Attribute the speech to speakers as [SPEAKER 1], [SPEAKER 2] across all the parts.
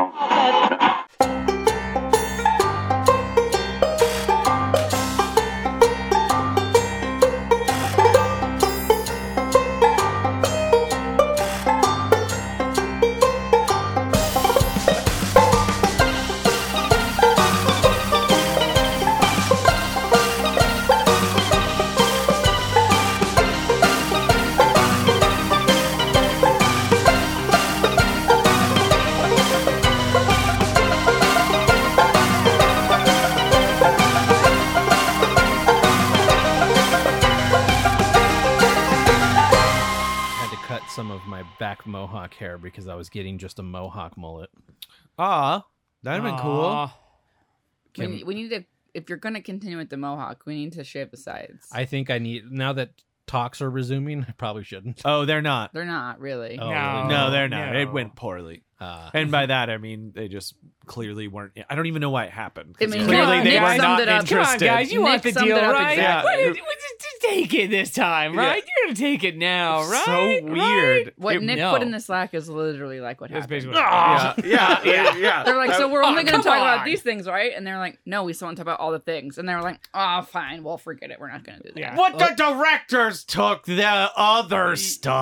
[SPEAKER 1] now.
[SPEAKER 2] had to cut some of my back mohawk hair because I was getting just a mohawk mullet.
[SPEAKER 3] Ah, that'd have been cool.
[SPEAKER 4] Aw.
[SPEAKER 2] Kim-
[SPEAKER 4] We, we need to, if you're going to continue with the mohawk, we need to shave the sides.
[SPEAKER 2] I think I need now that talks are resuming. I probably shouldn't.
[SPEAKER 3] Oh, they're not.
[SPEAKER 4] They're not really.
[SPEAKER 2] Oh,
[SPEAKER 3] no,
[SPEAKER 2] really?
[SPEAKER 3] they're not.
[SPEAKER 5] no.
[SPEAKER 3] It went poorly.
[SPEAKER 2] Uh,
[SPEAKER 3] And by that, I mean they just clearly weren't. I don't even know why it happened. 'cause
[SPEAKER 4] I mean,
[SPEAKER 3] clearly
[SPEAKER 5] come
[SPEAKER 3] they
[SPEAKER 5] on,
[SPEAKER 3] were
[SPEAKER 5] guys,
[SPEAKER 3] not
[SPEAKER 4] summed it up.
[SPEAKER 5] Come on,
[SPEAKER 3] interested.
[SPEAKER 5] guys, you
[SPEAKER 4] Nick
[SPEAKER 5] want the
[SPEAKER 4] summed
[SPEAKER 5] deal,
[SPEAKER 4] it up
[SPEAKER 5] right?
[SPEAKER 3] exactly.
[SPEAKER 5] What is- what is- just take it this time,
[SPEAKER 3] Yeah.
[SPEAKER 5] right? You're gonna take it now,
[SPEAKER 3] It's
[SPEAKER 5] right?
[SPEAKER 3] So weird.
[SPEAKER 4] What
[SPEAKER 3] It-
[SPEAKER 4] Nick
[SPEAKER 5] no.
[SPEAKER 4] put in the Slack is literally like what
[SPEAKER 5] That's
[SPEAKER 4] happened.
[SPEAKER 5] basically
[SPEAKER 3] Yeah, yeah, yeah, yeah.
[SPEAKER 4] They're like, so we're only
[SPEAKER 5] oh,
[SPEAKER 4] going to
[SPEAKER 5] come
[SPEAKER 4] talk about
[SPEAKER 5] on.
[SPEAKER 4] these things, right? And they're like, no, we still want to talk about all the things. And they're like, oh, fine, well, forget it. We're not going to do that.
[SPEAKER 5] Yeah.
[SPEAKER 3] What the directors took the other stuff.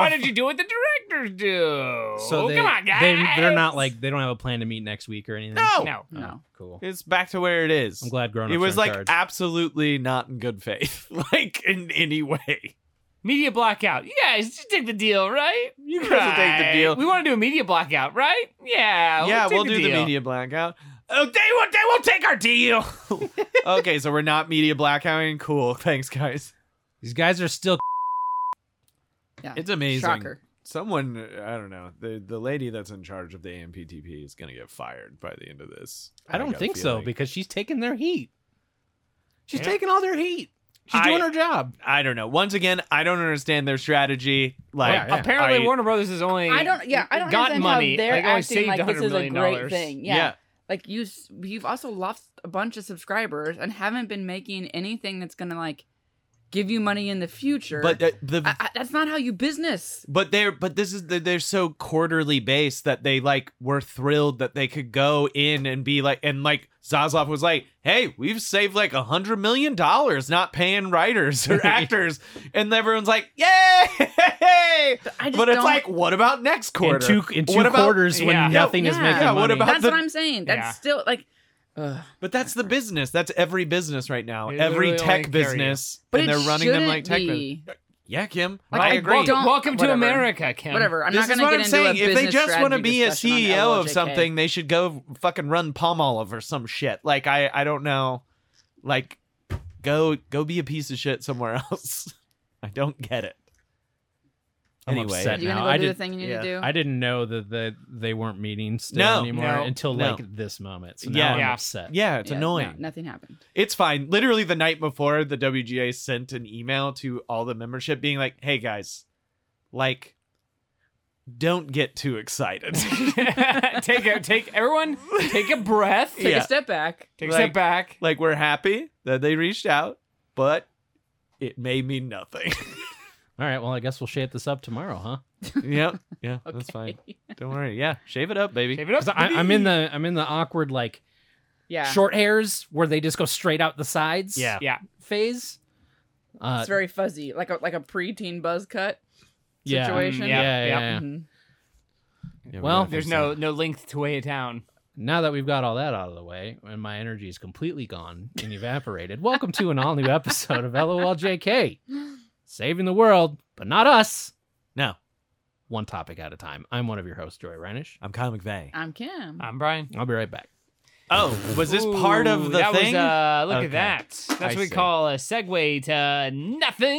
[SPEAKER 5] Why did you do what the directors do?
[SPEAKER 3] Oh,
[SPEAKER 2] so they,
[SPEAKER 5] come on, guys.
[SPEAKER 2] They, they're not like they don't have a plan to meet next week or anything.
[SPEAKER 3] No,
[SPEAKER 5] no.
[SPEAKER 2] Oh,
[SPEAKER 4] No.
[SPEAKER 2] cool.
[SPEAKER 3] it's back to where it is.
[SPEAKER 2] I'm glad grown ups.
[SPEAKER 3] It
[SPEAKER 2] are in
[SPEAKER 3] was like
[SPEAKER 2] charge.
[SPEAKER 3] absolutely not in good faith, like in any way.
[SPEAKER 5] Media blackout. You guys just take the deal, right? You
[SPEAKER 3] guys will take the deal.
[SPEAKER 5] We want to do a media blackout, right? Yeah.
[SPEAKER 3] yeah,
[SPEAKER 5] we'll, take
[SPEAKER 3] we'll do the
[SPEAKER 5] deal.
[SPEAKER 3] media blackout. Oh, they won't. They won't take our deal. okay, so we're not media blackouting. Cool. Thanks, guys.
[SPEAKER 2] these guys are still.
[SPEAKER 4] Yeah.
[SPEAKER 3] It's amazing.
[SPEAKER 4] Shocker.
[SPEAKER 3] Someone, I don't know, the the lady that's in charge of the AMPTP is gonna get fired by the end of this.
[SPEAKER 2] I don't
[SPEAKER 3] got a
[SPEAKER 2] think so
[SPEAKER 3] feeling.
[SPEAKER 2] because she's taking their heat. She's
[SPEAKER 5] Yeah.
[SPEAKER 2] taking all their heat. She's
[SPEAKER 3] I-
[SPEAKER 2] doing her job.
[SPEAKER 3] I don't know. Once again, I don't understand their strategy. Like,
[SPEAKER 2] Oh, Yeah, yeah.
[SPEAKER 5] Apparently,
[SPEAKER 3] I-
[SPEAKER 5] Warner Brothers is only.
[SPEAKER 4] I don't. Yeah, I don't
[SPEAKER 5] got
[SPEAKER 4] understand
[SPEAKER 5] money.
[SPEAKER 4] how they're
[SPEAKER 5] like, only
[SPEAKER 4] acting
[SPEAKER 5] saved
[SPEAKER 4] like this
[SPEAKER 5] $100
[SPEAKER 4] is a
[SPEAKER 5] million
[SPEAKER 4] great thing. Yeah.
[SPEAKER 3] yeah.
[SPEAKER 4] like you, s- you've also lost a bunch of subscribers and haven't been making anything that's gonna like give you money in the future.
[SPEAKER 3] But uh, the
[SPEAKER 4] I, I, that's not how you business.
[SPEAKER 3] But they're but this is they're so quarterly based that they like were thrilled that they could go in and be like and like Zaslav was like, hey, we've saved like a hundred million dollars not paying writers or actors, and everyone's like, yay!
[SPEAKER 4] I just
[SPEAKER 3] But it's
[SPEAKER 4] don't-
[SPEAKER 3] like, what about next quarter?
[SPEAKER 2] In two in two
[SPEAKER 3] What about-
[SPEAKER 2] quarters when
[SPEAKER 5] yeah.
[SPEAKER 2] nothing is
[SPEAKER 4] Yeah.
[SPEAKER 2] making
[SPEAKER 3] Yeah, what
[SPEAKER 2] money.
[SPEAKER 3] about
[SPEAKER 4] That's
[SPEAKER 3] the-
[SPEAKER 4] what I'm saying. That's
[SPEAKER 5] Yeah.
[SPEAKER 4] still like. Ugh.
[SPEAKER 3] But that's the business. That's every business right now.
[SPEAKER 5] They
[SPEAKER 3] every
[SPEAKER 5] literally
[SPEAKER 3] tech
[SPEAKER 5] only carry you.
[SPEAKER 3] business,
[SPEAKER 4] But
[SPEAKER 3] and
[SPEAKER 4] it
[SPEAKER 3] they're running them
[SPEAKER 4] shouldn't
[SPEAKER 3] like tech. business.
[SPEAKER 4] be.
[SPEAKER 3] Yeah, Kim,
[SPEAKER 4] Like,
[SPEAKER 3] I
[SPEAKER 4] I
[SPEAKER 3] agree.
[SPEAKER 4] don't-
[SPEAKER 5] Welcome to
[SPEAKER 4] whatever.
[SPEAKER 5] America, Kim.
[SPEAKER 4] Whatever. I'm
[SPEAKER 3] this
[SPEAKER 4] not
[SPEAKER 3] is
[SPEAKER 4] gonna
[SPEAKER 3] what
[SPEAKER 4] get
[SPEAKER 3] I'm
[SPEAKER 4] into
[SPEAKER 3] saying.
[SPEAKER 4] a
[SPEAKER 3] If they
[SPEAKER 4] business
[SPEAKER 3] just want to
[SPEAKER 4] strategy
[SPEAKER 3] be a
[SPEAKER 4] discussion on
[SPEAKER 3] CEO of
[SPEAKER 4] LOJK.
[SPEAKER 3] something, they should go fucking run palm olive or some shit. Like I, I don't know. Like, go go be a piece of shit somewhere else. I don't get it.
[SPEAKER 2] I'm
[SPEAKER 3] anyway.
[SPEAKER 2] upset
[SPEAKER 4] you
[SPEAKER 2] now.
[SPEAKER 4] gonna go
[SPEAKER 2] I
[SPEAKER 4] do
[SPEAKER 2] did,
[SPEAKER 4] the thing you need
[SPEAKER 3] yeah.
[SPEAKER 4] to do?
[SPEAKER 2] I didn't know that the, they weren't meeting still
[SPEAKER 3] No,
[SPEAKER 2] anymore
[SPEAKER 5] no,
[SPEAKER 2] until
[SPEAKER 3] no.
[SPEAKER 2] like this moment. So now
[SPEAKER 3] Yeah.
[SPEAKER 2] I'm
[SPEAKER 5] Yeah.
[SPEAKER 2] upset.
[SPEAKER 3] Yeah, it's
[SPEAKER 4] Yeah,
[SPEAKER 3] annoying.
[SPEAKER 4] no, nothing happened.
[SPEAKER 3] It's fine. Literally the night before, the WGA sent an email to all the membership being like, "Hey guys, like, don't get too excited."
[SPEAKER 5] take a take everyone take a breath.
[SPEAKER 4] Take
[SPEAKER 3] Yeah.
[SPEAKER 4] a step back.
[SPEAKER 5] Take a
[SPEAKER 3] Like-
[SPEAKER 5] step back.
[SPEAKER 3] like we're happy that they reached out, but it may mean nothing.
[SPEAKER 2] All right. Well, I guess we'll shape this up tomorrow, huh?
[SPEAKER 3] yep. Yeah, that's fine. Don't worry. Yeah, shave it up, baby.
[SPEAKER 5] Shave it up.
[SPEAKER 2] 'Cause I, I'm in the I'm in the awkward like
[SPEAKER 4] Yeah,
[SPEAKER 2] short hairs where they just go straight out the sides.
[SPEAKER 3] Yeah.
[SPEAKER 5] Yeah. Um,
[SPEAKER 2] Phase. Uh,
[SPEAKER 4] it's very fuzzy, like a like a preteen buzz cut
[SPEAKER 2] yeah.
[SPEAKER 4] situation.
[SPEAKER 2] Yeah.
[SPEAKER 5] Yeah,
[SPEAKER 2] Yeah.
[SPEAKER 5] yeah.
[SPEAKER 2] yeah.
[SPEAKER 4] Mhm.
[SPEAKER 3] Yeah,
[SPEAKER 2] Well,
[SPEAKER 3] we're gonna
[SPEAKER 5] There's
[SPEAKER 3] fix
[SPEAKER 5] no no length to weigh it down.
[SPEAKER 2] Now that we've got all that out of the way and my energy is completely gone and evaporated, welcome to an all new episode of LOLJK, saving the world, but not us.
[SPEAKER 3] that. No,
[SPEAKER 2] One topic at a time. I'm one of your hosts, Joy Reinish.
[SPEAKER 3] I'm Kyle McVeigh.
[SPEAKER 4] I'm Kim.
[SPEAKER 5] I'm Um, Brian.
[SPEAKER 2] I'll be right back.
[SPEAKER 3] Oh, was this part
[SPEAKER 5] Ooh,
[SPEAKER 3] of the
[SPEAKER 5] that
[SPEAKER 3] thing?
[SPEAKER 5] Was, uh, look
[SPEAKER 3] Okay.
[SPEAKER 5] at that. That's
[SPEAKER 3] I
[SPEAKER 5] what we
[SPEAKER 3] see.
[SPEAKER 5] call a segue to nothing.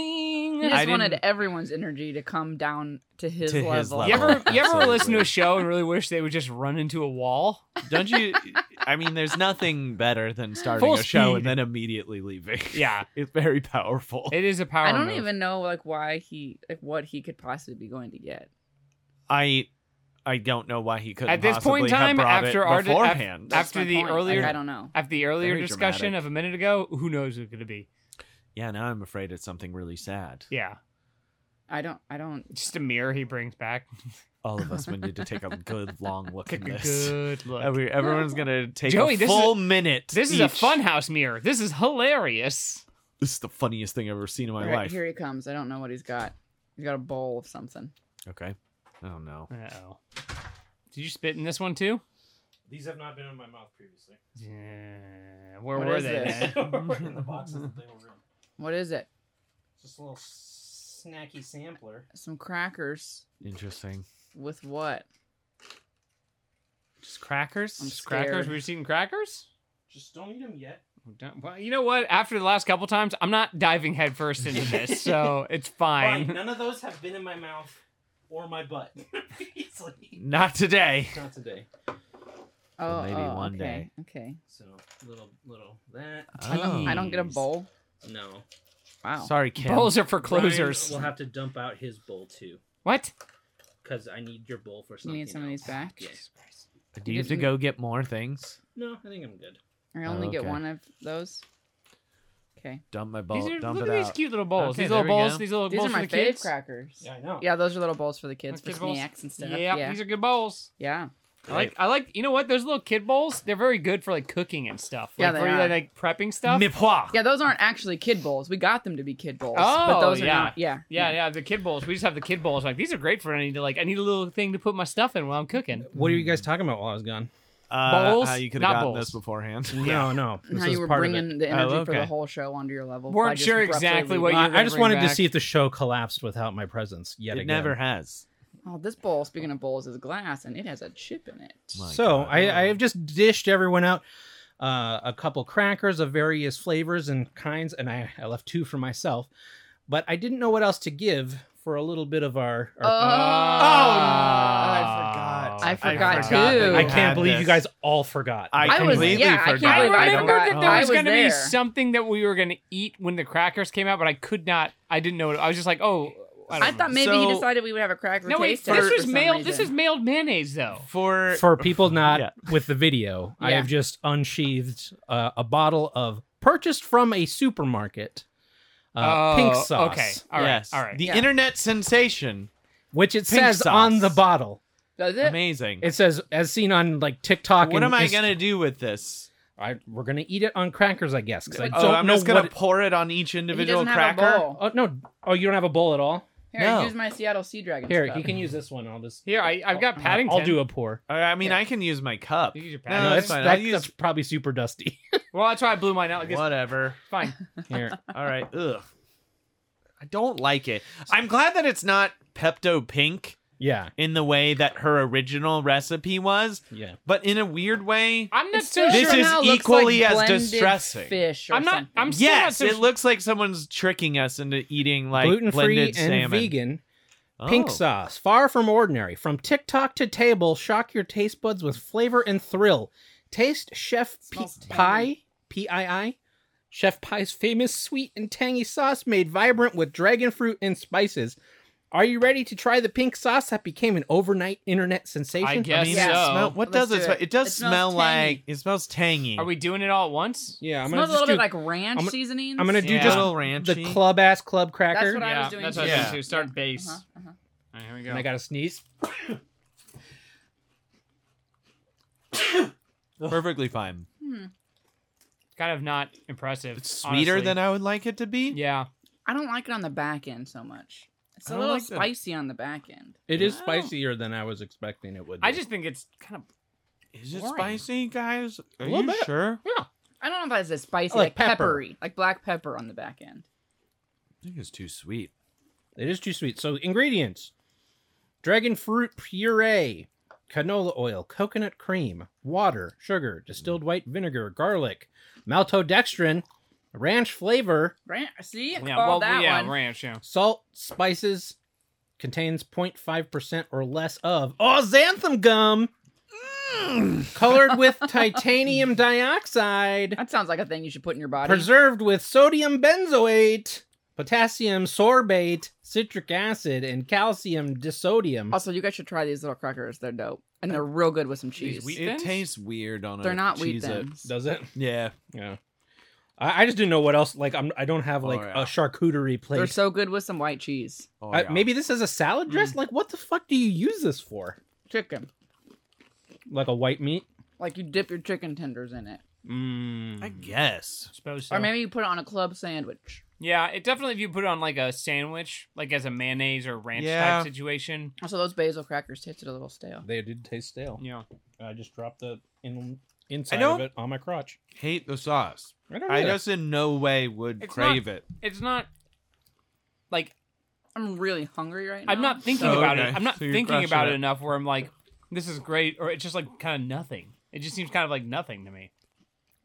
[SPEAKER 4] He
[SPEAKER 3] I
[SPEAKER 4] just
[SPEAKER 3] didn't-
[SPEAKER 4] wanted everyone's energy to come down to his
[SPEAKER 3] To his
[SPEAKER 4] level.
[SPEAKER 3] level.
[SPEAKER 5] You ever you ever
[SPEAKER 3] Absolutely.
[SPEAKER 5] listen to a show and really wish they would just run into a wall?
[SPEAKER 3] Don't you? I mean, there's nothing better than starting
[SPEAKER 5] Full
[SPEAKER 3] a show
[SPEAKER 5] speed.
[SPEAKER 3] and then immediately leaving.
[SPEAKER 5] Yeah,
[SPEAKER 3] it's very powerful.
[SPEAKER 5] it is a power.
[SPEAKER 4] I don't
[SPEAKER 5] move.
[SPEAKER 4] even know like why he like what he could possibly be going to get.
[SPEAKER 3] I, I don't know why he couldn't
[SPEAKER 5] At this point in
[SPEAKER 3] possibly have
[SPEAKER 5] time,
[SPEAKER 3] brought it
[SPEAKER 5] after our-
[SPEAKER 3] beforehand.
[SPEAKER 4] That's
[SPEAKER 5] After
[SPEAKER 4] my
[SPEAKER 5] the
[SPEAKER 4] point.
[SPEAKER 5] earlier-
[SPEAKER 4] like, I don't know.
[SPEAKER 5] After the earlier
[SPEAKER 3] Very
[SPEAKER 5] discussion
[SPEAKER 3] dramatic.
[SPEAKER 5] of a minute ago, who knows who's going to be?
[SPEAKER 3] yeah, now I'm afraid it's something really sad.
[SPEAKER 5] Yeah,
[SPEAKER 4] I don't. I don't.
[SPEAKER 5] Just a mirror he brings back.
[SPEAKER 3] All of us would need to take a good long look at
[SPEAKER 5] Take a
[SPEAKER 3] this.
[SPEAKER 5] good look.
[SPEAKER 3] Every, everyone's gonna take
[SPEAKER 5] Joey,
[SPEAKER 3] a
[SPEAKER 5] this is
[SPEAKER 3] full minute.
[SPEAKER 5] this is a
[SPEAKER 3] each.
[SPEAKER 5] funhouse mirror. This is hilarious.
[SPEAKER 3] This is the funniest thing I've ever seen in my
[SPEAKER 4] All right,
[SPEAKER 3] life.
[SPEAKER 4] here he comes. I don't know what he's got. He's got a bowl of something.
[SPEAKER 3] Okay. I don't know.
[SPEAKER 5] Uh oh. Did you spit in this one too?
[SPEAKER 2] These have not been in my mouth previously.
[SPEAKER 5] Yeah. Where
[SPEAKER 4] What
[SPEAKER 5] were
[SPEAKER 4] is
[SPEAKER 5] they?
[SPEAKER 4] this?
[SPEAKER 5] man?
[SPEAKER 2] in the boxes that they were in.
[SPEAKER 4] What is it?
[SPEAKER 2] Just a little snacky sampler.
[SPEAKER 4] Some crackers
[SPEAKER 3] Interesting.
[SPEAKER 4] with what?
[SPEAKER 5] Just crackers.
[SPEAKER 4] I'm
[SPEAKER 5] Just crackers.
[SPEAKER 4] scared.
[SPEAKER 5] We're just eating crackers.
[SPEAKER 2] Just don't eat them yet.
[SPEAKER 5] Don't- Well, you know what? After the last couple times, I'm not diving headfirst into this, so it's fine.
[SPEAKER 2] None of those have been in my mouth or my butt previously.
[SPEAKER 3] Not today.
[SPEAKER 2] Not today.
[SPEAKER 4] Oh,
[SPEAKER 3] Well, maybe
[SPEAKER 4] oh,
[SPEAKER 3] one
[SPEAKER 4] okay,
[SPEAKER 3] day.
[SPEAKER 4] Okay.
[SPEAKER 2] So little, little that.
[SPEAKER 4] I don't. I don't get a
[SPEAKER 3] Jeez.
[SPEAKER 4] bowl.
[SPEAKER 2] No.
[SPEAKER 4] Wow.
[SPEAKER 3] Sorry, Kim.
[SPEAKER 5] Bowls are for closers.
[SPEAKER 2] We'll have to dump out his bowl too,
[SPEAKER 5] What?
[SPEAKER 2] because I need your bowl for
[SPEAKER 4] You
[SPEAKER 2] something.
[SPEAKER 4] need some of these
[SPEAKER 2] else.
[SPEAKER 4] back.
[SPEAKER 2] Yeah.
[SPEAKER 3] Do you have to go get more things?
[SPEAKER 2] No, I think I'm good.
[SPEAKER 4] I only get
[SPEAKER 3] Okay.
[SPEAKER 4] one of those. Okay.
[SPEAKER 3] Dump my
[SPEAKER 5] These
[SPEAKER 3] bowl.
[SPEAKER 5] are,
[SPEAKER 3] Dump
[SPEAKER 5] look
[SPEAKER 3] it
[SPEAKER 5] at these
[SPEAKER 3] out.
[SPEAKER 5] cute little bowls.
[SPEAKER 3] Okay,
[SPEAKER 5] these
[SPEAKER 3] there
[SPEAKER 5] little
[SPEAKER 3] we
[SPEAKER 5] bowls.
[SPEAKER 3] go.
[SPEAKER 5] These little
[SPEAKER 4] These
[SPEAKER 5] bowls
[SPEAKER 4] are my
[SPEAKER 5] for the
[SPEAKER 4] favorite
[SPEAKER 5] kids.
[SPEAKER 4] crackers.
[SPEAKER 2] I know.
[SPEAKER 4] Yeah, those are little bowls for the kids for
[SPEAKER 5] Those kid bowls.
[SPEAKER 4] snacks and stuff.
[SPEAKER 5] Yeah,
[SPEAKER 4] Yeah.
[SPEAKER 5] these are good bowls.
[SPEAKER 4] Yeah.
[SPEAKER 5] I like. I like. You know what? Those little kid bowls. They're very good for like cooking and stuff.
[SPEAKER 4] Yeah,
[SPEAKER 5] Like,
[SPEAKER 4] they
[SPEAKER 5] for,
[SPEAKER 4] are.
[SPEAKER 5] Like prepping stuff.
[SPEAKER 3] Mes pois.
[SPEAKER 4] Yeah, those aren't actually kid bowls. We got them to be kid bowls.
[SPEAKER 5] Oh,
[SPEAKER 4] but those are
[SPEAKER 5] yeah.
[SPEAKER 4] not. Yeah.
[SPEAKER 5] Yeah, yeah, the kid bowls. We just have the kid bowls. Like these are great for when I need to like I need a little thing to put my stuff in while I'm cooking.
[SPEAKER 2] What are you guys talking about while I was gone?
[SPEAKER 3] Uh,
[SPEAKER 5] Bowls?
[SPEAKER 3] how you could
[SPEAKER 5] Not
[SPEAKER 3] have gotten
[SPEAKER 5] bowls.
[SPEAKER 3] this beforehand.
[SPEAKER 2] No, no.
[SPEAKER 4] And
[SPEAKER 2] This
[SPEAKER 4] how
[SPEAKER 2] is
[SPEAKER 4] you were
[SPEAKER 2] part of it.
[SPEAKER 4] bringing the energy for the
[SPEAKER 3] okay.
[SPEAKER 4] whole show onto your level.
[SPEAKER 5] Weren't
[SPEAKER 4] by just
[SPEAKER 5] sure
[SPEAKER 4] abruptly
[SPEAKER 5] exactly what
[SPEAKER 4] leaving.
[SPEAKER 2] I,
[SPEAKER 5] you were
[SPEAKER 2] I just
[SPEAKER 5] bringing
[SPEAKER 2] wanted to
[SPEAKER 5] back.
[SPEAKER 2] see if the show collapsed without my presence yet
[SPEAKER 3] It
[SPEAKER 2] again.
[SPEAKER 3] never has.
[SPEAKER 4] Oh, this bowl, speaking of bowls, is glass and it has a chip in it.
[SPEAKER 3] My
[SPEAKER 2] so
[SPEAKER 3] God.
[SPEAKER 2] I, I have just dished everyone out uh, a couple crackers of various flavors and kinds, and I, I left two for myself. But I didn't know what else to give for a little bit of our. our
[SPEAKER 3] I
[SPEAKER 4] Oh.
[SPEAKER 3] Ah.
[SPEAKER 4] forgot. I forgot
[SPEAKER 3] that
[SPEAKER 4] too.
[SPEAKER 3] you
[SPEAKER 2] I
[SPEAKER 3] had
[SPEAKER 2] can't believe
[SPEAKER 3] this.
[SPEAKER 2] you guys all forgot.
[SPEAKER 3] I
[SPEAKER 4] I was,
[SPEAKER 3] completely
[SPEAKER 4] yeah,
[SPEAKER 3] forgot.
[SPEAKER 4] I
[SPEAKER 5] I
[SPEAKER 4] can't believe
[SPEAKER 5] remembered
[SPEAKER 4] I
[SPEAKER 5] that
[SPEAKER 4] don't-
[SPEAKER 5] there
[SPEAKER 4] I
[SPEAKER 5] was,
[SPEAKER 4] was
[SPEAKER 5] going to
[SPEAKER 4] there.
[SPEAKER 5] be something that we were going to eat when the crackers came out, but I could not. I didn't know. It. I was just like, oh, I, don't
[SPEAKER 4] I thought
[SPEAKER 5] know.
[SPEAKER 4] maybe
[SPEAKER 3] So-
[SPEAKER 4] he decided we would have a cracker
[SPEAKER 5] No, wait.
[SPEAKER 4] taste
[SPEAKER 5] This
[SPEAKER 4] test for
[SPEAKER 5] was
[SPEAKER 4] some
[SPEAKER 5] mailed. This is
[SPEAKER 4] reason.
[SPEAKER 5] mailed mayonnaise, though.
[SPEAKER 3] for
[SPEAKER 2] for people not
[SPEAKER 3] Yeah.
[SPEAKER 2] with the video, I
[SPEAKER 4] Yeah.
[SPEAKER 2] have just unsheathed uh, a bottle of purchased from a supermarket uh,
[SPEAKER 5] Oh,
[SPEAKER 2] pink sauce,
[SPEAKER 5] Okay. All right.
[SPEAKER 3] yes,
[SPEAKER 5] All right.
[SPEAKER 3] the
[SPEAKER 4] Yeah.
[SPEAKER 3] internet sensation.
[SPEAKER 2] which it
[SPEAKER 3] Pink
[SPEAKER 2] says
[SPEAKER 3] sauce.
[SPEAKER 2] on the bottle.
[SPEAKER 4] Does it?
[SPEAKER 3] Amazing.
[SPEAKER 2] It says as seen on like TikTok.
[SPEAKER 3] what
[SPEAKER 2] and
[SPEAKER 3] am I
[SPEAKER 2] Inst-
[SPEAKER 3] gonna do with this?
[SPEAKER 2] I, we're gonna eat it on crackers, I guess. Because I
[SPEAKER 3] oh,
[SPEAKER 2] don't
[SPEAKER 3] I'm
[SPEAKER 2] know
[SPEAKER 3] just gonna
[SPEAKER 2] what. it-
[SPEAKER 3] pour it on each
[SPEAKER 4] He
[SPEAKER 3] individual
[SPEAKER 4] doesn't have
[SPEAKER 3] cracker.
[SPEAKER 4] a bowl.
[SPEAKER 2] oh no! Oh, you don't have a bowl at all.
[SPEAKER 4] Here,
[SPEAKER 3] No.
[SPEAKER 4] use my Seattle Sea Dragon.
[SPEAKER 2] Here,
[SPEAKER 4] stuff.
[SPEAKER 2] he can use this one. I'll just.
[SPEAKER 5] Here, I, I've got Paddington.
[SPEAKER 2] I'll do a pour.
[SPEAKER 3] Uh, I mean, I can use my cup.
[SPEAKER 5] You can use your
[SPEAKER 3] no,
[SPEAKER 5] padding.
[SPEAKER 2] No, that's,
[SPEAKER 3] that's fine.
[SPEAKER 2] that-
[SPEAKER 3] I'll
[SPEAKER 2] that's
[SPEAKER 3] use
[SPEAKER 2] probably super dusty.
[SPEAKER 5] Well, that's why I blew mine out. Like this.
[SPEAKER 3] whatever.
[SPEAKER 5] Fine.
[SPEAKER 2] Here,
[SPEAKER 3] All right. Ugh. I don't like it. I'm glad that it's not Pepto Pink
[SPEAKER 2] yeah,
[SPEAKER 3] in the way that her original recipe was,
[SPEAKER 2] yeah.
[SPEAKER 3] but in a weird way.
[SPEAKER 5] I'm not
[SPEAKER 4] It's
[SPEAKER 5] so
[SPEAKER 4] still
[SPEAKER 3] This
[SPEAKER 5] sure.
[SPEAKER 3] is
[SPEAKER 4] somehow looks
[SPEAKER 3] equally
[SPEAKER 4] like
[SPEAKER 3] as
[SPEAKER 4] blended
[SPEAKER 3] distressing.
[SPEAKER 4] Fish. Or
[SPEAKER 5] I'm not. I'm
[SPEAKER 4] something.
[SPEAKER 5] still
[SPEAKER 3] Yes,
[SPEAKER 5] not so
[SPEAKER 3] it looks like someone's tricking us into eating like
[SPEAKER 2] Gluten free
[SPEAKER 3] blended
[SPEAKER 2] and
[SPEAKER 3] salmon.
[SPEAKER 2] vegan. Pink
[SPEAKER 3] Oh.
[SPEAKER 2] sauce, far from ordinary. From TikTok to table, shock your taste buds with flavor and thrill. Taste Chef P-
[SPEAKER 4] Smells
[SPEAKER 2] Pie, P I I, Chef Pie's famous sweet and tangy sauce made vibrant with dragon fruit and spices. Are you ready to try the pink sauce that became an overnight internet sensation?
[SPEAKER 5] I guess
[SPEAKER 3] mean,
[SPEAKER 4] Yeah.
[SPEAKER 5] so.
[SPEAKER 4] it
[SPEAKER 3] Smell- what
[SPEAKER 4] Let's
[SPEAKER 3] does it
[SPEAKER 4] do
[SPEAKER 3] smell?
[SPEAKER 4] it.
[SPEAKER 3] It does
[SPEAKER 4] It smells
[SPEAKER 3] smell
[SPEAKER 4] tangy.
[SPEAKER 3] like it smells tangy.
[SPEAKER 5] Are we doing it all at once?
[SPEAKER 2] Yeah, I'm gonna
[SPEAKER 4] Smells a
[SPEAKER 2] just
[SPEAKER 4] little
[SPEAKER 2] do
[SPEAKER 4] bit like ranch
[SPEAKER 2] I'm-
[SPEAKER 4] seasonings.
[SPEAKER 2] I'm gonna do
[SPEAKER 5] Yeah.
[SPEAKER 2] just
[SPEAKER 3] little ranchy?
[SPEAKER 2] the club ass club cracker.
[SPEAKER 4] That's what I
[SPEAKER 5] yeah,
[SPEAKER 4] was doing
[SPEAKER 5] That's
[SPEAKER 4] too.
[SPEAKER 5] what I was
[SPEAKER 3] Yeah.
[SPEAKER 5] doing too. Start base.
[SPEAKER 4] Uh-huh, uh-huh.
[SPEAKER 5] All right, here we go.
[SPEAKER 2] and I got to sneeze.
[SPEAKER 3] Perfectly fine.
[SPEAKER 4] Hmm.
[SPEAKER 5] kind of not impressive.
[SPEAKER 3] It's sweeter
[SPEAKER 5] honestly.
[SPEAKER 3] than I would like it to be.
[SPEAKER 5] Yeah.
[SPEAKER 4] I don't like it on the back end so much. It's
[SPEAKER 3] I
[SPEAKER 4] a
[SPEAKER 3] don't
[SPEAKER 4] little
[SPEAKER 3] like the-
[SPEAKER 4] spicy on the back end.
[SPEAKER 2] It is
[SPEAKER 3] Wow.
[SPEAKER 2] spicier than I was expecting it would. Be.
[SPEAKER 5] I just think it's kind of
[SPEAKER 3] Is it
[SPEAKER 5] Boring.
[SPEAKER 3] spicy, guys? Are
[SPEAKER 2] Little
[SPEAKER 3] you
[SPEAKER 2] bit.
[SPEAKER 3] sure?
[SPEAKER 4] I don't know if that's as spicy,
[SPEAKER 2] I like
[SPEAKER 4] like,
[SPEAKER 2] pepper.
[SPEAKER 4] peppery, like black pepper on the back end.
[SPEAKER 3] I think it's too sweet.
[SPEAKER 2] It is too sweet. So ingredients: dragon fruit puree, canola oil, coconut cream, water, sugar, distilled white vinegar, garlic, maltodextrin, ranch flavor,
[SPEAKER 4] Right? See,
[SPEAKER 5] yeah.
[SPEAKER 4] yeah,
[SPEAKER 5] well,
[SPEAKER 4] that
[SPEAKER 5] yeah,
[SPEAKER 4] one.
[SPEAKER 5] ranch. Yeah.
[SPEAKER 2] salt, spices. Contains 0.5% or less of oh xanthan gum, colored with titanium dioxide.
[SPEAKER 4] That sounds like a thing you should put in your body.
[SPEAKER 2] preserved with sodium benzoate, potassium sorbate, citric acid, and calcium disodium.
[SPEAKER 4] also, you guys should try these little crackers. They're dope, and they're real good with some cheese.
[SPEAKER 5] wheat- uh,
[SPEAKER 3] it
[SPEAKER 5] thins?
[SPEAKER 3] tastes weird on a
[SPEAKER 4] They're not wheat
[SPEAKER 3] Cheez-It.
[SPEAKER 4] thins.
[SPEAKER 2] Does it?
[SPEAKER 3] Yeah.
[SPEAKER 2] Yeah. I, I just didn't know what else. Like I'm, I don't have
[SPEAKER 3] Oh,
[SPEAKER 2] like
[SPEAKER 3] yeah.
[SPEAKER 2] a charcuterie plate.
[SPEAKER 4] They're so good with some white cheese.
[SPEAKER 3] Oh,
[SPEAKER 2] I-
[SPEAKER 3] yeah.
[SPEAKER 2] maybe this is a
[SPEAKER 4] Hmm.
[SPEAKER 2] salad dress. Like what the fuck do you use this for?
[SPEAKER 4] Chicken.
[SPEAKER 2] Like a white meat.
[SPEAKER 4] Like you dip your chicken tenders in it.
[SPEAKER 2] Mm.
[SPEAKER 3] I guess.
[SPEAKER 5] suppose
[SPEAKER 4] Or
[SPEAKER 5] so.
[SPEAKER 4] maybe you put it on a club sandwich.
[SPEAKER 5] yeah, it definitely if you put it on like a sandwich, like as a mayonnaise or ranch
[SPEAKER 3] Yeah.
[SPEAKER 5] type situation.
[SPEAKER 4] Also, those basil crackers tasted a little stale.
[SPEAKER 2] They did taste stale.
[SPEAKER 5] Yeah.
[SPEAKER 2] I just dropped the in, inside
[SPEAKER 3] don't-
[SPEAKER 2] of it on my crotch.
[SPEAKER 3] Hate the sauce.
[SPEAKER 2] I don't
[SPEAKER 3] I
[SPEAKER 2] either.
[SPEAKER 3] just in no way would
[SPEAKER 5] It's
[SPEAKER 3] crave it.
[SPEAKER 5] It's not like
[SPEAKER 4] I'm really hungry right now.
[SPEAKER 5] I'm not thinking
[SPEAKER 3] Oh,
[SPEAKER 5] about
[SPEAKER 3] okay.
[SPEAKER 5] it. I'm not
[SPEAKER 3] So you're
[SPEAKER 5] thinking
[SPEAKER 3] crushing
[SPEAKER 5] about it
[SPEAKER 3] it.
[SPEAKER 5] enough where I'm like, this is great, or it's just like kind of nothing. It just seems kind of like nothing to me.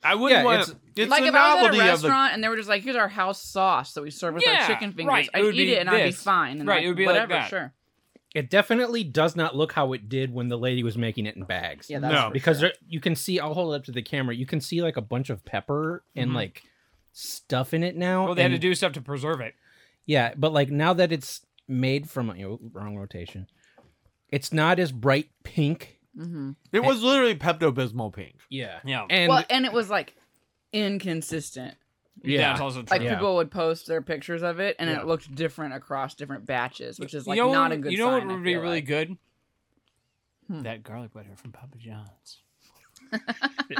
[SPEAKER 3] I wouldn't
[SPEAKER 2] Yeah,
[SPEAKER 3] want.
[SPEAKER 2] it's-
[SPEAKER 3] It's, it's
[SPEAKER 4] like
[SPEAKER 3] the
[SPEAKER 4] if I was at
[SPEAKER 3] novelty
[SPEAKER 4] a
[SPEAKER 3] of the.
[SPEAKER 4] restaurant and they were just like, "Here's our house sauce that we serve with
[SPEAKER 5] Yeah,
[SPEAKER 4] our chicken fingers,"
[SPEAKER 5] right. It
[SPEAKER 4] I'd
[SPEAKER 5] would
[SPEAKER 4] eat
[SPEAKER 5] be
[SPEAKER 4] it and I'd be
[SPEAKER 5] this.
[SPEAKER 4] fine. And
[SPEAKER 5] Right,
[SPEAKER 4] like,
[SPEAKER 5] it would be like
[SPEAKER 4] whatever,
[SPEAKER 5] that.
[SPEAKER 4] sure.
[SPEAKER 2] It definitely does not look how it did when the lady was making it in bags.
[SPEAKER 4] Yeah,
[SPEAKER 3] No.
[SPEAKER 4] that's for
[SPEAKER 2] because
[SPEAKER 4] sure.
[SPEAKER 2] there, you can see. I'll hold it up to the camera. You can see like a bunch of pepper and
[SPEAKER 5] Mhm.
[SPEAKER 2] like stuff in it now.
[SPEAKER 5] Well, they had
[SPEAKER 2] and-
[SPEAKER 5] to do stuff to preserve it.
[SPEAKER 2] Yeah, but like now that it's made from you know, wrong rotation, it's not as bright pink.
[SPEAKER 4] Mhm.
[SPEAKER 3] It was literally Pepto Bismol pink.
[SPEAKER 2] Yeah,
[SPEAKER 5] Yeah,
[SPEAKER 2] and
[SPEAKER 4] well, and it was like inconsistent.
[SPEAKER 2] yeah,
[SPEAKER 5] That's also true.
[SPEAKER 4] Like
[SPEAKER 2] Yeah.
[SPEAKER 4] people would post their pictures of it, and
[SPEAKER 2] Yeah.
[SPEAKER 4] it looked different across different batches, which is like
[SPEAKER 5] you know
[SPEAKER 4] not
[SPEAKER 5] what,
[SPEAKER 4] a good.
[SPEAKER 5] You know
[SPEAKER 4] sign,
[SPEAKER 5] what
[SPEAKER 4] I
[SPEAKER 5] would be
[SPEAKER 4] feel
[SPEAKER 5] really
[SPEAKER 4] like.
[SPEAKER 5] good?
[SPEAKER 4] Hmm.
[SPEAKER 5] That garlic butter from Papa John's.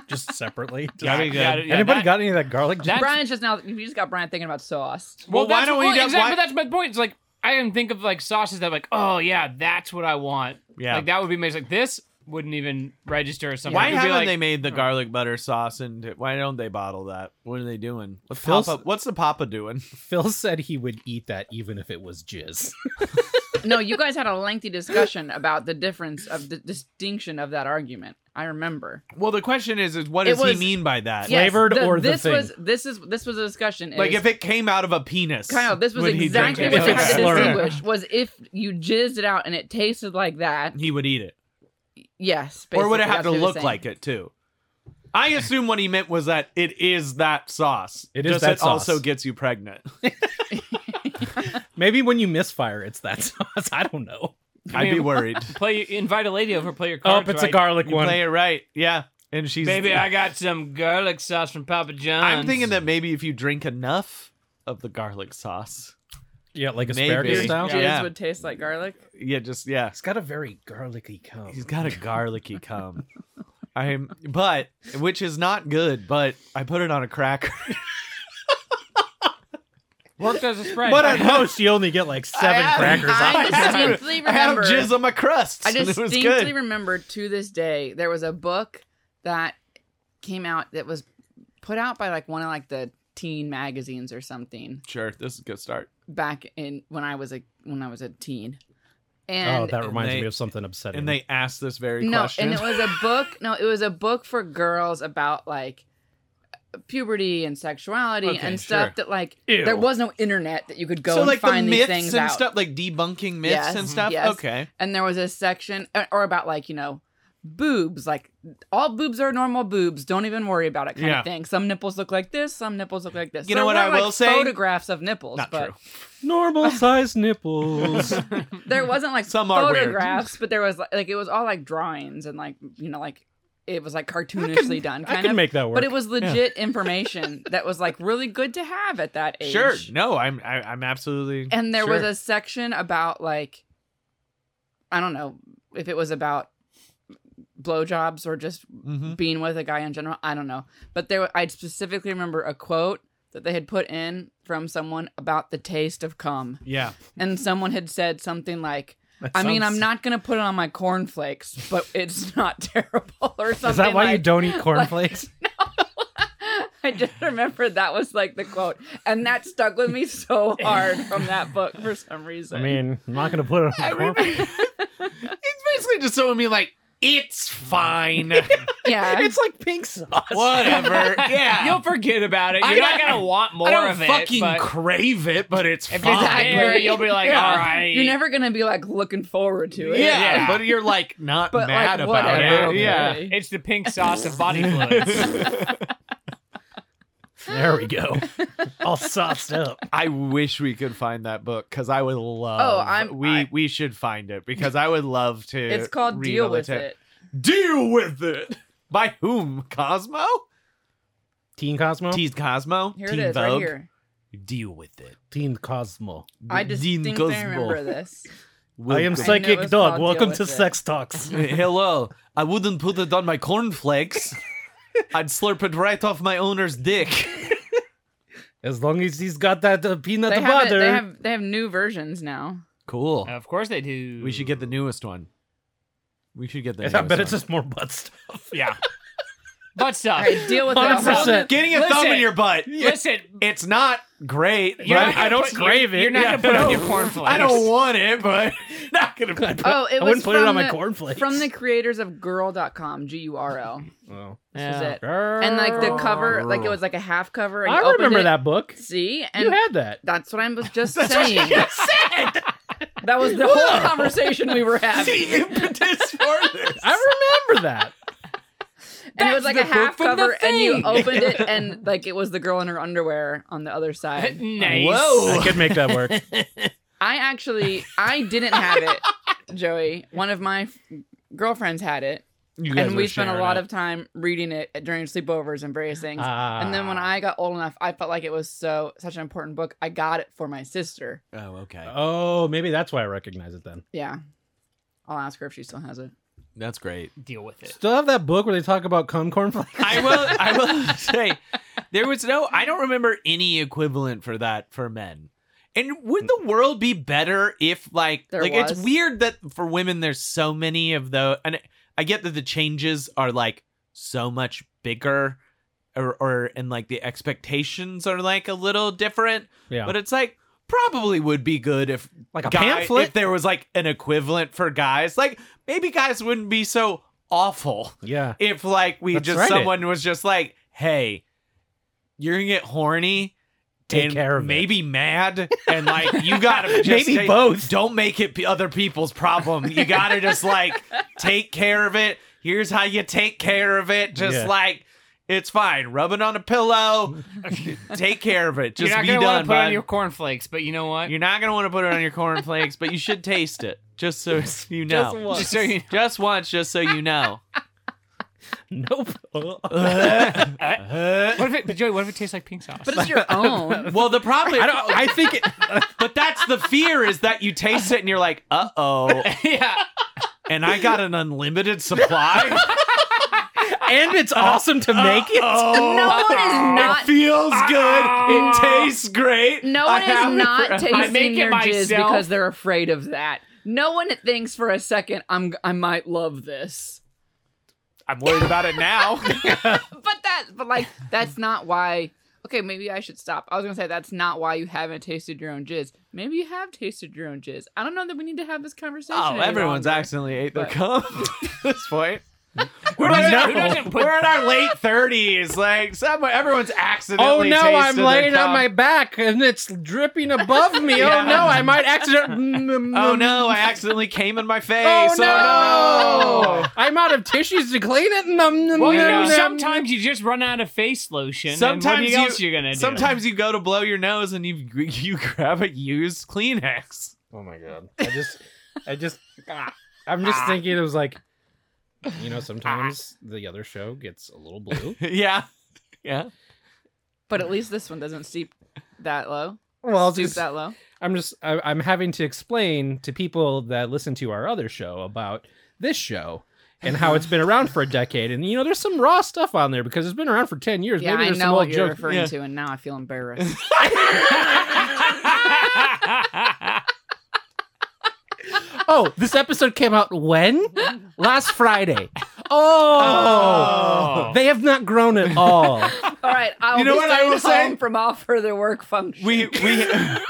[SPEAKER 2] just separately.
[SPEAKER 3] Yeah, That'd be good.
[SPEAKER 5] yeah,
[SPEAKER 2] Anybody
[SPEAKER 5] that-
[SPEAKER 2] got any of that garlic?
[SPEAKER 5] That-
[SPEAKER 4] Brian's just now. You just got Brian thinking about sauce.
[SPEAKER 5] Well,
[SPEAKER 3] Well, why
[SPEAKER 5] that's-
[SPEAKER 3] don't we
[SPEAKER 5] well,
[SPEAKER 3] do-
[SPEAKER 5] exactly?
[SPEAKER 3] why-
[SPEAKER 5] But that's my point. It's like I can think of like sauces that like, oh yeah, that's what I want.
[SPEAKER 3] Yeah.
[SPEAKER 5] like that would be amazing. Like this wouldn't even register or something.
[SPEAKER 3] why
[SPEAKER 5] It'd be
[SPEAKER 3] haven't
[SPEAKER 5] like,
[SPEAKER 3] they made the garlic butter sauce and why don't they bottle that? What are they doing? What's
[SPEAKER 2] Phil's-
[SPEAKER 3] Papa, what's the Papa doing?
[SPEAKER 2] Phil said he would eat that even if it was jizz.
[SPEAKER 4] no, you guys had a lengthy discussion about the difference of the distinction of that argument. I remember.
[SPEAKER 3] Well, the question is, is what
[SPEAKER 4] It
[SPEAKER 3] does he
[SPEAKER 4] was-
[SPEAKER 3] mean by that?
[SPEAKER 2] Yeah. Flavored
[SPEAKER 4] the-
[SPEAKER 2] or the
[SPEAKER 4] this
[SPEAKER 2] thing?
[SPEAKER 4] was this is this was a discussion.
[SPEAKER 3] Like
[SPEAKER 4] is-
[SPEAKER 3] if it came out of a penis.
[SPEAKER 4] Kyle, this was
[SPEAKER 3] would he drink
[SPEAKER 4] exactly
[SPEAKER 3] it?
[SPEAKER 4] what you
[SPEAKER 2] If it's
[SPEAKER 4] had to
[SPEAKER 2] slurred.
[SPEAKER 4] distinguish was if you jizzed it out and it tasted like that.
[SPEAKER 3] He would eat it,
[SPEAKER 4] Yes,
[SPEAKER 3] or would
[SPEAKER 4] basically,
[SPEAKER 3] it have
[SPEAKER 4] that's
[SPEAKER 3] to
[SPEAKER 4] what he was
[SPEAKER 3] look
[SPEAKER 4] saying.
[SPEAKER 3] like it too? I assume what he meant was that it is that sauce.
[SPEAKER 2] It is
[SPEAKER 3] Just
[SPEAKER 2] that
[SPEAKER 3] it
[SPEAKER 2] sauce.
[SPEAKER 3] also gets you pregnant.
[SPEAKER 2] Maybe when you misfire, it's that sauce. I don't know.
[SPEAKER 3] I'd be worried.
[SPEAKER 5] play invite a lady over, play your
[SPEAKER 2] Oh,
[SPEAKER 5] cards
[SPEAKER 2] it's a
[SPEAKER 5] right.
[SPEAKER 2] garlic
[SPEAKER 3] You
[SPEAKER 2] one.
[SPEAKER 3] play it right, yeah. And she's
[SPEAKER 5] Baby, I got some garlic sauce from Papa John's.
[SPEAKER 3] I'm thinking that maybe if you drink enough of the garlic sauce,
[SPEAKER 2] yeah, like
[SPEAKER 3] Maybe.
[SPEAKER 2] asparagus
[SPEAKER 5] Yeah.
[SPEAKER 2] style.
[SPEAKER 4] Jizz
[SPEAKER 3] Yeah.
[SPEAKER 4] would taste like garlic.
[SPEAKER 3] yeah, just yeah,
[SPEAKER 2] It's got a very garlicky cum.
[SPEAKER 3] He's got a garlicky cum. I'm but which is not good, but I put it on a cracker.
[SPEAKER 5] worked as a spread.
[SPEAKER 3] But
[SPEAKER 2] At most, you only get like seven
[SPEAKER 3] have-
[SPEAKER 2] crackers.
[SPEAKER 3] I-
[SPEAKER 2] on
[SPEAKER 4] I
[SPEAKER 2] it.
[SPEAKER 4] distinctly
[SPEAKER 3] I have
[SPEAKER 4] remember.
[SPEAKER 3] jizz on my crust.
[SPEAKER 4] I
[SPEAKER 3] and it was
[SPEAKER 4] distinctly
[SPEAKER 3] good.
[SPEAKER 4] remember to this day there was a book that came out that was put out by like one of like the teen magazines or something
[SPEAKER 3] sure, this is a good start.
[SPEAKER 4] back in when I was a when I was a teen. And
[SPEAKER 2] Oh, that reminds
[SPEAKER 3] they-
[SPEAKER 2] me of something upsetting.
[SPEAKER 3] And they asked this very
[SPEAKER 4] no,
[SPEAKER 3] question.
[SPEAKER 4] and it was a book. No, it was a book for girls about like puberty and sexuality
[SPEAKER 3] Okay,
[SPEAKER 4] and stuff
[SPEAKER 3] sure.
[SPEAKER 4] that like
[SPEAKER 2] Ew.
[SPEAKER 4] there was no internet that you could go
[SPEAKER 3] so
[SPEAKER 4] and
[SPEAKER 3] like the
[SPEAKER 4] find these
[SPEAKER 3] myths
[SPEAKER 4] things
[SPEAKER 3] and
[SPEAKER 4] out.
[SPEAKER 3] stuff, like debunking myths
[SPEAKER 4] Yes,
[SPEAKER 3] and stuff.
[SPEAKER 4] yes.
[SPEAKER 3] Okay,
[SPEAKER 4] And there was a section or- or about like you know boobs like all boobs are normal boobs don't even worry about it kind
[SPEAKER 3] Yeah.
[SPEAKER 4] of thing some nipples look like this some nipples look like this
[SPEAKER 3] You know
[SPEAKER 4] There
[SPEAKER 3] what
[SPEAKER 4] were,
[SPEAKER 3] I
[SPEAKER 4] like,
[SPEAKER 3] will say?
[SPEAKER 4] photographs of nipples
[SPEAKER 3] not
[SPEAKER 4] but
[SPEAKER 3] true.
[SPEAKER 2] normal sized nipples.
[SPEAKER 4] there wasn't like
[SPEAKER 3] Some are weird.
[SPEAKER 4] photographs but there was like, like it was all like drawings and like you know like it was like cartoonishly done kind
[SPEAKER 2] I can
[SPEAKER 4] of
[SPEAKER 2] make that work.
[SPEAKER 4] But it was legit information that was like really good to have at that age.
[SPEAKER 3] Sure, no, I'm I, I'm absolutely.
[SPEAKER 4] And there was
[SPEAKER 3] sure.
[SPEAKER 4] a section about like, I don't know if it was about blowjobs or just
[SPEAKER 2] Mm-hmm.
[SPEAKER 3] Mhm.
[SPEAKER 4] being with a guy in general. I don't know. But there, I specifically remember a quote that they had put in from someone about the taste of cum,
[SPEAKER 3] yeah.
[SPEAKER 4] and someone had said something like.
[SPEAKER 2] That
[SPEAKER 4] I mean,
[SPEAKER 2] sounds-
[SPEAKER 4] I'm not gonna put it on my cornflakes, but it's not terrible or something.
[SPEAKER 2] Is that why you
[SPEAKER 4] like-
[SPEAKER 2] don't eat cornflakes?
[SPEAKER 4] I just remember that was like the quote, and that stuck with me so hard from that book for some reason.
[SPEAKER 2] I mean, I'm not gonna put it on cornflakes.
[SPEAKER 3] It's basically just someone being like, "It's fine,
[SPEAKER 4] yeah,
[SPEAKER 2] It's like pink sauce.
[SPEAKER 3] whatever." Yeah,
[SPEAKER 5] You'll forget about it.
[SPEAKER 3] I
[SPEAKER 5] You're not
[SPEAKER 3] don't-
[SPEAKER 5] gonna want more
[SPEAKER 3] I don't
[SPEAKER 5] of it.
[SPEAKER 3] fucking
[SPEAKER 5] but
[SPEAKER 3] crave it, but it's
[SPEAKER 5] if it's
[SPEAKER 3] fine.
[SPEAKER 4] Exactly.
[SPEAKER 5] there, you'll be like,
[SPEAKER 3] Yeah.
[SPEAKER 5] all right.
[SPEAKER 4] you're never gonna be like looking forward to
[SPEAKER 3] Yeah,
[SPEAKER 4] it.
[SPEAKER 5] Yeah.
[SPEAKER 3] but you're like not
[SPEAKER 4] But, like,
[SPEAKER 3] mad about
[SPEAKER 4] whatever,
[SPEAKER 3] it.
[SPEAKER 4] okay.
[SPEAKER 3] Yeah.
[SPEAKER 5] It's the pink sauce of body fluids.
[SPEAKER 2] There we go. All sauced up.
[SPEAKER 3] I wish we could find that book because I would love.
[SPEAKER 4] Oh, I'm-
[SPEAKER 3] we
[SPEAKER 4] I-
[SPEAKER 3] we should find it because I would love to.
[SPEAKER 4] It's called
[SPEAKER 3] read
[SPEAKER 4] Deal
[SPEAKER 3] all the
[SPEAKER 4] with
[SPEAKER 3] ta-
[SPEAKER 4] It.
[SPEAKER 3] Deal with it by whom? Cosmo?
[SPEAKER 2] Teen Cosmo?
[SPEAKER 3] Teased Cosmo.
[SPEAKER 4] Here
[SPEAKER 3] Teen
[SPEAKER 4] it is, right
[SPEAKER 3] Vogue.
[SPEAKER 4] here.
[SPEAKER 3] Deal with it.
[SPEAKER 2] Teen Cosmo.
[SPEAKER 4] I distinctly remember this.
[SPEAKER 2] I am
[SPEAKER 4] I know
[SPEAKER 2] Psychic
[SPEAKER 4] it's
[SPEAKER 2] Dog.
[SPEAKER 4] called
[SPEAKER 2] Welcome
[SPEAKER 4] Deal
[SPEAKER 2] to
[SPEAKER 4] With It.
[SPEAKER 2] Sex Talks.
[SPEAKER 3] Hello. I wouldn't put it on my cornflakes. I'd slurp it right off my owner's dick.
[SPEAKER 2] As long as he's got that uh, peanut
[SPEAKER 4] They have, it,
[SPEAKER 2] butter.
[SPEAKER 4] they have they have new versions now.
[SPEAKER 3] Cool.
[SPEAKER 5] Of course they do.
[SPEAKER 3] We should get the newest one. We should get the.
[SPEAKER 2] I bet it's
[SPEAKER 3] newest
[SPEAKER 2] just more butt stuff.
[SPEAKER 5] Yeah. Butt
[SPEAKER 4] All
[SPEAKER 5] stuff.
[SPEAKER 4] right, deal with
[SPEAKER 3] one.
[SPEAKER 4] that.
[SPEAKER 2] 100%.
[SPEAKER 4] one.
[SPEAKER 3] Getting a thumb
[SPEAKER 5] Listen.
[SPEAKER 3] in your butt.
[SPEAKER 5] Listen,
[SPEAKER 3] It's not great.
[SPEAKER 5] you're
[SPEAKER 3] but
[SPEAKER 5] not
[SPEAKER 3] I
[SPEAKER 5] gonna
[SPEAKER 3] don't
[SPEAKER 5] put-
[SPEAKER 2] crave
[SPEAKER 5] you're-
[SPEAKER 2] it.
[SPEAKER 5] You're not
[SPEAKER 2] Yeah,
[SPEAKER 5] gonna put
[SPEAKER 2] no.
[SPEAKER 5] on your cornflakes.
[SPEAKER 3] I don't want it, but not gonna.
[SPEAKER 4] Oh,
[SPEAKER 2] I
[SPEAKER 4] it was
[SPEAKER 2] wouldn't put it
[SPEAKER 4] from
[SPEAKER 2] on my
[SPEAKER 4] the-
[SPEAKER 2] cornflakes.
[SPEAKER 4] From the creators of girl.com, G U R L.
[SPEAKER 2] Oh.
[SPEAKER 4] This is
[SPEAKER 5] Yeah.
[SPEAKER 4] it. And like
[SPEAKER 3] Oh.
[SPEAKER 4] the cover, like it was like a half cover. and you
[SPEAKER 2] I
[SPEAKER 4] opened
[SPEAKER 2] remember
[SPEAKER 4] it.
[SPEAKER 2] that book.
[SPEAKER 4] See? And
[SPEAKER 2] You had that.
[SPEAKER 4] that's what I was just saying. That was the whole conversation we were having.
[SPEAKER 3] the impetus for this.
[SPEAKER 2] I remember that.
[SPEAKER 4] And it was like
[SPEAKER 5] That's
[SPEAKER 4] a
[SPEAKER 5] the book
[SPEAKER 4] half
[SPEAKER 5] from the
[SPEAKER 4] cover, and you
[SPEAKER 5] thing.
[SPEAKER 4] opened it, and like it was the girl in her underwear on the other side.
[SPEAKER 5] nice.
[SPEAKER 3] Whoa.
[SPEAKER 2] I could make that work.
[SPEAKER 4] I actually, I didn't have it, Joey. One of my f- girlfriends had it,
[SPEAKER 3] You guys
[SPEAKER 4] and
[SPEAKER 3] were
[SPEAKER 4] we spent a
[SPEAKER 3] sharing
[SPEAKER 4] lot
[SPEAKER 3] it.
[SPEAKER 4] of time reading it during sleepovers and various things.
[SPEAKER 2] Ah.
[SPEAKER 4] and then when I got old enough, I felt like it was so such an important book. I got it for my sister.
[SPEAKER 3] Oh, okay.
[SPEAKER 2] Oh, maybe that's why I recognize it then.
[SPEAKER 4] Yeah, I'll ask her if she still has it.
[SPEAKER 3] That's great.
[SPEAKER 5] Deal with it.
[SPEAKER 2] Still have that book where they talk about cum cornflakes?
[SPEAKER 3] I will. I will say there was no. I don't remember any equivalent for that for men. And would the world be better if like
[SPEAKER 4] There
[SPEAKER 3] like it's
[SPEAKER 4] was.
[SPEAKER 3] weird that for women there's so many of the and I get that the changes are like so much bigger or or and like the expectations are like a little different,
[SPEAKER 2] Yeah.
[SPEAKER 3] but it's like probably would be good if
[SPEAKER 2] like a
[SPEAKER 3] guy-
[SPEAKER 2] pamphlet?
[SPEAKER 3] if there was like an equivalent for guys. Like maybe guys wouldn't be so awful
[SPEAKER 2] yeah.
[SPEAKER 3] if like we
[SPEAKER 2] That's
[SPEAKER 3] just
[SPEAKER 2] right.
[SPEAKER 3] someone was just like, hey, you're gonna get horny.
[SPEAKER 2] Take
[SPEAKER 3] and
[SPEAKER 2] care of it.
[SPEAKER 3] maybe mad and like you gotta just
[SPEAKER 2] Maybe
[SPEAKER 3] take-
[SPEAKER 2] both.
[SPEAKER 3] Don't make it p- other people's problem. You gotta just like take care of it. Here's how you take care of it. Just
[SPEAKER 2] Yeah.
[SPEAKER 3] like it's fine. Rub it on a pillow. take care of it. Just
[SPEAKER 5] you're not
[SPEAKER 3] be
[SPEAKER 5] gonna
[SPEAKER 3] done.
[SPEAKER 5] want to put it
[SPEAKER 3] bud.
[SPEAKER 5] on your cornflakes, but you know what?
[SPEAKER 3] You're not gonna want to put it on your cornflakes, but you should taste it. Just so you know.
[SPEAKER 2] Just once.
[SPEAKER 5] Just so you
[SPEAKER 3] Just once, just so you know.
[SPEAKER 2] Nope.
[SPEAKER 3] well,
[SPEAKER 5] What if it, but Joey, what if it tastes like pink sauce?
[SPEAKER 4] But it's your own.
[SPEAKER 3] the problem.
[SPEAKER 2] I don't. I think it.
[SPEAKER 3] but that's the fear is that you taste it and you're like, uh oh,
[SPEAKER 5] yeah.
[SPEAKER 3] and I got an unlimited supply.
[SPEAKER 2] and it's awesome to make it.
[SPEAKER 3] Oh,
[SPEAKER 4] No one is not-
[SPEAKER 3] It feels good. It tastes great.
[SPEAKER 4] No
[SPEAKER 3] I
[SPEAKER 4] one
[SPEAKER 3] have
[SPEAKER 4] is
[SPEAKER 3] it
[SPEAKER 4] not
[SPEAKER 3] for-
[SPEAKER 5] I make
[SPEAKER 4] tasting
[SPEAKER 5] it
[SPEAKER 4] their jizz
[SPEAKER 5] myself.
[SPEAKER 4] because they're afraid of that. No one thinks for a second I'm I might love this.
[SPEAKER 3] I'm worried about it now.
[SPEAKER 4] But that but like that's not why Okay, maybe I should stop. I was gonna say that's not why you haven't tasted your own jizz. Maybe you have tasted your own jizz. I don't know that we need to have this conversation.
[SPEAKER 3] oh,
[SPEAKER 4] any
[SPEAKER 3] everyone's
[SPEAKER 4] longer.
[SPEAKER 3] accidentally ate their
[SPEAKER 4] But-
[SPEAKER 3] cum at this point. We're,
[SPEAKER 2] Who
[SPEAKER 3] in-
[SPEAKER 2] doesn't- who
[SPEAKER 5] doesn't put-
[SPEAKER 3] we're in our late thirties. Like some, everyone's
[SPEAKER 2] Oh
[SPEAKER 3] accidentally.
[SPEAKER 2] no!
[SPEAKER 3] tasted
[SPEAKER 2] I'm
[SPEAKER 3] their
[SPEAKER 2] laying on
[SPEAKER 3] cum.
[SPEAKER 2] my back and it's dripping above me.
[SPEAKER 3] Yeah.
[SPEAKER 2] Oh no! I might accident.
[SPEAKER 3] Oh no! I accidentally came in my face.
[SPEAKER 2] Oh
[SPEAKER 3] Oh,
[SPEAKER 2] no! I'm out of tissues to clean it. Nom, nom,
[SPEAKER 5] Well, you
[SPEAKER 2] nom,
[SPEAKER 5] know,
[SPEAKER 2] nom.
[SPEAKER 5] sometimes you just run out of face lotion.
[SPEAKER 3] Sometimes
[SPEAKER 5] and what
[SPEAKER 3] you-
[SPEAKER 5] else you're gonna do?
[SPEAKER 3] Sometimes you go to blow your nose and you you grab a used Kleenex.
[SPEAKER 2] Oh my god! I just, I just, ah. I'm just thinking it was like, you know, sometimes
[SPEAKER 3] Ah.
[SPEAKER 2] the other show gets a little blue.
[SPEAKER 3] yeah, yeah.
[SPEAKER 4] But at least this one doesn't seep that low.
[SPEAKER 2] Well,
[SPEAKER 4] Stoop
[SPEAKER 2] just,
[SPEAKER 4] that low.
[SPEAKER 2] I'm just, I, I'm having to explain to people that listen to our other show about this show and how it's been around for a decade. And you know, there's some raw stuff on there because it's been around for ten years.
[SPEAKER 4] Yeah,
[SPEAKER 2] Maybe
[SPEAKER 4] I
[SPEAKER 2] there's
[SPEAKER 4] know what
[SPEAKER 2] some
[SPEAKER 4] you're
[SPEAKER 2] old jokes.
[SPEAKER 4] referring
[SPEAKER 3] Yeah.
[SPEAKER 4] to, and now I feel embarrassed.
[SPEAKER 2] Oh, this episode came out when? Last Friday. Oh,
[SPEAKER 5] Oh.
[SPEAKER 2] they have not grown at all.
[SPEAKER 4] All right, I'll
[SPEAKER 3] You know
[SPEAKER 4] be
[SPEAKER 3] what I
[SPEAKER 4] staying
[SPEAKER 3] will say?
[SPEAKER 4] home from all further work function.
[SPEAKER 3] We we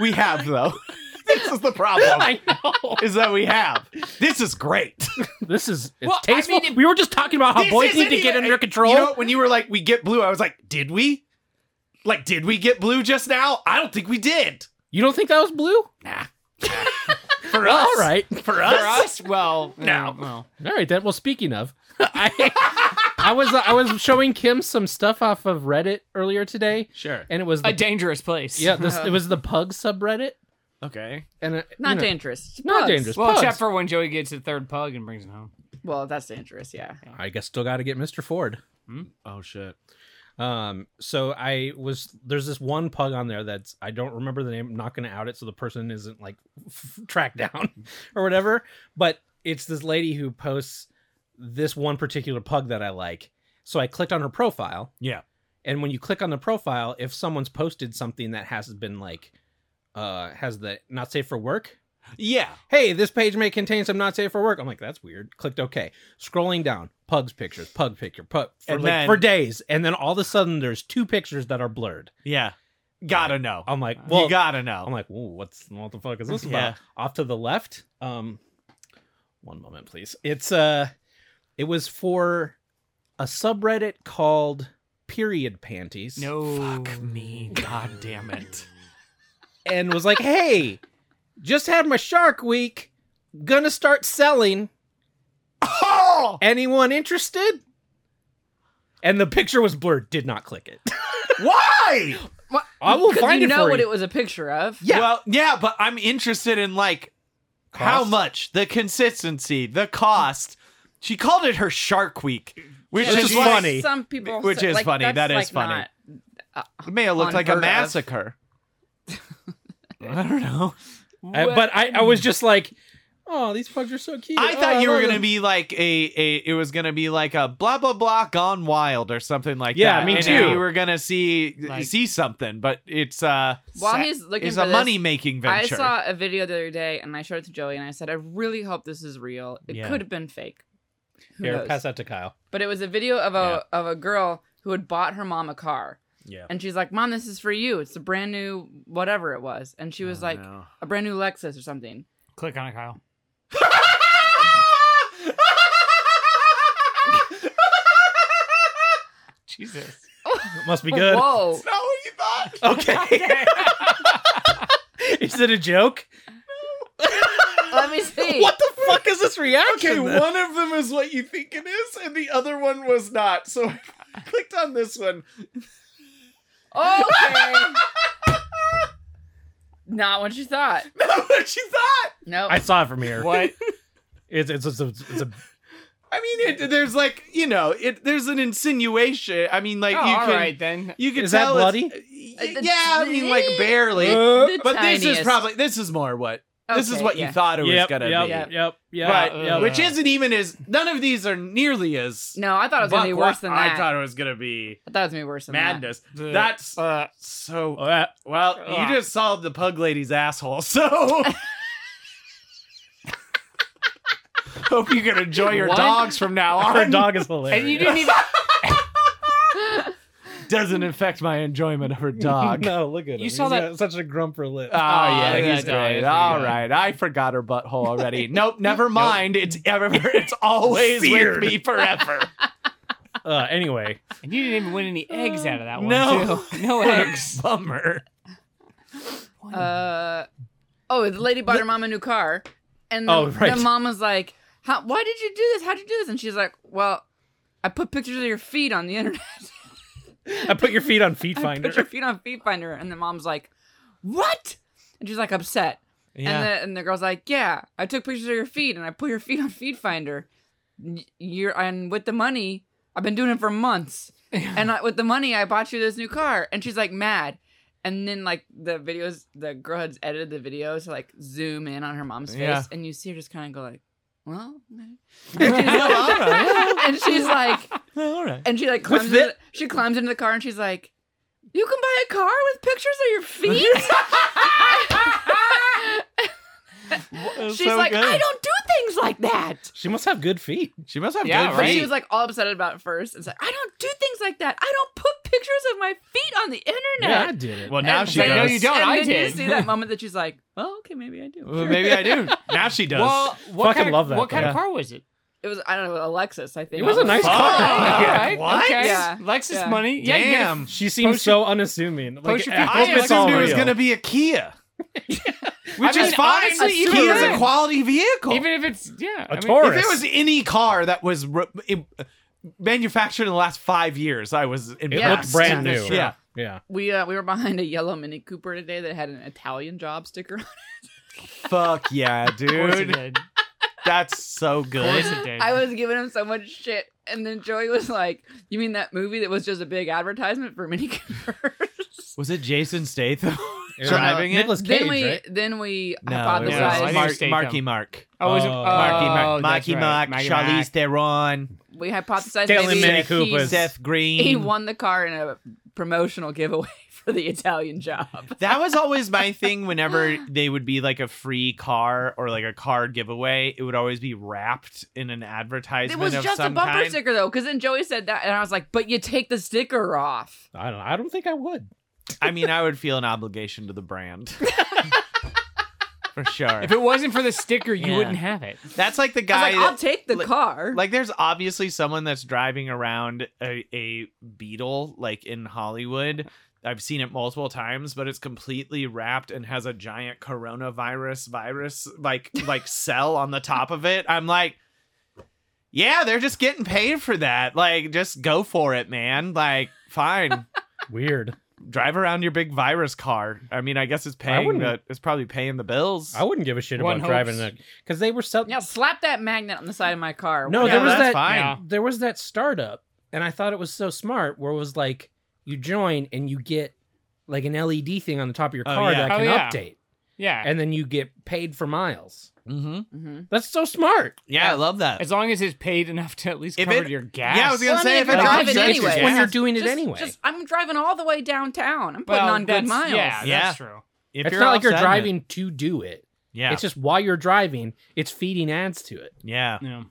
[SPEAKER 3] we have though. This is the problem.
[SPEAKER 2] I know.
[SPEAKER 3] Is that we have. This is great.
[SPEAKER 2] This is it's
[SPEAKER 5] Well, I
[SPEAKER 2] tasteful.
[SPEAKER 5] mean, it-
[SPEAKER 2] we were just talking about how
[SPEAKER 3] This
[SPEAKER 2] boys need
[SPEAKER 3] isn't
[SPEAKER 2] to get
[SPEAKER 3] even-
[SPEAKER 2] under control.
[SPEAKER 3] You know, when you were like, "We get blue," I was like, "Did we? Like, did we get blue just now? I don't think we did."
[SPEAKER 2] you don't think that was blue?
[SPEAKER 3] Nah. For us,
[SPEAKER 2] All right.
[SPEAKER 3] For
[SPEAKER 5] for
[SPEAKER 3] us,
[SPEAKER 5] us, well,
[SPEAKER 3] No.
[SPEAKER 5] mm, well.
[SPEAKER 2] All right, then. Well, speaking of, I, I was uh, I was showing Kim some stuff off of Reddit earlier today,
[SPEAKER 3] sure.
[SPEAKER 2] and it was
[SPEAKER 5] a
[SPEAKER 2] the,
[SPEAKER 5] dangerous place.
[SPEAKER 2] yeah, this, it was the pug subreddit,
[SPEAKER 3] Okay.
[SPEAKER 2] and it,
[SPEAKER 4] not
[SPEAKER 2] you know,
[SPEAKER 4] dangerous. It's
[SPEAKER 2] Not
[SPEAKER 4] bugs.
[SPEAKER 2] dangerous.
[SPEAKER 5] Well,
[SPEAKER 2] Pugs.
[SPEAKER 5] except for when Joey gets a third pug and brings it home.
[SPEAKER 4] Well, that's dangerous. Yeah.
[SPEAKER 2] I guess still got to get Mr. Ford.
[SPEAKER 3] Hmm? Oh shit.
[SPEAKER 2] Um, so I was there's this one pug on there that's I don't remember the name. I'm not going to out it so the person isn't like tracked down or whatever. But it's this lady who posts this one particular pug that I like. So I clicked on her profile.
[SPEAKER 3] Yeah.
[SPEAKER 2] And when you click on the profile, if someone's posted something that has been like, uh, has the not safe for work,
[SPEAKER 3] Yeah.
[SPEAKER 2] hey, this page may contain some not safe for work. I'm like, that's weird. Clicked OK. Scrolling down, pugs pictures, pug picture, pug for,
[SPEAKER 3] And
[SPEAKER 2] like,
[SPEAKER 3] then-
[SPEAKER 2] for days, and then all of a sudden there's two pictures that are blurred.
[SPEAKER 3] Yeah. Gotta know.
[SPEAKER 2] I'm like,
[SPEAKER 3] Well,
[SPEAKER 2] well,
[SPEAKER 3] you gotta know.
[SPEAKER 2] I'm like, Ooh, what's what the fuck is this about?
[SPEAKER 3] Yeah.
[SPEAKER 2] Off to the left. Um, one moment, please. It's uh, it was for a subreddit called Period Panties.
[SPEAKER 5] No.
[SPEAKER 3] Fuck me. God damn it.
[SPEAKER 2] and was like, "Hey, just had my Shark Week. Gonna start selling.
[SPEAKER 3] oh!
[SPEAKER 2] Anyone interested?" And the picture was blurred. Did not click it.
[SPEAKER 3] Why?
[SPEAKER 4] What?
[SPEAKER 2] I will
[SPEAKER 4] 'Cause
[SPEAKER 2] find
[SPEAKER 4] you
[SPEAKER 2] it
[SPEAKER 4] know
[SPEAKER 2] for
[SPEAKER 4] what
[SPEAKER 2] you.
[SPEAKER 4] it was a picture of.
[SPEAKER 2] Yeah.
[SPEAKER 3] Well, yeah, but I'm interested in like how
[SPEAKER 2] Cost?
[SPEAKER 3] much, the consistency, the cost. She called it her Shark Week, which
[SPEAKER 2] Which
[SPEAKER 3] is
[SPEAKER 2] is
[SPEAKER 3] like-
[SPEAKER 2] funny.
[SPEAKER 4] Some people,
[SPEAKER 3] Which
[SPEAKER 4] say-
[SPEAKER 3] is
[SPEAKER 4] like,
[SPEAKER 3] funny.
[SPEAKER 4] That's
[SPEAKER 3] That is
[SPEAKER 4] like
[SPEAKER 3] funny.
[SPEAKER 4] Not,
[SPEAKER 3] It may have looked like
[SPEAKER 4] Unheard
[SPEAKER 3] a
[SPEAKER 4] of.
[SPEAKER 3] massacre. I don't know.
[SPEAKER 2] Uh, but I, I was just like, "Oh, these pugs are so cute."
[SPEAKER 3] I
[SPEAKER 2] Oh,
[SPEAKER 3] thought you were
[SPEAKER 2] love
[SPEAKER 3] gonna
[SPEAKER 2] them."
[SPEAKER 3] be like a, a it was gonna be like a blah blah blah gone wild or something like
[SPEAKER 2] Yeah,
[SPEAKER 3] that.
[SPEAKER 5] me
[SPEAKER 3] And
[SPEAKER 5] too.
[SPEAKER 3] You were gonna see
[SPEAKER 5] Like-
[SPEAKER 3] see something, but it's uh
[SPEAKER 4] While
[SPEAKER 3] sa-
[SPEAKER 4] he's looking
[SPEAKER 3] it's
[SPEAKER 4] for
[SPEAKER 3] a
[SPEAKER 4] this,
[SPEAKER 3] money making
[SPEAKER 4] I
[SPEAKER 3] venture.
[SPEAKER 4] saw a video the other day and I showed it to Joey and I said, I really hope this is real. It
[SPEAKER 3] Yeah.
[SPEAKER 4] could have been fake. Who
[SPEAKER 2] Here,
[SPEAKER 4] knows?
[SPEAKER 2] pass that to Kyle.
[SPEAKER 4] But it was a video of a of a girl who had bought her mom a car.
[SPEAKER 2] Yeah.
[SPEAKER 4] And she's like, Mom, this is for you. It's a brand new whatever it was. And she was
[SPEAKER 3] Oh,
[SPEAKER 4] like,
[SPEAKER 3] no.
[SPEAKER 4] a brand new Lexus or something.
[SPEAKER 5] click on it, Kyle. Jesus.
[SPEAKER 2] It must be good.
[SPEAKER 4] Whoa.
[SPEAKER 3] not what you thought.
[SPEAKER 2] Okay. is it a joke?
[SPEAKER 4] Let me see.
[SPEAKER 2] What the fuck is this reaction?
[SPEAKER 3] Okay,
[SPEAKER 2] then?
[SPEAKER 3] one of them is what you think it is, and the other one was not. So I clicked on this one.
[SPEAKER 4] Okay. Not what you thought.
[SPEAKER 3] Not what you thought.
[SPEAKER 4] No.
[SPEAKER 2] I saw it from here.
[SPEAKER 5] What?
[SPEAKER 2] It's it's it's a, it's a
[SPEAKER 3] I mean, it, there's like you know, it there's an insinuation. I I mean, like
[SPEAKER 5] oh,
[SPEAKER 3] you
[SPEAKER 5] all
[SPEAKER 3] can
[SPEAKER 5] right then.
[SPEAKER 3] you can
[SPEAKER 2] Is that
[SPEAKER 3] tell it's- Uh,
[SPEAKER 4] bloody?
[SPEAKER 3] yeah, I mean, like barely.
[SPEAKER 2] Uh,
[SPEAKER 4] Uh, The
[SPEAKER 3] but this
[SPEAKER 4] tiniest.
[SPEAKER 3] is probably this is more what this is
[SPEAKER 4] Okay,
[SPEAKER 3] what
[SPEAKER 4] yeah.
[SPEAKER 3] you thought it was
[SPEAKER 2] yep,
[SPEAKER 3] gonna
[SPEAKER 2] yep,
[SPEAKER 3] be.
[SPEAKER 2] yep, yep,
[SPEAKER 3] But
[SPEAKER 5] yeah.
[SPEAKER 2] yep.
[SPEAKER 3] which isn't even as none of these are nearly as
[SPEAKER 4] No, I thought it was gonna be
[SPEAKER 3] buck-
[SPEAKER 4] worse than that.
[SPEAKER 3] I thought it was gonna be
[SPEAKER 4] I thought it was gonna be worse than
[SPEAKER 3] madness.
[SPEAKER 5] The-
[SPEAKER 3] That's
[SPEAKER 5] Uh,
[SPEAKER 3] so
[SPEAKER 2] All right.
[SPEAKER 3] Well,
[SPEAKER 5] Ugh.
[SPEAKER 3] you just solved the pug lady's asshole, so hope you can enjoy your
[SPEAKER 4] What?
[SPEAKER 3] dogs from now on.
[SPEAKER 2] Our dog is hilarious.
[SPEAKER 5] and you didn't even.
[SPEAKER 4] that.
[SPEAKER 3] doesn't affect my enjoyment of her dog.
[SPEAKER 2] No, look at him.
[SPEAKER 5] You saw
[SPEAKER 2] He's
[SPEAKER 5] that-
[SPEAKER 2] got such a grumper lip.
[SPEAKER 3] Oh yeah,
[SPEAKER 5] that
[SPEAKER 3] he's
[SPEAKER 5] dog is
[SPEAKER 3] great.
[SPEAKER 5] pretty
[SPEAKER 3] All
[SPEAKER 5] good.
[SPEAKER 3] right, I forgot her butthole already. nope, never mind. It's ever, it's always
[SPEAKER 2] Seared.
[SPEAKER 3] with me forever.
[SPEAKER 2] Uh, anyway,
[SPEAKER 5] And you didn't even win any eggs out of that one.
[SPEAKER 3] No.
[SPEAKER 5] too. no eggs.
[SPEAKER 3] Bummer.
[SPEAKER 4] uh, oh, the lady bought her mom a new car, and the,
[SPEAKER 2] Oh, right.
[SPEAKER 4] the mom was like, How, "Why did you do this? How'd you do this?" And she's like, "Well, I put pictures of your feet on the internet.
[SPEAKER 2] I put your feet on Feet
[SPEAKER 4] I put your
[SPEAKER 2] Finder.
[SPEAKER 4] feet on Feet Finder." And the mom's like, "What?" And she's like upset. And the and the girl's like, "Yeah, I took pictures of your feet and I put your feet on Feet Finder. Y- You're and with the money, I've been doing it for months. and I, with the money, I bought you this new car." And she's like mad. And then like the videos, the girl has edited the video to like zoom in on her mom's face,
[SPEAKER 3] Yeah.
[SPEAKER 4] and you see her just kind of go like, "Well," okay."
[SPEAKER 3] all right,
[SPEAKER 4] and she's like,
[SPEAKER 3] all right.
[SPEAKER 4] and she like climbs
[SPEAKER 2] thi-
[SPEAKER 4] into, she climbs into the car and she's like, "You can buy a car with pictures of your feet." She's like, "I don't do things like that."
[SPEAKER 2] She must have good feet.
[SPEAKER 3] She must have
[SPEAKER 5] Yeah,
[SPEAKER 3] good
[SPEAKER 5] right.
[SPEAKER 4] But
[SPEAKER 3] feet.
[SPEAKER 4] she was like all upset about it first and said, "I don't do things like that. I don't put pictures of my feet on the
[SPEAKER 2] Yeah, I
[SPEAKER 4] internet."
[SPEAKER 2] did it.
[SPEAKER 3] well, now
[SPEAKER 4] And
[SPEAKER 3] she
[SPEAKER 5] like, no,
[SPEAKER 3] does.
[SPEAKER 5] you don't.
[SPEAKER 4] and
[SPEAKER 5] I
[SPEAKER 4] then
[SPEAKER 5] did.
[SPEAKER 4] You see that moment that she's like, "Well, okay, maybe I do."
[SPEAKER 3] Well,
[SPEAKER 4] Sure.
[SPEAKER 3] maybe I do. Now she does.
[SPEAKER 5] Well, what
[SPEAKER 2] Fucking
[SPEAKER 5] kind of,
[SPEAKER 2] love that
[SPEAKER 5] What kind
[SPEAKER 2] though.
[SPEAKER 5] of car was it?
[SPEAKER 4] It was I don't know Alexis. I think
[SPEAKER 2] It was a nice
[SPEAKER 5] Oh,
[SPEAKER 2] car.
[SPEAKER 5] all
[SPEAKER 2] Yeah.
[SPEAKER 5] right.
[SPEAKER 3] What?
[SPEAKER 5] Okay.
[SPEAKER 4] Yeah.
[SPEAKER 5] Lexus
[SPEAKER 4] Yeah.
[SPEAKER 5] money. Yeah, you get a-
[SPEAKER 3] Damn.
[SPEAKER 2] She seems
[SPEAKER 5] Post
[SPEAKER 2] so
[SPEAKER 5] your-
[SPEAKER 2] unassuming. Like,
[SPEAKER 5] post your
[SPEAKER 2] I
[SPEAKER 5] feet
[SPEAKER 2] hope
[SPEAKER 5] on
[SPEAKER 3] I
[SPEAKER 5] it.
[SPEAKER 2] it's all
[SPEAKER 3] assumed it was
[SPEAKER 2] real.
[SPEAKER 3] going to be a Kia. Which
[SPEAKER 5] I
[SPEAKER 3] is
[SPEAKER 5] mean,
[SPEAKER 3] fine.
[SPEAKER 5] honestly,
[SPEAKER 3] Kia
[SPEAKER 5] even
[SPEAKER 3] is a
[SPEAKER 5] if-
[SPEAKER 3] quality vehicle.
[SPEAKER 5] Even if it's yeah,
[SPEAKER 2] A
[SPEAKER 5] I mean-
[SPEAKER 2] Taurus.
[SPEAKER 3] if it was any car that was re- im- manufactured in the last five years, I was
[SPEAKER 2] It
[SPEAKER 3] impressed.
[SPEAKER 4] Yeah.
[SPEAKER 2] looked brand
[SPEAKER 4] Yeah,
[SPEAKER 2] new.
[SPEAKER 4] that's
[SPEAKER 3] true. Yeah.
[SPEAKER 2] yeah.
[SPEAKER 4] We uh, we were behind a yellow Mini Cooper today that had an Italian job sticker on
[SPEAKER 3] Fuck yeah,
[SPEAKER 5] Of course it
[SPEAKER 3] dude.
[SPEAKER 5] did.
[SPEAKER 3] That's so good.
[SPEAKER 5] Yes, it did.
[SPEAKER 4] I was giving him so much shit And then Joey was like, "You mean that movie that was just a big advertisement for mini Coopers?"
[SPEAKER 3] Was it Jason Statham
[SPEAKER 2] Yeah.
[SPEAKER 3] driving it?
[SPEAKER 2] Nicolas Cage,
[SPEAKER 4] then we
[SPEAKER 2] right?
[SPEAKER 4] then we
[SPEAKER 3] No, it
[SPEAKER 5] Yeah, I
[SPEAKER 4] hypothesized
[SPEAKER 5] think
[SPEAKER 3] was Mar-
[SPEAKER 5] Statham.
[SPEAKER 3] Marky Mark.
[SPEAKER 5] Oh, is it-
[SPEAKER 2] Oh.
[SPEAKER 3] Marky
[SPEAKER 5] oh,
[SPEAKER 3] Mark,
[SPEAKER 5] that's
[SPEAKER 3] Marky
[SPEAKER 5] right.
[SPEAKER 3] Mark,
[SPEAKER 5] Marky
[SPEAKER 3] Charlize
[SPEAKER 5] Mark.
[SPEAKER 3] Theron,
[SPEAKER 4] we hypothesized
[SPEAKER 2] Still in
[SPEAKER 4] maybe
[SPEAKER 2] Mini
[SPEAKER 4] that he-
[SPEAKER 2] Coopers.
[SPEAKER 3] Seth Green.
[SPEAKER 4] he won the car in a promotional giveaway for the Italian job.
[SPEAKER 3] That was always my thing whenever they would be like a free car or like a car giveaway. It would always be wrapped in an
[SPEAKER 4] It
[SPEAKER 3] advertisement
[SPEAKER 4] was
[SPEAKER 3] of
[SPEAKER 4] just a
[SPEAKER 3] some
[SPEAKER 4] bumper
[SPEAKER 3] kind.
[SPEAKER 4] sticker though, because then Joey said that, and I was like, "But you take the sticker off."
[SPEAKER 2] I don't. I don't think I would.
[SPEAKER 3] I mean, I would feel an obligation to the brand. For sure.
[SPEAKER 5] If it wasn't for the sticker, you
[SPEAKER 3] Yeah.
[SPEAKER 5] wouldn't have it.
[SPEAKER 3] That's like the
[SPEAKER 4] I
[SPEAKER 3] guy
[SPEAKER 4] was like, "I'll
[SPEAKER 3] that-
[SPEAKER 4] take the
[SPEAKER 3] like-
[SPEAKER 4] car."
[SPEAKER 3] like there's obviously someone that's driving around a, a beetle like in hollywood i've seen it multiple times but it's completely wrapped and has a giant coronavirus virus like like cell on the top of it i'm like yeah they're just getting paid for that like just go for it man like fine
[SPEAKER 2] Weird.
[SPEAKER 3] drive around your big virus car i mean i guess it's paying
[SPEAKER 2] wouldn't-
[SPEAKER 3] the, it's probably paying the bills
[SPEAKER 2] I wouldn't give a shit
[SPEAKER 5] One
[SPEAKER 2] about driving
[SPEAKER 5] hopes.
[SPEAKER 2] that because they were selling.
[SPEAKER 4] yeah, slap that magnet on the side of my car.
[SPEAKER 2] No,
[SPEAKER 4] Yeah,
[SPEAKER 2] Oh, there was
[SPEAKER 3] that's
[SPEAKER 2] that.
[SPEAKER 3] fine.
[SPEAKER 5] Yeah.
[SPEAKER 2] There was that startup, and I thought it was so smart. Where it was like you join and you get like an LED thing on the top of your
[SPEAKER 3] Oh,
[SPEAKER 2] car
[SPEAKER 3] yeah.
[SPEAKER 2] that
[SPEAKER 5] Oh,
[SPEAKER 2] can
[SPEAKER 5] yeah.
[SPEAKER 2] update,
[SPEAKER 5] Yeah.
[SPEAKER 2] and then you get paid for miles.
[SPEAKER 3] mm-hmm.
[SPEAKER 4] Mhm.
[SPEAKER 2] That's so smart.
[SPEAKER 3] yeah, i love that
[SPEAKER 5] as long as it's paid enough to at least
[SPEAKER 3] If
[SPEAKER 5] cover
[SPEAKER 3] it-
[SPEAKER 5] your gas.
[SPEAKER 3] yeah, I was gonna
[SPEAKER 4] Well, I
[SPEAKER 3] say
[SPEAKER 4] mean,
[SPEAKER 3] if
[SPEAKER 4] if
[SPEAKER 3] it
[SPEAKER 4] you
[SPEAKER 3] drops
[SPEAKER 4] drive it
[SPEAKER 3] extra
[SPEAKER 4] anyway.
[SPEAKER 3] gas-
[SPEAKER 2] when you're doing it
[SPEAKER 4] Just-
[SPEAKER 2] anyway.
[SPEAKER 4] just- I'm driving all the way downtown. I'm putting
[SPEAKER 5] Well,
[SPEAKER 4] on good
[SPEAKER 5] that's-
[SPEAKER 4] miles.
[SPEAKER 5] Yeah,
[SPEAKER 3] Yeah.
[SPEAKER 5] that's true.
[SPEAKER 3] if
[SPEAKER 2] it's
[SPEAKER 3] you're
[SPEAKER 2] not like you're
[SPEAKER 3] outside it.
[SPEAKER 2] driving to do it.
[SPEAKER 3] yeah
[SPEAKER 2] It's just while you're driving, it's feeding ads to it.
[SPEAKER 3] yeah
[SPEAKER 5] Yeah.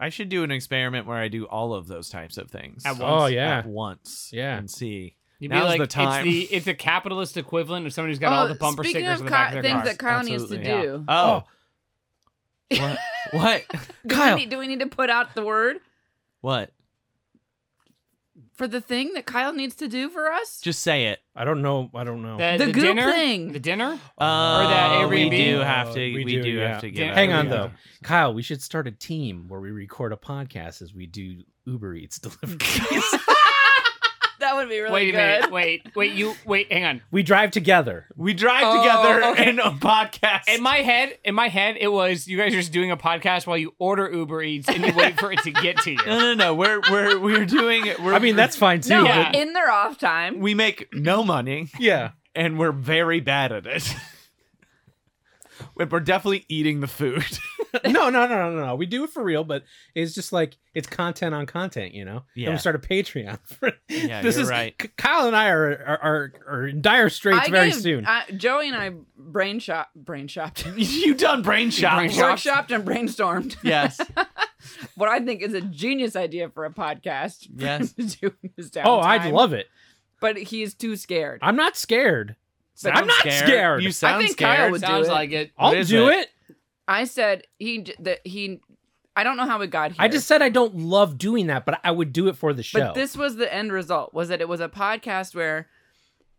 [SPEAKER 3] I should do an experiment where I do all of those types of things
[SPEAKER 5] At once.
[SPEAKER 2] Oh yeah,
[SPEAKER 3] at once,
[SPEAKER 2] Yeah.
[SPEAKER 3] and see.
[SPEAKER 5] You'd
[SPEAKER 3] Now's
[SPEAKER 5] be like,
[SPEAKER 3] the time.
[SPEAKER 5] It's the, it's the capitalist equivalent of somebody who's got
[SPEAKER 4] Oh,
[SPEAKER 5] all the bumper
[SPEAKER 4] speaking
[SPEAKER 5] stickers
[SPEAKER 4] of
[SPEAKER 5] on the back
[SPEAKER 4] Ky-
[SPEAKER 5] of their
[SPEAKER 4] things
[SPEAKER 5] car.
[SPEAKER 4] that Kyle needs to
[SPEAKER 3] Absolutely.
[SPEAKER 4] do.
[SPEAKER 3] Oh, what? what?
[SPEAKER 4] Do,
[SPEAKER 2] Kyle.
[SPEAKER 4] We need, do we need to put out the word
[SPEAKER 3] What?
[SPEAKER 4] for the thing that Kyle needs to do for us?
[SPEAKER 3] Just say it.
[SPEAKER 2] I don't know. I don't know.
[SPEAKER 4] The goop
[SPEAKER 5] dinner,
[SPEAKER 4] thing.
[SPEAKER 5] The dinner.
[SPEAKER 3] Uh,
[SPEAKER 5] that
[SPEAKER 3] we
[SPEAKER 5] Airbnb.
[SPEAKER 3] do have to.
[SPEAKER 2] Oh,
[SPEAKER 3] We,
[SPEAKER 2] we
[SPEAKER 3] do,
[SPEAKER 2] do, yeah.
[SPEAKER 3] have to get.
[SPEAKER 5] Yeah.
[SPEAKER 3] out
[SPEAKER 2] Hang
[SPEAKER 3] of
[SPEAKER 2] on
[SPEAKER 3] here.
[SPEAKER 2] though, Kyle. We should start a team where we record a podcast as we do Uber Eats deliveries.
[SPEAKER 4] that would be really
[SPEAKER 5] wait a
[SPEAKER 4] good.
[SPEAKER 5] minute. Wait. Wait. You. Wait. Hang on.
[SPEAKER 2] we drive together.
[SPEAKER 3] We drive
[SPEAKER 5] Oh,
[SPEAKER 3] together
[SPEAKER 5] okay.
[SPEAKER 3] in a podcast.
[SPEAKER 5] In my head, in my head, it was you guys are just doing a podcast while you order Uber Eats and you wait for it to get to you.
[SPEAKER 3] no, no, no. We're we're we're doing. it- We're,
[SPEAKER 2] I mean, that's fine too.
[SPEAKER 4] No,
[SPEAKER 5] Yeah.
[SPEAKER 4] in their off time.
[SPEAKER 3] we make no money
[SPEAKER 2] but- yeah.
[SPEAKER 3] and we're very bad at it. But we're definitely eating the food.
[SPEAKER 2] No, no, no, no, no, no. We do it for real, but it's just like it's content on content, you know.
[SPEAKER 3] Yeah.
[SPEAKER 2] And we start a Patreon. For,
[SPEAKER 3] Yeah,
[SPEAKER 2] this
[SPEAKER 3] you're
[SPEAKER 2] is
[SPEAKER 3] right.
[SPEAKER 2] K- Kyle and I are are, are, are in dire straits
[SPEAKER 4] I
[SPEAKER 2] very
[SPEAKER 4] gave-
[SPEAKER 2] soon.
[SPEAKER 4] Uh, Joey and I brain shop, brain shopped,
[SPEAKER 3] you done brain shop?
[SPEAKER 5] Brain shop.
[SPEAKER 4] workshopped and brainstormed
[SPEAKER 3] Yes.
[SPEAKER 4] what I think is a genius idea for a podcast.
[SPEAKER 3] Yes.
[SPEAKER 4] to do in his
[SPEAKER 2] oh,
[SPEAKER 4] downtime.
[SPEAKER 2] I'd love it.
[SPEAKER 4] But he is too scared.
[SPEAKER 2] I'm not scared. I'm not scared.
[SPEAKER 3] You
[SPEAKER 2] I
[SPEAKER 3] sound
[SPEAKER 4] think
[SPEAKER 3] scared.
[SPEAKER 4] Kyle would do
[SPEAKER 5] Sounds
[SPEAKER 4] it.
[SPEAKER 5] like it.
[SPEAKER 2] I'll
[SPEAKER 3] is
[SPEAKER 2] do
[SPEAKER 3] it?
[SPEAKER 2] it.
[SPEAKER 4] I said he j- that he. I don't know how we got here.
[SPEAKER 2] I just said I don't love doing that, but I would do it for the show.
[SPEAKER 4] But this was the end result was that it was a podcast where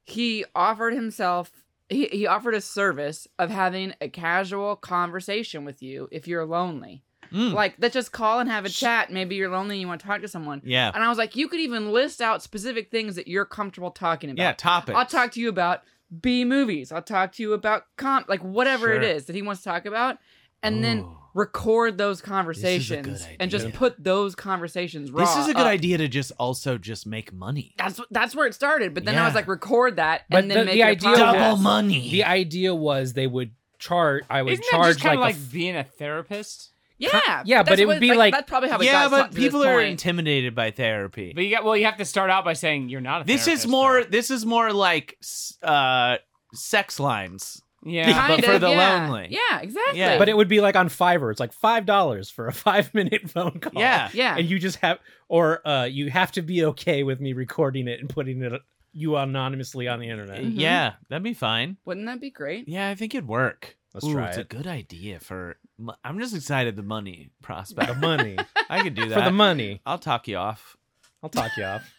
[SPEAKER 4] he offered himself he, he offered a service of having a casual conversation with you if you're lonely.
[SPEAKER 3] Mm.
[SPEAKER 4] Like let's just call and have a chat. Maybe you're lonely and you want to talk to someone.
[SPEAKER 3] Yeah.
[SPEAKER 4] And I was like, you could even list out specific things that you're comfortable talking about.
[SPEAKER 3] Yeah, topics.
[SPEAKER 4] I'll talk to you about B movies. I'll talk to you about comp like whatever it
[SPEAKER 3] Sure.
[SPEAKER 4] is that he wants to talk about. And then
[SPEAKER 3] Ooh.
[SPEAKER 4] record those
[SPEAKER 3] is a good
[SPEAKER 4] conversations and just
[SPEAKER 3] idea.
[SPEAKER 4] put those conversations raw uh,
[SPEAKER 3] This is a good
[SPEAKER 4] up
[SPEAKER 3] idea to just also just make money.
[SPEAKER 4] that's that's where it started. But then I
[SPEAKER 3] Yeah.
[SPEAKER 4] was like, record that
[SPEAKER 2] But
[SPEAKER 4] and then
[SPEAKER 2] the-
[SPEAKER 4] make
[SPEAKER 2] the
[SPEAKER 4] it a
[SPEAKER 2] idea
[SPEAKER 4] podcast.
[SPEAKER 2] was-
[SPEAKER 3] money.
[SPEAKER 2] the idea was they would charge. I would
[SPEAKER 5] Isn't that
[SPEAKER 2] charge
[SPEAKER 5] just kind of
[SPEAKER 2] like,
[SPEAKER 5] like,
[SPEAKER 2] a f-
[SPEAKER 5] being a therapist?
[SPEAKER 4] Yeah,
[SPEAKER 2] Yeah, but
[SPEAKER 4] that's
[SPEAKER 2] it would
[SPEAKER 4] what-
[SPEAKER 2] be like-
[SPEAKER 4] that's probably how we
[SPEAKER 3] yeah,
[SPEAKER 4] got
[SPEAKER 3] but
[SPEAKER 4] to this
[SPEAKER 3] people are
[SPEAKER 4] point.
[SPEAKER 3] intimidated by therapy.
[SPEAKER 5] But you got well. You have to start out by saying you're not. a
[SPEAKER 3] this is
[SPEAKER 5] therapist,
[SPEAKER 3] more.
[SPEAKER 5] though.
[SPEAKER 3] This is more like s- uh, sex lines.
[SPEAKER 5] Yeah.
[SPEAKER 4] Kind
[SPEAKER 3] but for
[SPEAKER 4] of,
[SPEAKER 3] the
[SPEAKER 4] yeah.
[SPEAKER 3] lonely.
[SPEAKER 4] Yeah, exactly.
[SPEAKER 3] Yeah.
[SPEAKER 2] but it would be like on Fiverr. It's like five dollars for a five minute phone call.
[SPEAKER 3] Yeah.
[SPEAKER 4] yeah,
[SPEAKER 2] and you just have or uh you have to be okay with me recording it and putting it you anonymously on the internet
[SPEAKER 4] Mhm.
[SPEAKER 3] Yeah, that'd be fine.
[SPEAKER 4] wouldn't that be great?
[SPEAKER 3] Yeah, I think it'd work.
[SPEAKER 2] Let's
[SPEAKER 3] Ooh,
[SPEAKER 2] try
[SPEAKER 3] it's a
[SPEAKER 2] it.
[SPEAKER 3] good idea for. mo- I'm just excited the money
[SPEAKER 2] the
[SPEAKER 3] prospect.
[SPEAKER 2] money
[SPEAKER 3] I could do that.
[SPEAKER 2] for the money
[SPEAKER 3] I'll talk you off.
[SPEAKER 2] i'll talk you off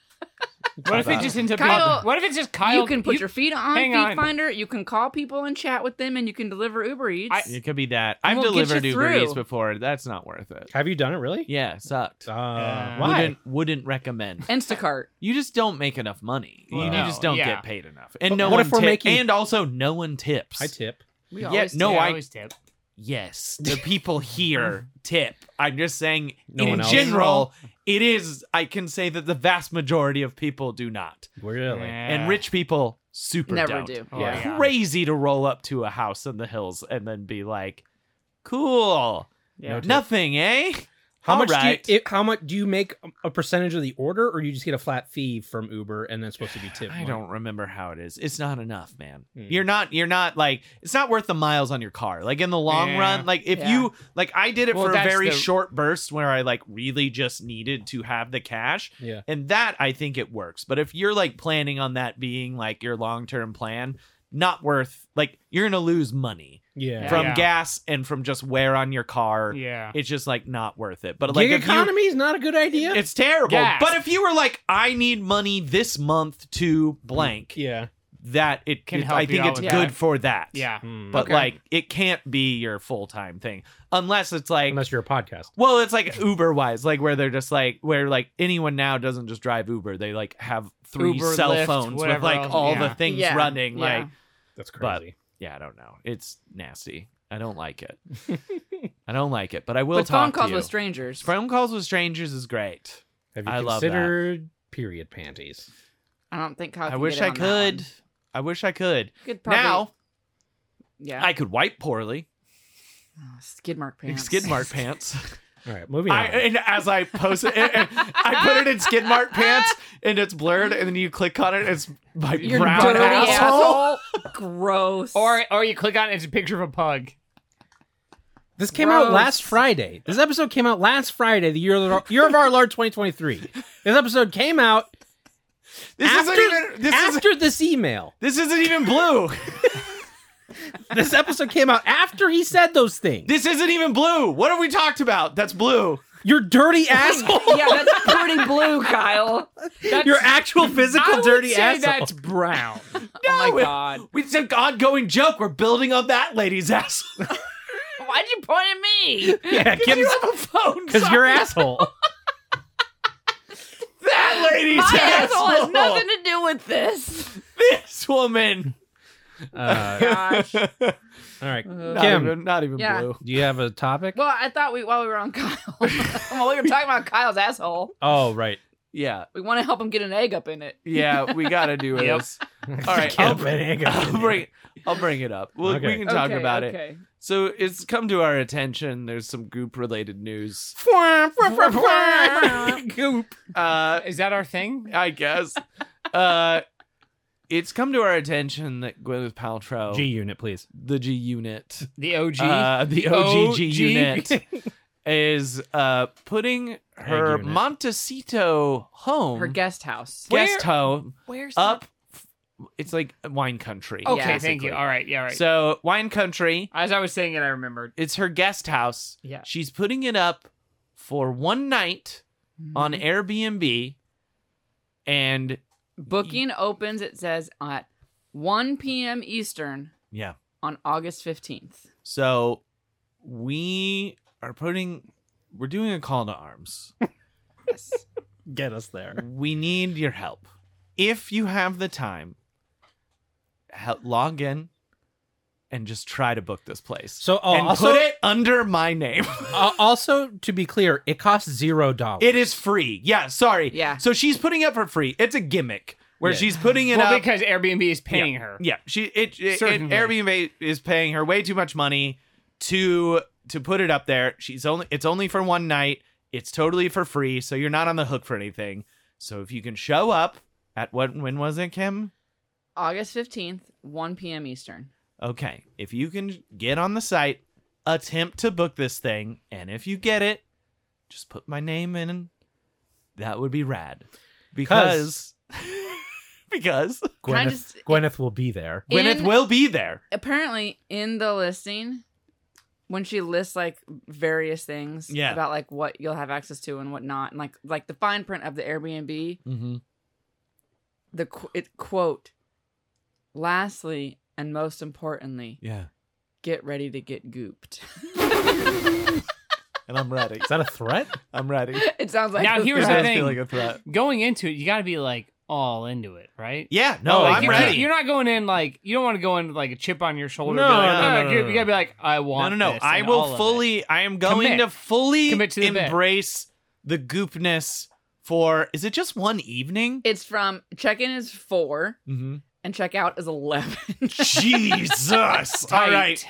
[SPEAKER 5] What if it just ends up?
[SPEAKER 4] Kyle-
[SPEAKER 5] being, what if it's just Kyle?
[SPEAKER 4] you can put your feet on
[SPEAKER 5] hang
[SPEAKER 4] Feed
[SPEAKER 5] on.
[SPEAKER 4] Finder. You can call people and chat with them, and you can deliver Uber Eats.
[SPEAKER 5] I-
[SPEAKER 3] It could be that.
[SPEAKER 4] And
[SPEAKER 3] I've
[SPEAKER 4] we'll get you
[SPEAKER 3] delivered Uber
[SPEAKER 4] through.
[SPEAKER 3] Eats before. That's not worth it.
[SPEAKER 2] have you done it really
[SPEAKER 3] Yeah, sucked.
[SPEAKER 2] uh,
[SPEAKER 5] Uh,
[SPEAKER 2] why
[SPEAKER 3] Wouldn't wouldn't recommend.
[SPEAKER 4] Instacart.
[SPEAKER 3] You just don't make enough money. You-
[SPEAKER 2] Well,
[SPEAKER 3] you
[SPEAKER 2] no,
[SPEAKER 3] just don't
[SPEAKER 5] yeah.
[SPEAKER 3] get paid enough. And
[SPEAKER 2] But
[SPEAKER 3] no
[SPEAKER 2] what
[SPEAKER 3] one
[SPEAKER 2] if we're
[SPEAKER 3] ti-
[SPEAKER 2] making-
[SPEAKER 3] and also no one tips.
[SPEAKER 2] i tip
[SPEAKER 4] We
[SPEAKER 3] Yeah,
[SPEAKER 4] always
[SPEAKER 3] no,
[SPEAKER 4] do.
[SPEAKER 5] Yeah,
[SPEAKER 3] I-
[SPEAKER 5] always tip.
[SPEAKER 3] yes, the people here tip. I'm just saying
[SPEAKER 2] No
[SPEAKER 3] in
[SPEAKER 2] one else.
[SPEAKER 3] general, It is, I can say that the vast majority of people do not.
[SPEAKER 2] Really?
[SPEAKER 3] And rich people super
[SPEAKER 4] Never
[SPEAKER 3] don't.
[SPEAKER 4] do.
[SPEAKER 5] Oh,
[SPEAKER 2] Yeah.
[SPEAKER 5] yeah.
[SPEAKER 3] Crazy to roll up to a house in the hills and then be like, cool,
[SPEAKER 2] Yeah.
[SPEAKER 3] nothing, eh?
[SPEAKER 2] How
[SPEAKER 3] All
[SPEAKER 2] much
[SPEAKER 3] right.
[SPEAKER 2] do you, it, how much do you make a- a percentage of the order, or you just get a flat fee from Uber and that's supposed to be tip?
[SPEAKER 3] I
[SPEAKER 2] money?
[SPEAKER 3] don't remember how it is. It's not enough, man.
[SPEAKER 2] Hmm.
[SPEAKER 3] You're not you're not like it's not worth the miles on your car. Like in the long
[SPEAKER 5] Yeah.
[SPEAKER 3] run, like if
[SPEAKER 4] Yeah.
[SPEAKER 3] you like I did it
[SPEAKER 5] Well,
[SPEAKER 3] for a
[SPEAKER 5] that's
[SPEAKER 3] very
[SPEAKER 5] the-
[SPEAKER 3] short burst where I like really just needed to have the cash.
[SPEAKER 2] Yeah.
[SPEAKER 3] And that I think it works. But if you're like planning on that being like your long-term plan, not worth like you're going to lose money
[SPEAKER 2] Yeah.
[SPEAKER 3] from
[SPEAKER 5] Yeah.
[SPEAKER 3] gas and from just wear on your car.
[SPEAKER 5] Yeah.
[SPEAKER 3] It's just like not worth it. But like
[SPEAKER 2] Gig
[SPEAKER 3] if you-
[SPEAKER 2] economy is not a good idea.
[SPEAKER 3] it's terrible.
[SPEAKER 5] Gas.
[SPEAKER 3] But if you were like, I need money this month to blank,
[SPEAKER 2] yeah.
[SPEAKER 3] that it
[SPEAKER 5] Can
[SPEAKER 3] it-
[SPEAKER 5] help
[SPEAKER 3] I
[SPEAKER 5] you
[SPEAKER 3] think
[SPEAKER 5] out
[SPEAKER 3] it's
[SPEAKER 5] with
[SPEAKER 3] good
[SPEAKER 5] that.
[SPEAKER 3] for that.
[SPEAKER 5] Yeah.
[SPEAKER 2] Hmm.
[SPEAKER 3] But
[SPEAKER 5] Okay.
[SPEAKER 3] like it can't be your full time thing. Unless it's like
[SPEAKER 2] Unless you're a podcast.
[SPEAKER 3] well, it's like Uber wise, like where they're just like where like anyone now doesn't just drive Uber. They like have three
[SPEAKER 5] Uber,
[SPEAKER 3] cell
[SPEAKER 5] Lyft,
[SPEAKER 3] phones with
[SPEAKER 5] whatever
[SPEAKER 3] like
[SPEAKER 5] else.
[SPEAKER 3] all the
[SPEAKER 5] Yeah.
[SPEAKER 3] things
[SPEAKER 4] Yeah.
[SPEAKER 3] running.
[SPEAKER 4] Yeah.
[SPEAKER 3] Like
[SPEAKER 2] That's
[SPEAKER 3] But-
[SPEAKER 2] crazy.
[SPEAKER 3] yeah, I don't know. It's nasty. I don't like it. I don't like it. But I will
[SPEAKER 4] but
[SPEAKER 3] talk
[SPEAKER 4] phone calls
[SPEAKER 3] to you.
[SPEAKER 4] with strangers.
[SPEAKER 3] phone calls with strangers is great.
[SPEAKER 2] Have you
[SPEAKER 3] I love that.
[SPEAKER 2] considered period panties?
[SPEAKER 4] I don't think Kyle
[SPEAKER 3] I
[SPEAKER 4] can
[SPEAKER 3] wish
[SPEAKER 4] get in
[SPEAKER 3] I
[SPEAKER 4] on that one.
[SPEAKER 3] could. I wish I could.
[SPEAKER 4] Could probably,
[SPEAKER 3] Now
[SPEAKER 4] yeah,
[SPEAKER 3] I could wipe poorly.
[SPEAKER 4] Oh, skid mark pants.
[SPEAKER 3] Skid mark pants.
[SPEAKER 2] All right, moving
[SPEAKER 3] I,
[SPEAKER 2] on.
[SPEAKER 3] and as I post it, and- and I put it in skid mark pants, and it's blurred. And then you click on it, and it's my
[SPEAKER 4] Your
[SPEAKER 3] brown
[SPEAKER 4] dirty
[SPEAKER 3] asshole.
[SPEAKER 4] asshole. Gross.
[SPEAKER 5] Or or you click on it, it's a picture of a pug.
[SPEAKER 2] this came out
[SPEAKER 4] gross.
[SPEAKER 2] last Friday. This episode came out last Friday, the year of, our- year of our Lord 2023. This episode came out
[SPEAKER 3] This
[SPEAKER 2] after,
[SPEAKER 3] isn't even. This is.
[SPEAKER 2] after this email.
[SPEAKER 3] This isn't even blue.
[SPEAKER 2] This episode came out after he said those things.
[SPEAKER 3] This isn't even blue. What have we talked about? That's blue.
[SPEAKER 2] your dirty asshole.
[SPEAKER 4] yeah, that's pretty blue, Kyle.
[SPEAKER 5] That's,
[SPEAKER 2] Your actual
[SPEAKER 5] I
[SPEAKER 2] physical
[SPEAKER 5] would
[SPEAKER 2] dirty
[SPEAKER 5] say
[SPEAKER 2] asshole.
[SPEAKER 5] that's brown.
[SPEAKER 4] oh
[SPEAKER 3] No,
[SPEAKER 4] my
[SPEAKER 3] it-
[SPEAKER 4] god.
[SPEAKER 3] It's an ongoing joke. We're building on that lady's ass.
[SPEAKER 4] Why'd you point at me?
[SPEAKER 2] Yeah,
[SPEAKER 3] You have a phone.
[SPEAKER 2] because
[SPEAKER 3] sorry.
[SPEAKER 2] you're asshole.
[SPEAKER 3] that lady's
[SPEAKER 4] My asshole
[SPEAKER 3] asshole.
[SPEAKER 4] has nothing to do with this.
[SPEAKER 3] This woman.
[SPEAKER 2] Uh,
[SPEAKER 4] Gosh.
[SPEAKER 2] all right,
[SPEAKER 3] Not
[SPEAKER 2] Kim,
[SPEAKER 3] even, not even
[SPEAKER 4] Yeah.
[SPEAKER 3] blue.
[SPEAKER 2] do you have a topic?
[SPEAKER 4] Well, I thought we while we were on Kyle, while we were talking about Kyle's asshole,
[SPEAKER 2] Oh, right.
[SPEAKER 3] Yeah,
[SPEAKER 4] we want to help him get an egg up in it.
[SPEAKER 3] yeah. We gotta do
[SPEAKER 5] Yep.
[SPEAKER 3] this. All right,
[SPEAKER 2] Kim,
[SPEAKER 3] I'll bring, I'll bring, I'll bring it up. We'll,
[SPEAKER 2] Okay.
[SPEAKER 3] We can talk
[SPEAKER 4] okay,
[SPEAKER 3] about it.
[SPEAKER 4] okay.
[SPEAKER 3] So it's come to our attention. There's some goop related news.
[SPEAKER 2] Goop.
[SPEAKER 3] Uh,
[SPEAKER 5] Is that our thing?
[SPEAKER 3] I guess. Uh, it's come to our attention that Gwyneth Paltrow,
[SPEAKER 2] G unit, please.
[SPEAKER 3] the G unit,
[SPEAKER 5] The OG.
[SPEAKER 3] uh, the OGG
[SPEAKER 5] OG.
[SPEAKER 3] unit, is uh, putting her
[SPEAKER 2] unit.
[SPEAKER 3] Montecito home,
[SPEAKER 4] Her guest house.
[SPEAKER 5] Where-
[SPEAKER 3] guest home,
[SPEAKER 4] Where's
[SPEAKER 3] up. It's like wine country.
[SPEAKER 5] okay,
[SPEAKER 4] yeah,
[SPEAKER 5] thank
[SPEAKER 3] basically.
[SPEAKER 5] you. All right, yeah, all right.
[SPEAKER 3] So wine country.
[SPEAKER 5] As I was saying it, I remembered.
[SPEAKER 3] It's her guest house.
[SPEAKER 5] Yeah.
[SPEAKER 3] She's putting it up for one night
[SPEAKER 4] Mm-hmm.
[SPEAKER 3] on Airbnb. And
[SPEAKER 4] Booking opens, it says, at 1 p.m. Eastern
[SPEAKER 3] yeah.
[SPEAKER 4] on August 15th.
[SPEAKER 3] So we are putting we're doing a call to arms.
[SPEAKER 4] Yes.
[SPEAKER 2] Get us there.
[SPEAKER 3] we need your help. If you have the time, hel- log in and just try to book this place.
[SPEAKER 2] So, oh,
[SPEAKER 3] and
[SPEAKER 2] also-
[SPEAKER 3] put it under my name.
[SPEAKER 2] Uh, also, to be clear, it costs zero dollars.
[SPEAKER 3] it is free. Yeah, sorry.
[SPEAKER 4] Yeah.
[SPEAKER 3] So she's putting up for free. It's a gimmick where
[SPEAKER 2] Yeah.
[SPEAKER 3] she's putting it
[SPEAKER 5] Well,
[SPEAKER 3] up
[SPEAKER 5] because Airbnb is paying her.
[SPEAKER 3] Yeah, she it, it, it
[SPEAKER 5] Certainly.
[SPEAKER 3] Airbnb is paying her way too much money to to put it up there. She's only it's only for one night. It's totally for free, so you're not on the hook for anything. So if you can show up at what when was it, Kim?
[SPEAKER 4] August 15th, 1 p.m. Eastern.
[SPEAKER 3] Okay, if you can get on the site, attempt to book this thing, and if you get it, just put my name in. That would be rad because because
[SPEAKER 4] Can I
[SPEAKER 2] Gwyneth,
[SPEAKER 4] just-
[SPEAKER 2] Gwyneth will be there.
[SPEAKER 3] Gwyneth
[SPEAKER 4] In-
[SPEAKER 3] will be there.
[SPEAKER 4] Apparently, in the listing, when she lists like various things
[SPEAKER 3] Yeah.
[SPEAKER 4] about like what you'll have access to and what not, and like like the fine print of the Airbnb,
[SPEAKER 3] Mm-hmm.
[SPEAKER 4] the qu- it quote, lastly and most importantly,
[SPEAKER 3] Yeah,
[SPEAKER 4] get ready to get gooped.
[SPEAKER 3] and I'm ready.
[SPEAKER 2] Is that a threat?
[SPEAKER 3] I'm ready.
[SPEAKER 4] it sounds like
[SPEAKER 5] Now
[SPEAKER 4] a
[SPEAKER 5] here's the
[SPEAKER 4] threat.
[SPEAKER 5] thing.
[SPEAKER 3] a threat.
[SPEAKER 5] Going into it, you got to be like all into it, right?
[SPEAKER 3] Yeah,
[SPEAKER 5] Like,
[SPEAKER 3] no, Oh, I'm
[SPEAKER 5] Oh, you can't-
[SPEAKER 3] ready.
[SPEAKER 5] You're not going in like you don't want to go in with, like a chip on your shoulder.
[SPEAKER 2] No,
[SPEAKER 5] be like,
[SPEAKER 3] no,
[SPEAKER 5] "Oh,
[SPEAKER 3] no,
[SPEAKER 5] you-
[SPEAKER 3] no, no,
[SPEAKER 5] You gotta be like, I
[SPEAKER 3] no,
[SPEAKER 5] want.
[SPEAKER 3] no, no.
[SPEAKER 5] this
[SPEAKER 3] I
[SPEAKER 5] and all
[SPEAKER 3] will
[SPEAKER 5] of it."
[SPEAKER 3] fully. I am going
[SPEAKER 5] Commit.
[SPEAKER 3] to fully
[SPEAKER 5] Commit to the bit.
[SPEAKER 3] embrace the goopness for is it just one evening?
[SPEAKER 4] It's from check in is four
[SPEAKER 3] Mm-hmm.
[SPEAKER 4] and check out is eleven.
[SPEAKER 3] Jesus. All right.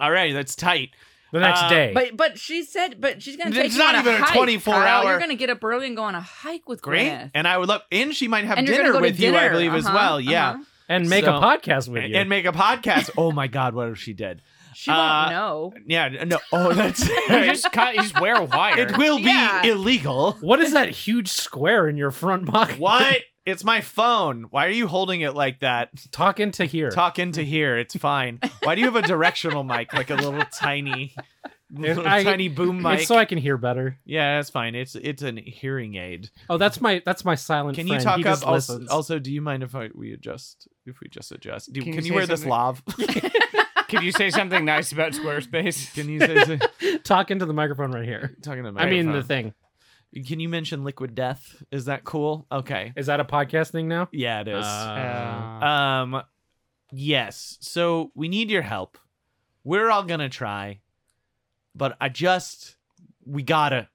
[SPEAKER 3] All right, that's tight.
[SPEAKER 2] The next
[SPEAKER 3] Uh,
[SPEAKER 2] day.
[SPEAKER 4] but but she said but she's gonna
[SPEAKER 3] It's
[SPEAKER 4] take you
[SPEAKER 3] not
[SPEAKER 4] on
[SPEAKER 3] even a
[SPEAKER 4] a hike,
[SPEAKER 3] 24
[SPEAKER 4] Kyle.
[SPEAKER 3] hour-
[SPEAKER 4] You're gonna get up early and go on a hike with
[SPEAKER 3] Great.
[SPEAKER 4] Gwyneth.
[SPEAKER 3] And I would love and she might have
[SPEAKER 4] And you're
[SPEAKER 3] dinner
[SPEAKER 4] gonna go to
[SPEAKER 3] with you, I
[SPEAKER 4] dinner,
[SPEAKER 3] believe, as
[SPEAKER 4] uh-huh,
[SPEAKER 3] well. Yeah.
[SPEAKER 4] uh-huh.
[SPEAKER 2] and make
[SPEAKER 3] so-
[SPEAKER 2] a podcast with
[SPEAKER 3] And,
[SPEAKER 2] you.
[SPEAKER 3] and make a podcast. oh my god, what if she did?
[SPEAKER 4] She
[SPEAKER 3] Uh,
[SPEAKER 4] won't know.
[SPEAKER 3] Yeah, no. Oh, that's
[SPEAKER 5] You just, cut, you just wear a wire.
[SPEAKER 3] It will be
[SPEAKER 4] Yeah.
[SPEAKER 3] illegal.
[SPEAKER 2] what is that huge square in your front pocket?
[SPEAKER 3] What? It's my phone. Why are you holding it like that?
[SPEAKER 2] Talk into here.
[SPEAKER 3] Talk into here. It's fine. Why do you have a directional mic, like a little tiny, little
[SPEAKER 2] I-
[SPEAKER 3] tiny boom mic?
[SPEAKER 2] It's so I can hear better.
[SPEAKER 3] yeah, that's fine. It's it's an hearing aid.
[SPEAKER 2] Oh, that's my that's my silent.
[SPEAKER 3] Can
[SPEAKER 2] friend.
[SPEAKER 3] you talk
[SPEAKER 2] he
[SPEAKER 3] up?
[SPEAKER 2] Just
[SPEAKER 3] Also,
[SPEAKER 2] listens.
[SPEAKER 3] also, do you mind if I, we adjust? If we just adjust, do,
[SPEAKER 5] Can
[SPEAKER 3] can,
[SPEAKER 5] you say
[SPEAKER 3] you, wear this
[SPEAKER 5] something?
[SPEAKER 3] lav?
[SPEAKER 5] Could you say something nice about Squarespace?
[SPEAKER 3] Can you say, say
[SPEAKER 2] talk into the microphone right here.
[SPEAKER 3] talking to my
[SPEAKER 2] I mean the
[SPEAKER 3] phone.
[SPEAKER 2] thing.
[SPEAKER 3] Can you mention Liquid Death? Is that cool? Okay.
[SPEAKER 2] Is that a podcast thing now?
[SPEAKER 3] Yeah, it is.
[SPEAKER 2] Uh,
[SPEAKER 3] Um, yes. So we need your help. We're all gonna try, but I just we gotta,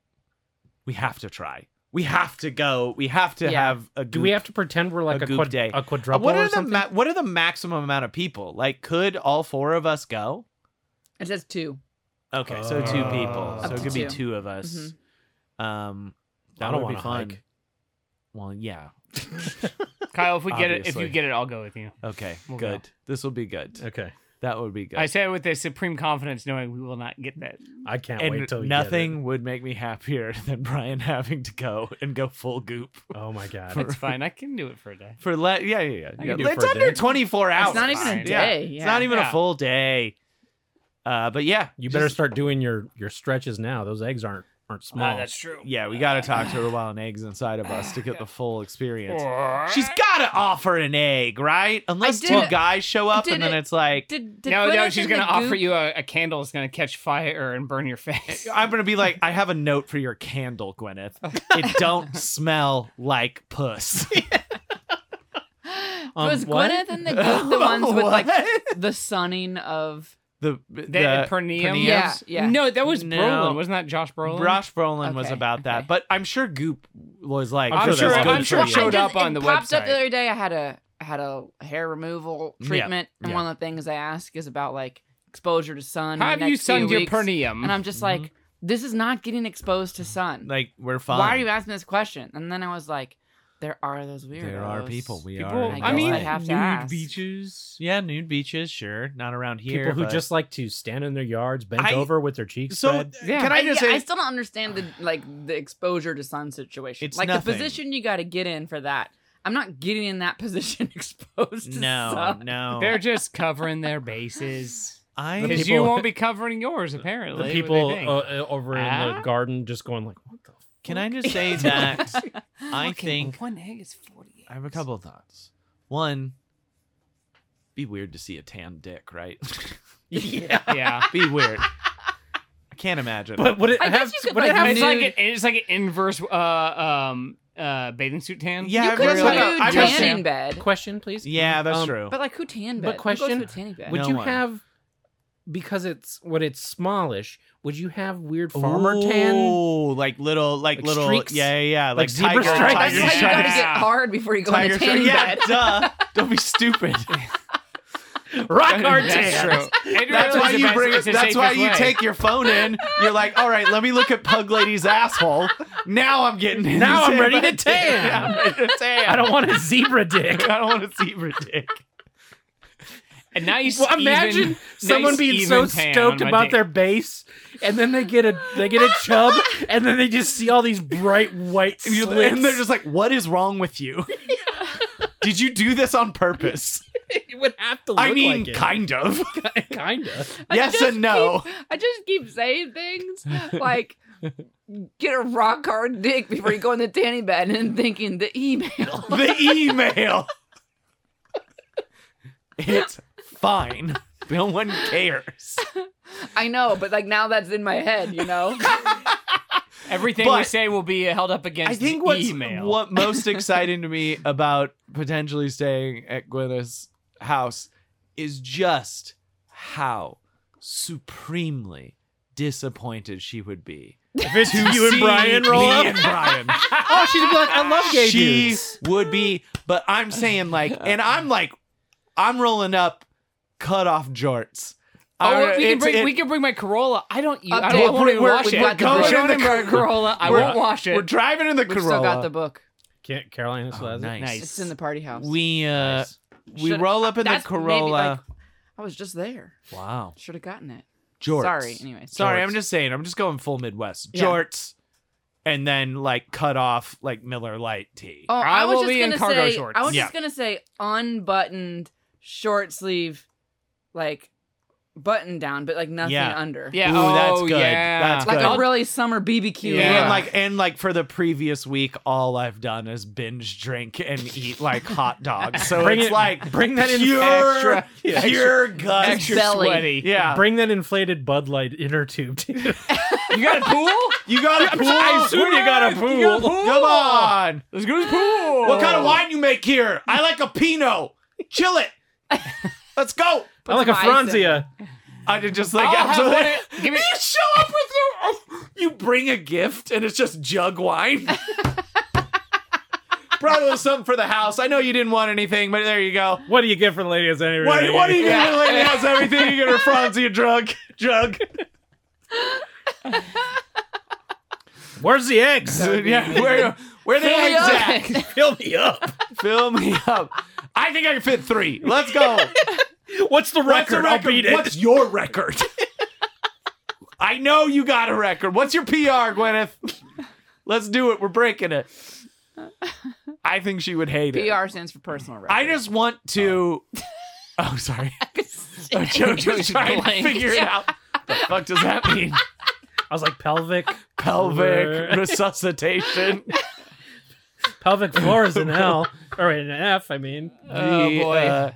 [SPEAKER 3] we have to try. We have to go. We have to
[SPEAKER 4] Yeah.
[SPEAKER 3] have a. Goop.
[SPEAKER 2] do we have to pretend we're like
[SPEAKER 3] A
[SPEAKER 2] a,
[SPEAKER 3] goop
[SPEAKER 2] quad-
[SPEAKER 3] day.
[SPEAKER 2] a
[SPEAKER 3] Uh,
[SPEAKER 2] quadruple
[SPEAKER 3] What
[SPEAKER 2] or
[SPEAKER 3] are the
[SPEAKER 2] something?
[SPEAKER 3] ma- what are the maximum amount of people? Like, could all four of us go?
[SPEAKER 4] It says two.
[SPEAKER 3] Okay, so two people.
[SPEAKER 2] Uh,
[SPEAKER 3] so
[SPEAKER 4] Up
[SPEAKER 3] it
[SPEAKER 4] to
[SPEAKER 3] could be
[SPEAKER 4] two.
[SPEAKER 3] two of us. Um, that
[SPEAKER 2] I don't
[SPEAKER 3] would be
[SPEAKER 2] wanna
[SPEAKER 3] fun.
[SPEAKER 2] hike.
[SPEAKER 3] Well, yeah.
[SPEAKER 5] Kyle, if we get it, if you
[SPEAKER 3] obviously.
[SPEAKER 5] get it, I'll go with you.
[SPEAKER 3] Okay,
[SPEAKER 5] We'll go.
[SPEAKER 3] good. This will be good.
[SPEAKER 2] okay,
[SPEAKER 3] That would be good.
[SPEAKER 5] I say it with the supreme confidence, knowing we will not get that.
[SPEAKER 2] I can't
[SPEAKER 3] and
[SPEAKER 2] wait till you get
[SPEAKER 3] nothing would make me happier than Brian having to go and go full goop
[SPEAKER 2] it. Oh my god!
[SPEAKER 5] It's fine. I can do it for a day.
[SPEAKER 3] for le- yeah yeah yeah.
[SPEAKER 2] I can do
[SPEAKER 3] it's
[SPEAKER 2] for a
[SPEAKER 3] under
[SPEAKER 2] day.
[SPEAKER 3] twenty four hours.
[SPEAKER 4] It's not even
[SPEAKER 5] fine.
[SPEAKER 4] a
[SPEAKER 3] Yeah.
[SPEAKER 4] day.
[SPEAKER 3] It's not even a
[SPEAKER 5] Yeah.
[SPEAKER 3] full day. Uh, but yeah,
[SPEAKER 2] You better
[SPEAKER 3] just- Ah,
[SPEAKER 2] start doing your your stretches now. Those eggs aren't aren't small.
[SPEAKER 5] Ah, true.
[SPEAKER 3] yeah, we gotta talk to her while an egg's inside of us to get the full experience. She's gotta offer an egg, right? Unless
[SPEAKER 4] did
[SPEAKER 3] two
[SPEAKER 4] it.
[SPEAKER 3] guys show up
[SPEAKER 4] did
[SPEAKER 3] and then
[SPEAKER 4] it.
[SPEAKER 3] it's like,
[SPEAKER 4] Did, did
[SPEAKER 5] No,
[SPEAKER 4] Gwyneth
[SPEAKER 5] no,
[SPEAKER 4] in
[SPEAKER 5] she's
[SPEAKER 4] the
[SPEAKER 5] gonna offer
[SPEAKER 4] goop-
[SPEAKER 5] you a, a candle that's gonna catch fire and burn your face.
[SPEAKER 3] I'm gonna be like, I have a note for your candle, Gwyneth. It don't smell like puss.
[SPEAKER 2] Um,
[SPEAKER 4] was
[SPEAKER 2] what?
[SPEAKER 4] Gwyneth and the goop the ones with like
[SPEAKER 3] What?
[SPEAKER 4] the sunning of
[SPEAKER 3] the,
[SPEAKER 5] That
[SPEAKER 3] the
[SPEAKER 5] perineum.
[SPEAKER 3] Perneums?
[SPEAKER 4] Yeah, yeah.
[SPEAKER 5] No, that was
[SPEAKER 3] No.
[SPEAKER 5] Brolin. Wasn't that Josh Brolin?
[SPEAKER 3] Rosh Brolin was
[SPEAKER 4] Okay,
[SPEAKER 3] about that,
[SPEAKER 4] okay.
[SPEAKER 3] but I'm sure Goop was like, "Oh,
[SPEAKER 2] I'm sure
[SPEAKER 5] I'm sure.
[SPEAKER 2] that's good
[SPEAKER 5] I'm sure
[SPEAKER 2] for
[SPEAKER 5] it
[SPEAKER 2] you.
[SPEAKER 5] showed
[SPEAKER 4] I
[SPEAKER 5] up
[SPEAKER 4] just-
[SPEAKER 5] on the
[SPEAKER 4] it popped up the
[SPEAKER 5] website.
[SPEAKER 4] other day. I had a I had a hair removal
[SPEAKER 3] Yeah,
[SPEAKER 4] treatment, and
[SPEAKER 3] yeah.
[SPEAKER 4] one of the things I ask is about like exposure to sun. in
[SPEAKER 5] Have
[SPEAKER 4] the
[SPEAKER 5] you
[SPEAKER 4] next few
[SPEAKER 5] sunned your
[SPEAKER 4] weeks.
[SPEAKER 5] perineum?
[SPEAKER 4] And I'm just like, this is not getting exposed to sun.
[SPEAKER 3] like we're fine.
[SPEAKER 4] Why are you asking this question? And then I was like, there are those weirdos.
[SPEAKER 3] There are people. We
[SPEAKER 5] People,
[SPEAKER 3] are.
[SPEAKER 4] I
[SPEAKER 5] I, mean,
[SPEAKER 4] I'd have to
[SPEAKER 5] nude
[SPEAKER 4] ask.
[SPEAKER 5] beaches.
[SPEAKER 3] yeah, nude beaches, sure, not around here.
[SPEAKER 2] People who
[SPEAKER 3] but-
[SPEAKER 2] just like to stand in their yards, bent
[SPEAKER 3] I-
[SPEAKER 2] over with their cheeks
[SPEAKER 3] so.
[SPEAKER 2] spread.
[SPEAKER 5] Yeah.
[SPEAKER 3] Can
[SPEAKER 4] I,
[SPEAKER 3] I just
[SPEAKER 4] yeah,
[SPEAKER 3] say
[SPEAKER 4] I still don't understand the like the exposure to sun situation.
[SPEAKER 3] It's
[SPEAKER 4] like
[SPEAKER 3] nothing.
[SPEAKER 4] the position you got to get in for that. I'm not getting in that position exposed to
[SPEAKER 3] no,
[SPEAKER 4] sun.
[SPEAKER 3] no?
[SPEAKER 5] They're just covering their bases.
[SPEAKER 3] I
[SPEAKER 2] The
[SPEAKER 5] Because
[SPEAKER 2] people-
[SPEAKER 5] you won't be covering yours, apparently.
[SPEAKER 2] The
[SPEAKER 5] what they
[SPEAKER 2] people
[SPEAKER 5] think.
[SPEAKER 2] uh, uh, over in the
[SPEAKER 5] Ah?
[SPEAKER 2] garden just going like, "What the?" F-?
[SPEAKER 3] can I just say that I think
[SPEAKER 5] one egg is forty.
[SPEAKER 3] I have a couple of thoughts. One, be weird to see a tan dick, right?
[SPEAKER 2] Yeah,
[SPEAKER 5] Yeah.
[SPEAKER 3] be weird. I can't imagine.
[SPEAKER 2] but would it
[SPEAKER 4] I guess
[SPEAKER 2] have?
[SPEAKER 4] you could,
[SPEAKER 2] would it
[SPEAKER 4] like,
[SPEAKER 2] have?
[SPEAKER 5] it's like
[SPEAKER 4] nude-
[SPEAKER 5] an, it's like an inverse uh, um, uh, bathing suit tan.
[SPEAKER 3] yeah,
[SPEAKER 4] you
[SPEAKER 3] I've
[SPEAKER 4] could
[SPEAKER 3] really-
[SPEAKER 4] do
[SPEAKER 3] I've just-
[SPEAKER 4] tanning bed,
[SPEAKER 2] question, please.
[SPEAKER 3] Yeah, that's
[SPEAKER 2] Um,
[SPEAKER 3] true.
[SPEAKER 4] but like who tan bed?
[SPEAKER 2] But
[SPEAKER 4] Who
[SPEAKER 2] question-
[SPEAKER 4] goes to a tanning bed?
[SPEAKER 2] Would
[SPEAKER 3] No
[SPEAKER 2] you
[SPEAKER 3] one.
[SPEAKER 2] have because it's when it's smallish? Would you have weird farmer tan?
[SPEAKER 3] Ooh, like little, like,
[SPEAKER 2] Like
[SPEAKER 3] little,
[SPEAKER 2] streaks?
[SPEAKER 3] yeah, yeah, yeah, like,
[SPEAKER 2] Like zebra
[SPEAKER 3] tiger,
[SPEAKER 2] stripes?
[SPEAKER 4] That's
[SPEAKER 3] tiger
[SPEAKER 4] why you
[SPEAKER 3] stripes.
[SPEAKER 4] gotta
[SPEAKER 5] Yeah.
[SPEAKER 4] get hard before you go on
[SPEAKER 3] tiger
[SPEAKER 4] a tanning
[SPEAKER 3] stripes. Yeah,
[SPEAKER 4] bed.
[SPEAKER 3] duh. Don't be stupid.
[SPEAKER 2] Rock hard
[SPEAKER 5] That's
[SPEAKER 2] tan.
[SPEAKER 5] true. It
[SPEAKER 3] That's
[SPEAKER 5] really
[SPEAKER 3] why
[SPEAKER 5] is the
[SPEAKER 3] you
[SPEAKER 5] best-
[SPEAKER 3] bring.
[SPEAKER 5] it's the
[SPEAKER 3] That's why
[SPEAKER 5] safest
[SPEAKER 3] you
[SPEAKER 5] way.
[SPEAKER 3] take your phone in. You're like, all right, let me look at Pug Lady's asshole. Now I'm getting. In
[SPEAKER 2] Now
[SPEAKER 3] this
[SPEAKER 2] I'm ready to
[SPEAKER 3] head.
[SPEAKER 2] tan.
[SPEAKER 3] Yeah, I'm ready to tan.
[SPEAKER 2] I don't want a zebra dick.
[SPEAKER 3] I don't want to see your dick.
[SPEAKER 5] a nice.
[SPEAKER 2] Well, imagine
[SPEAKER 5] even,
[SPEAKER 2] someone
[SPEAKER 5] nice
[SPEAKER 2] being
[SPEAKER 5] even
[SPEAKER 2] so
[SPEAKER 5] tan
[SPEAKER 2] stoked
[SPEAKER 5] on my
[SPEAKER 2] about
[SPEAKER 5] dick.
[SPEAKER 2] their base, and then they get a they get a chub, and then they just see all these bright white slits.
[SPEAKER 3] And, you're- and they're just like, "What is wrong with you? Did you do this on purpose?
[SPEAKER 2] it would have to look
[SPEAKER 3] I mean,
[SPEAKER 2] like
[SPEAKER 3] kind of.
[SPEAKER 2] it. kinda.
[SPEAKER 3] yes
[SPEAKER 4] just
[SPEAKER 3] and no.
[SPEAKER 4] I just keep saying things like get a rock hard dick before you go in the tanning bed and thinking the email.
[SPEAKER 3] the email. It's fine. No one cares.
[SPEAKER 4] I know, but like now that's in my head, you know?
[SPEAKER 5] everything we
[SPEAKER 3] But-
[SPEAKER 5] say will be held up against.
[SPEAKER 3] I think
[SPEAKER 5] the
[SPEAKER 3] what's
[SPEAKER 5] email.
[SPEAKER 3] what most exciting to me about potentially staying at Gwyneth's house is just how supremely disappointed she would be
[SPEAKER 2] If it's
[SPEAKER 3] to
[SPEAKER 2] you and
[SPEAKER 3] see
[SPEAKER 2] Brian roll
[SPEAKER 3] me
[SPEAKER 2] up,
[SPEAKER 3] and Brian.
[SPEAKER 2] oh, she'd be like, I love gay
[SPEAKER 3] she
[SPEAKER 2] dudes.
[SPEAKER 3] would be, but I'm saying like, and I'm like, I'm rolling up cut off jorts. I-
[SPEAKER 5] Oh, we can
[SPEAKER 3] it's-
[SPEAKER 5] bring
[SPEAKER 3] it-
[SPEAKER 5] we can bring my Corolla. I don't use. I
[SPEAKER 4] Update.
[SPEAKER 5] don't want
[SPEAKER 4] We're-
[SPEAKER 5] to
[SPEAKER 4] we're-
[SPEAKER 5] wash
[SPEAKER 4] we've
[SPEAKER 5] it.
[SPEAKER 4] got the
[SPEAKER 5] Don't
[SPEAKER 4] book.
[SPEAKER 5] bring my Corolla. I
[SPEAKER 3] We're-
[SPEAKER 5] won't wash
[SPEAKER 3] We're
[SPEAKER 5] it.
[SPEAKER 3] driving in the
[SPEAKER 4] We've
[SPEAKER 3] Corolla. Oh,
[SPEAKER 4] still got the book.
[SPEAKER 2] Can't Caroline still has it?
[SPEAKER 3] nice.
[SPEAKER 4] It's in the party house.
[SPEAKER 3] We uh,
[SPEAKER 2] Nice.
[SPEAKER 3] we
[SPEAKER 4] Should-
[SPEAKER 3] roll up in the
[SPEAKER 4] That's maybe,
[SPEAKER 3] Corolla.
[SPEAKER 4] like, I was just there.
[SPEAKER 3] wow,
[SPEAKER 4] Should have gotten it.
[SPEAKER 3] jorts.
[SPEAKER 4] Sorry. Anyway.
[SPEAKER 3] sorry. I'm
[SPEAKER 4] Jorts.
[SPEAKER 3] just saying. I'm just going full Midwest.
[SPEAKER 4] Yeah.
[SPEAKER 3] Jorts, and then like cut off like Miller Light tea.
[SPEAKER 4] Oh, I,
[SPEAKER 5] I
[SPEAKER 4] was
[SPEAKER 5] will
[SPEAKER 4] just
[SPEAKER 5] be in
[SPEAKER 4] gonna
[SPEAKER 5] cargo
[SPEAKER 4] say.
[SPEAKER 5] shorts.
[SPEAKER 4] I was
[SPEAKER 3] Yeah.
[SPEAKER 4] just gonna say unbuttoned short sleeve, like button down, but like nothing
[SPEAKER 3] Yeah.
[SPEAKER 4] under.
[SPEAKER 5] Yeah.
[SPEAKER 3] Ooh, that's
[SPEAKER 5] oh,
[SPEAKER 3] good.
[SPEAKER 5] Yeah.
[SPEAKER 3] That's
[SPEAKER 4] Like
[SPEAKER 3] good.
[SPEAKER 4] a really summer BBQ.
[SPEAKER 5] Yeah.
[SPEAKER 4] look.
[SPEAKER 3] And like and like for the previous week, all I've done is binge drink and eat like hot dogs. So
[SPEAKER 2] Bring
[SPEAKER 3] it's
[SPEAKER 2] it-
[SPEAKER 3] like
[SPEAKER 2] bring that in
[SPEAKER 3] pure,
[SPEAKER 2] extra- yeah,
[SPEAKER 3] pure guts.
[SPEAKER 5] Extra
[SPEAKER 4] belly.
[SPEAKER 5] sweaty.
[SPEAKER 3] Yeah,
[SPEAKER 2] Bring that inflated Bud Light inner tube. dude.
[SPEAKER 5] You got a pool?
[SPEAKER 3] you got a pool.
[SPEAKER 2] I assume you got a
[SPEAKER 5] You got a
[SPEAKER 2] pool.
[SPEAKER 5] pool?
[SPEAKER 3] Come on,
[SPEAKER 5] Let's go to the pool.
[SPEAKER 3] what kind of wine you make here? I like a Pinot. Chill it. Let's go.
[SPEAKER 2] I like a
[SPEAKER 4] some ice in
[SPEAKER 2] Franzia.
[SPEAKER 3] I did just
[SPEAKER 5] I'll
[SPEAKER 3] like
[SPEAKER 5] have
[SPEAKER 3] absolutely.
[SPEAKER 5] one- give me-
[SPEAKER 3] You show up with your. You bring a gift and it's just jug wine. Brought a little something for the house. I know you didn't want anything, but there you go.
[SPEAKER 2] What do you get for the lady as anywhere?
[SPEAKER 3] What, what are you gonna do? Lady has everything. You get her Franzia drug, drug.
[SPEAKER 2] Where's the eggs?
[SPEAKER 3] yeah, where where the
[SPEAKER 4] Fill me up.
[SPEAKER 3] eggs at?
[SPEAKER 2] Fill me up.
[SPEAKER 3] Fill me up. I think I can fit three. Let's go.
[SPEAKER 2] What's the
[SPEAKER 3] What's the
[SPEAKER 2] record? I'll beat
[SPEAKER 3] record?
[SPEAKER 2] it.
[SPEAKER 3] What's your record? I know you got a record. What's your PR, Gwyneth? Let's do it. We're breaking it. I think she would hate it.
[SPEAKER 4] PR stands for personal record.
[SPEAKER 3] I just want to. Oh, sorry. Oh, JoJo's trying to
[SPEAKER 5] Blank.
[SPEAKER 3] figure it out. The fuck does that mean?
[SPEAKER 2] I was like pelvic,
[SPEAKER 3] pelvic resuscitation.
[SPEAKER 2] pelvic floor is an L or an F. I mean,
[SPEAKER 5] Oh,
[SPEAKER 3] The,
[SPEAKER 5] boy.
[SPEAKER 3] uh,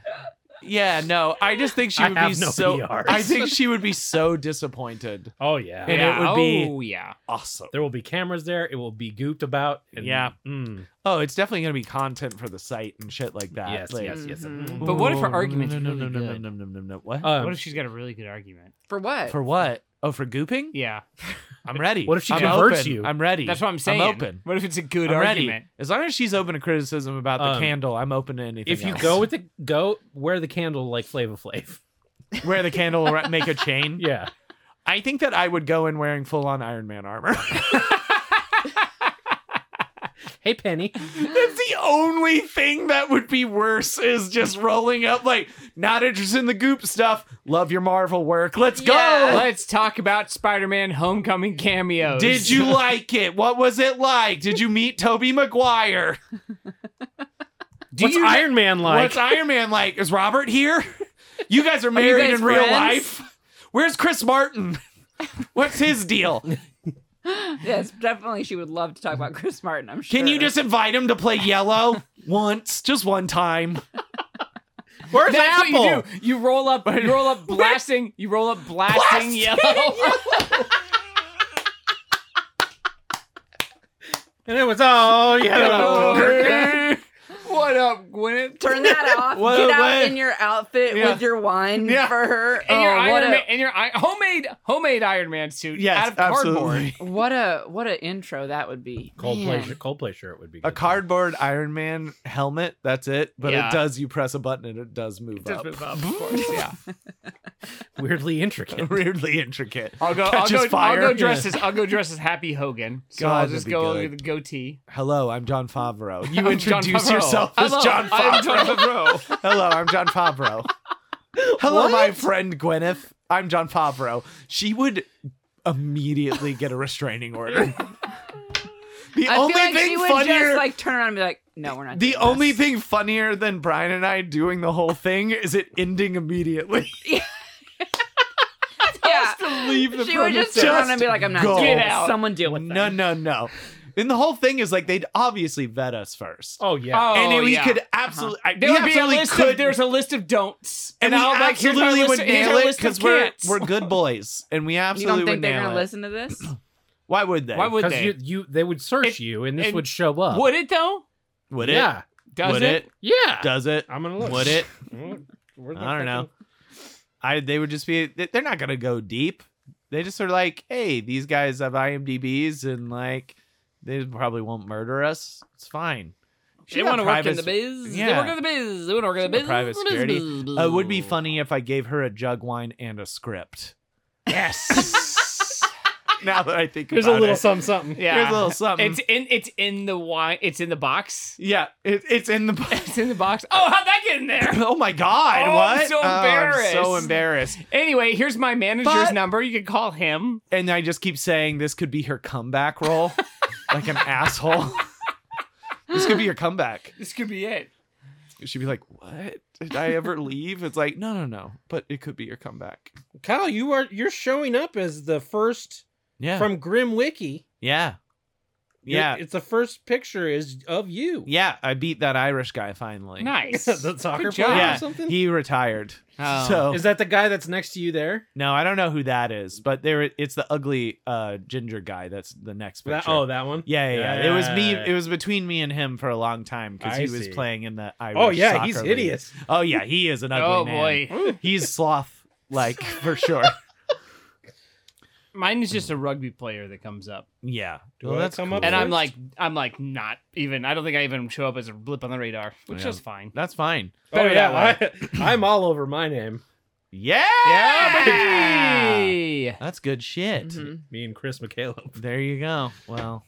[SPEAKER 3] yeah, no. I just think she
[SPEAKER 2] I
[SPEAKER 3] would
[SPEAKER 2] have
[SPEAKER 3] be
[SPEAKER 2] no
[SPEAKER 3] so.
[SPEAKER 2] PRs.
[SPEAKER 3] I think she would be so disappointed.
[SPEAKER 2] oh yeah.
[SPEAKER 3] And it would be-
[SPEAKER 5] Oh yeah.
[SPEAKER 3] Awesome.
[SPEAKER 2] there will be cameras there. It will be gooped about. and-
[SPEAKER 3] Yeah.
[SPEAKER 2] Mm.
[SPEAKER 3] Oh, it's definitely gonna be content for the site and shit like that.
[SPEAKER 2] Yes,
[SPEAKER 3] Like,
[SPEAKER 2] yes, yes.
[SPEAKER 4] Mhm.
[SPEAKER 2] Mm.
[SPEAKER 5] But what if her
[SPEAKER 3] Ooh,
[SPEAKER 5] argument's
[SPEAKER 3] No, no, no,
[SPEAKER 5] really
[SPEAKER 3] no, no,
[SPEAKER 5] good?
[SPEAKER 3] no, no, no, no. What?
[SPEAKER 2] Um,
[SPEAKER 5] What if she's got a really good argument?
[SPEAKER 4] for what?
[SPEAKER 3] for what? Oh, for gooping?
[SPEAKER 5] Yeah.
[SPEAKER 3] I'm ready.
[SPEAKER 2] What if she
[SPEAKER 3] I'm
[SPEAKER 2] converts
[SPEAKER 3] open.
[SPEAKER 2] you?
[SPEAKER 3] I'm ready.
[SPEAKER 5] That's what I'm saying.
[SPEAKER 3] I'm open.
[SPEAKER 5] What if it's a good
[SPEAKER 3] I'm ready.
[SPEAKER 5] argument?
[SPEAKER 3] As long as she's open to criticism about the
[SPEAKER 2] Um,
[SPEAKER 3] candle, I'm open to anything.
[SPEAKER 2] if you
[SPEAKER 3] else.
[SPEAKER 2] go with the go, wear the candle like Flava Flav.
[SPEAKER 3] where the candle will make a chain,
[SPEAKER 2] Yeah.
[SPEAKER 3] I think that I would go in wearing full on Iron Man armor.
[SPEAKER 2] Hey Penny.
[SPEAKER 3] That's the only thing that would be worse is just rolling up like not interested in the goop stuff. Love your Marvel work. Let's
[SPEAKER 4] Yeah.
[SPEAKER 3] go.
[SPEAKER 5] Let's talk about Spider-Man Homecoming cameos.
[SPEAKER 3] Did you like it? What was it like? Did you meet Toby Maguire?
[SPEAKER 5] Do
[SPEAKER 2] What's
[SPEAKER 5] you
[SPEAKER 2] Iron Man like?
[SPEAKER 3] What's Iron Man like? Is Robert here? You guys are married
[SPEAKER 4] guys
[SPEAKER 3] in real
[SPEAKER 4] friends?
[SPEAKER 3] life. Where's Chris Martin? What's his deal?
[SPEAKER 4] yes, definitely. She would love to talk about Chris Martin. I'm sure.
[SPEAKER 3] Can you just invite him to play yellow once, just one time?
[SPEAKER 2] Where's
[SPEAKER 5] That's
[SPEAKER 2] Apple?
[SPEAKER 5] what you do. You roll up. You roll up blasting. You roll up blasting yellow.
[SPEAKER 2] And it was oh
[SPEAKER 5] Hello.
[SPEAKER 2] yeah.
[SPEAKER 5] what up, Gwyneth?
[SPEAKER 4] turn that off?
[SPEAKER 3] What-
[SPEAKER 4] Get out
[SPEAKER 3] what?
[SPEAKER 4] in your outfit
[SPEAKER 3] Yeah.
[SPEAKER 4] with your wine
[SPEAKER 3] Yeah.
[SPEAKER 4] for her.
[SPEAKER 5] And your
[SPEAKER 4] oh, what
[SPEAKER 5] Iron
[SPEAKER 4] a
[SPEAKER 5] Man, and your I- homemade homemade Iron Man suit
[SPEAKER 3] Yes,
[SPEAKER 5] out of cardboard.
[SPEAKER 3] absolutely.
[SPEAKER 4] what a what a intro that would be.
[SPEAKER 2] Coldplay
[SPEAKER 4] Man.
[SPEAKER 2] shirt. Coldplay shirt would be good.
[SPEAKER 3] a cardboard Iron Man helmet. That's it. But
[SPEAKER 5] Yeah.
[SPEAKER 3] it does. You press a button and it does move up.
[SPEAKER 5] of course, yeah.
[SPEAKER 2] Weirdly intricate.
[SPEAKER 3] Weirdly intricate.
[SPEAKER 5] I'll go. I'll
[SPEAKER 3] Catches
[SPEAKER 5] go, I'll
[SPEAKER 3] fire.
[SPEAKER 5] go dress as I'll go dress as Happy Hogan. So
[SPEAKER 3] God,
[SPEAKER 5] I'll
[SPEAKER 3] that'd
[SPEAKER 5] just
[SPEAKER 3] be
[SPEAKER 5] go
[SPEAKER 3] good.
[SPEAKER 5] with the goatee.
[SPEAKER 3] Hello, I'm John Favreau. You
[SPEAKER 5] I'm John
[SPEAKER 3] introduce
[SPEAKER 5] Favreau.
[SPEAKER 3] yourself as
[SPEAKER 5] Hello, I'm
[SPEAKER 3] John Favreau.
[SPEAKER 5] John Favreau.
[SPEAKER 3] Hello, I'm John Favreau. Hello, my friend Gwyneth. I'm John Favreau. She would immediately get a restraining order. The
[SPEAKER 4] I
[SPEAKER 3] only
[SPEAKER 4] feel like she
[SPEAKER 3] thing
[SPEAKER 4] would
[SPEAKER 3] funnier
[SPEAKER 4] just like turn around and be like, "No, we're not."
[SPEAKER 3] The
[SPEAKER 4] doing
[SPEAKER 3] only
[SPEAKER 4] this.
[SPEAKER 3] thing funnier than Brian and I doing the whole thing is it ending immediately.
[SPEAKER 4] yeah.
[SPEAKER 3] Leave the
[SPEAKER 4] She would
[SPEAKER 3] premise
[SPEAKER 4] just turn around and be
[SPEAKER 3] just
[SPEAKER 4] like, "I'm not
[SPEAKER 3] go.
[SPEAKER 4] doing
[SPEAKER 5] Get
[SPEAKER 4] this.
[SPEAKER 5] out.
[SPEAKER 4] Someone deal with
[SPEAKER 3] No,
[SPEAKER 4] that."
[SPEAKER 3] no, no. And the whole thing is like they'd obviously vet us first.
[SPEAKER 2] Oh yeah.
[SPEAKER 5] Oh,
[SPEAKER 3] and then we
[SPEAKER 5] yeah.
[SPEAKER 3] could absolutely, I,
[SPEAKER 5] There
[SPEAKER 3] we
[SPEAKER 5] would be a
[SPEAKER 3] absolutely
[SPEAKER 5] list
[SPEAKER 3] could,
[SPEAKER 5] of there's a list of don'ts,
[SPEAKER 3] and,
[SPEAKER 5] I'll
[SPEAKER 3] we
[SPEAKER 5] like here's my
[SPEAKER 3] absolutely
[SPEAKER 5] list,
[SPEAKER 3] would
[SPEAKER 5] of- here's
[SPEAKER 3] nail
[SPEAKER 5] my
[SPEAKER 3] it
[SPEAKER 5] list of
[SPEAKER 3] because we're
[SPEAKER 5] can'ts.
[SPEAKER 3] we're good boys, and we
[SPEAKER 4] You
[SPEAKER 3] absolutely
[SPEAKER 4] don't think
[SPEAKER 3] would
[SPEAKER 4] they're
[SPEAKER 3] nail
[SPEAKER 4] gonna
[SPEAKER 3] it.
[SPEAKER 4] listen to this?
[SPEAKER 3] Why would they?
[SPEAKER 5] Why would
[SPEAKER 2] Because
[SPEAKER 5] they?
[SPEAKER 2] you, you they would search
[SPEAKER 5] It-
[SPEAKER 2] you and this
[SPEAKER 5] and-
[SPEAKER 2] would show up.
[SPEAKER 5] Would it though?
[SPEAKER 3] Would it?
[SPEAKER 2] yeah.
[SPEAKER 5] Does
[SPEAKER 3] would
[SPEAKER 5] it?
[SPEAKER 3] it?
[SPEAKER 2] Yeah.
[SPEAKER 3] Does it?
[SPEAKER 2] I'm gonna look.
[SPEAKER 3] Would it?
[SPEAKER 2] Mm, where's
[SPEAKER 3] I
[SPEAKER 2] my
[SPEAKER 3] don't know.
[SPEAKER 2] fucking-
[SPEAKER 3] I they would just be. They're not gonna go deep. They just are like, hey, these guys have IMDb's and like they probably won't murder us. It's fine. She
[SPEAKER 4] They
[SPEAKER 3] got
[SPEAKER 4] want to work in
[SPEAKER 3] private-
[SPEAKER 4] the biz. They
[SPEAKER 3] Yeah.
[SPEAKER 4] work in the biz. They want to work in the
[SPEAKER 3] She
[SPEAKER 4] biz.
[SPEAKER 3] got private
[SPEAKER 4] biz,
[SPEAKER 3] security.
[SPEAKER 4] biz, biz.
[SPEAKER 3] Uh, it would be funny if I gave her a jug wine and a script. Yes. now that I think
[SPEAKER 5] There's a
[SPEAKER 3] about
[SPEAKER 5] little
[SPEAKER 3] it.
[SPEAKER 5] something, something. Yeah,
[SPEAKER 3] Here's a little something.
[SPEAKER 5] It's in. It's in the wine. It's in the box.
[SPEAKER 3] yeah, it, it's in the.
[SPEAKER 5] It's in the box. Oh, how'd that get in there?
[SPEAKER 3] oh my god!
[SPEAKER 5] Oh, I'm
[SPEAKER 3] what?
[SPEAKER 5] so
[SPEAKER 3] Oh, I'm so
[SPEAKER 5] embarrassed.
[SPEAKER 3] embarrassed.
[SPEAKER 5] Anyway, here's my manager's
[SPEAKER 3] But-
[SPEAKER 5] number. You can call him.
[SPEAKER 3] And I just keep saying this could be her comeback role, like an asshole. this could be her comeback.
[SPEAKER 5] This could be it.
[SPEAKER 3] She'd be like, "What? Did I ever leave?" It's like, no, no, no. But it could be your comeback.
[SPEAKER 2] Kyle, you are you're showing up as the first
[SPEAKER 3] Yeah.
[SPEAKER 2] from Grim Wiki.
[SPEAKER 3] yeah. Yeah.
[SPEAKER 2] It- it's the first picture is of you.
[SPEAKER 3] yeah. I beat that Irish guy finally.
[SPEAKER 5] Nice.
[SPEAKER 2] the soccer
[SPEAKER 5] Good
[SPEAKER 2] player
[SPEAKER 5] job.
[SPEAKER 2] or
[SPEAKER 3] Yeah.
[SPEAKER 2] something.
[SPEAKER 3] He retired.
[SPEAKER 5] Oh.
[SPEAKER 3] So
[SPEAKER 2] is that the guy that's next to you there?
[SPEAKER 3] no, I don't know who that is, but there it's the ugly uh ginger guy that's the next picture.
[SPEAKER 2] That, oh, that one.
[SPEAKER 3] yeah, yeah, yeah. It was me.
[SPEAKER 2] Yeah.
[SPEAKER 3] It was between me and him for a long time because
[SPEAKER 2] I
[SPEAKER 3] he was
[SPEAKER 2] see.
[SPEAKER 3] playing in the Irish.
[SPEAKER 2] Oh yeah,
[SPEAKER 3] soccer
[SPEAKER 2] he's
[SPEAKER 3] league.
[SPEAKER 2] hideous.
[SPEAKER 3] Oh yeah, he is an ugly
[SPEAKER 5] Oh
[SPEAKER 3] man.
[SPEAKER 5] boy,
[SPEAKER 3] He's sloth like for sure.
[SPEAKER 5] mine is just a ruggy player that comes up,
[SPEAKER 3] Yeah.
[SPEAKER 2] Do I come up
[SPEAKER 5] and I'm
[SPEAKER 2] First?
[SPEAKER 5] like, I'm like not even. I don't think I even show up as a blip on the radar, which
[SPEAKER 3] Yeah.
[SPEAKER 5] is fine.
[SPEAKER 3] that's fine.
[SPEAKER 2] Oh
[SPEAKER 5] Better
[SPEAKER 2] yeah,
[SPEAKER 5] that
[SPEAKER 2] I, I'm all over my name.
[SPEAKER 3] Yeah.
[SPEAKER 5] baby!
[SPEAKER 3] That's good shit.
[SPEAKER 5] Mm-hmm.
[SPEAKER 4] Mhm.
[SPEAKER 2] Me and Chris McCaleb.
[SPEAKER 3] There you go. Well.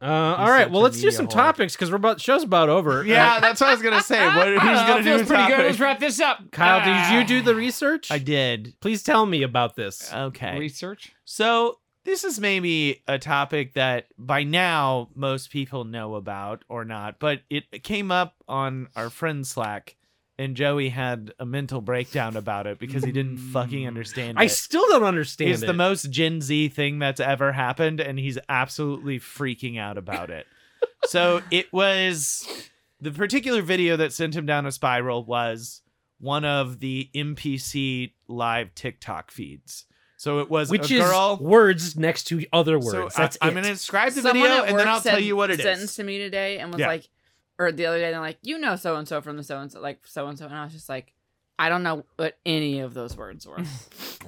[SPEAKER 2] Uh, all right,
[SPEAKER 3] such
[SPEAKER 2] well
[SPEAKER 3] a
[SPEAKER 2] let's do
[SPEAKER 3] media
[SPEAKER 2] some
[SPEAKER 3] whore.
[SPEAKER 2] topics because we're about show's about over. Uh,
[SPEAKER 3] Yeah, that's what I was gonna say. What, who's
[SPEAKER 5] I don't know,
[SPEAKER 3] gonna
[SPEAKER 5] it
[SPEAKER 3] do
[SPEAKER 5] Uh, feels
[SPEAKER 3] the
[SPEAKER 5] pretty good.
[SPEAKER 3] topic?
[SPEAKER 5] Let's wrap this up.
[SPEAKER 2] Kyle,
[SPEAKER 5] Ah.
[SPEAKER 2] did you do the research?
[SPEAKER 3] I Um, did.
[SPEAKER 2] Please tell me about this.
[SPEAKER 3] Okay.
[SPEAKER 5] Ah. research?
[SPEAKER 3] So this is maybe a topic that by now most people know about or not, but it came up on our friend Slack, and Joey had a mental breakdown about it because he didn't fucking understand.
[SPEAKER 2] Mm. I
[SPEAKER 3] it.
[SPEAKER 2] still don't understand.
[SPEAKER 3] It's
[SPEAKER 2] it.
[SPEAKER 3] the most Gen Z thing that's ever happened, and he's absolutely freaking out about it. so it was the particular video that sent him down a spiral was one of the MPC live TikTok feeds. So it was
[SPEAKER 2] which
[SPEAKER 3] a
[SPEAKER 2] is
[SPEAKER 3] girl.
[SPEAKER 2] words next to other words.
[SPEAKER 3] So
[SPEAKER 2] That's
[SPEAKER 3] I, am
[SPEAKER 2] it.
[SPEAKER 3] going to describe the
[SPEAKER 4] Someone
[SPEAKER 3] video
[SPEAKER 4] at
[SPEAKER 3] and
[SPEAKER 4] work
[SPEAKER 3] then I'll
[SPEAKER 4] said-
[SPEAKER 3] tell you what it
[SPEAKER 4] Sentenced
[SPEAKER 3] is.
[SPEAKER 4] to me today and was
[SPEAKER 3] Yeah.
[SPEAKER 4] like, or the other day, they're like, you know, so and so from the so and so, like so and so, and I was just like, I don't know what any of those words were.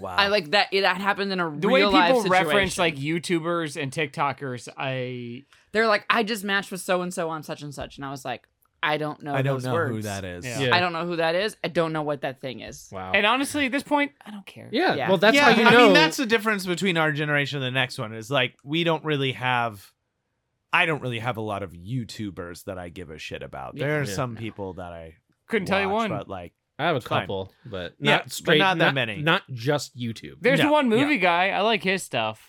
[SPEAKER 3] Wow.
[SPEAKER 4] I like that that happened in a
[SPEAKER 5] The way
[SPEAKER 4] real life
[SPEAKER 5] people
[SPEAKER 4] situation.
[SPEAKER 5] reference like YouTubers and TikTokers, I
[SPEAKER 4] they're like, I just matched with so and so on such and such, and I was like, I don't know.
[SPEAKER 3] I don't
[SPEAKER 4] those
[SPEAKER 3] know
[SPEAKER 4] words.
[SPEAKER 3] who that is.
[SPEAKER 5] Yeah.
[SPEAKER 2] Yeah.
[SPEAKER 4] I don't know who that is. I don't know what that thing is.
[SPEAKER 2] Wow.
[SPEAKER 3] Oh,
[SPEAKER 5] and honestly at this point I don't care.
[SPEAKER 2] yeah,
[SPEAKER 4] Yeah.
[SPEAKER 2] Well, that's
[SPEAKER 3] yeah,
[SPEAKER 2] how you
[SPEAKER 3] I
[SPEAKER 2] know.
[SPEAKER 3] mean, that's the difference between our generation and the next one is like we don't really have. I don't really have a lot of YouTubers that I give a shit about. There are
[SPEAKER 2] Yeah.
[SPEAKER 3] some people that I
[SPEAKER 5] Couldn't tell you
[SPEAKER 3] watch,
[SPEAKER 5] one.
[SPEAKER 3] but like
[SPEAKER 2] I have a
[SPEAKER 3] it's fine.
[SPEAKER 2] couple, but
[SPEAKER 3] Yeah,
[SPEAKER 2] not
[SPEAKER 3] but
[SPEAKER 2] straight.
[SPEAKER 3] not that many.
[SPEAKER 2] Not just YouTube.
[SPEAKER 5] There's
[SPEAKER 3] No,
[SPEAKER 5] the one
[SPEAKER 3] yeah.
[SPEAKER 5] movie guy. I like his stuff.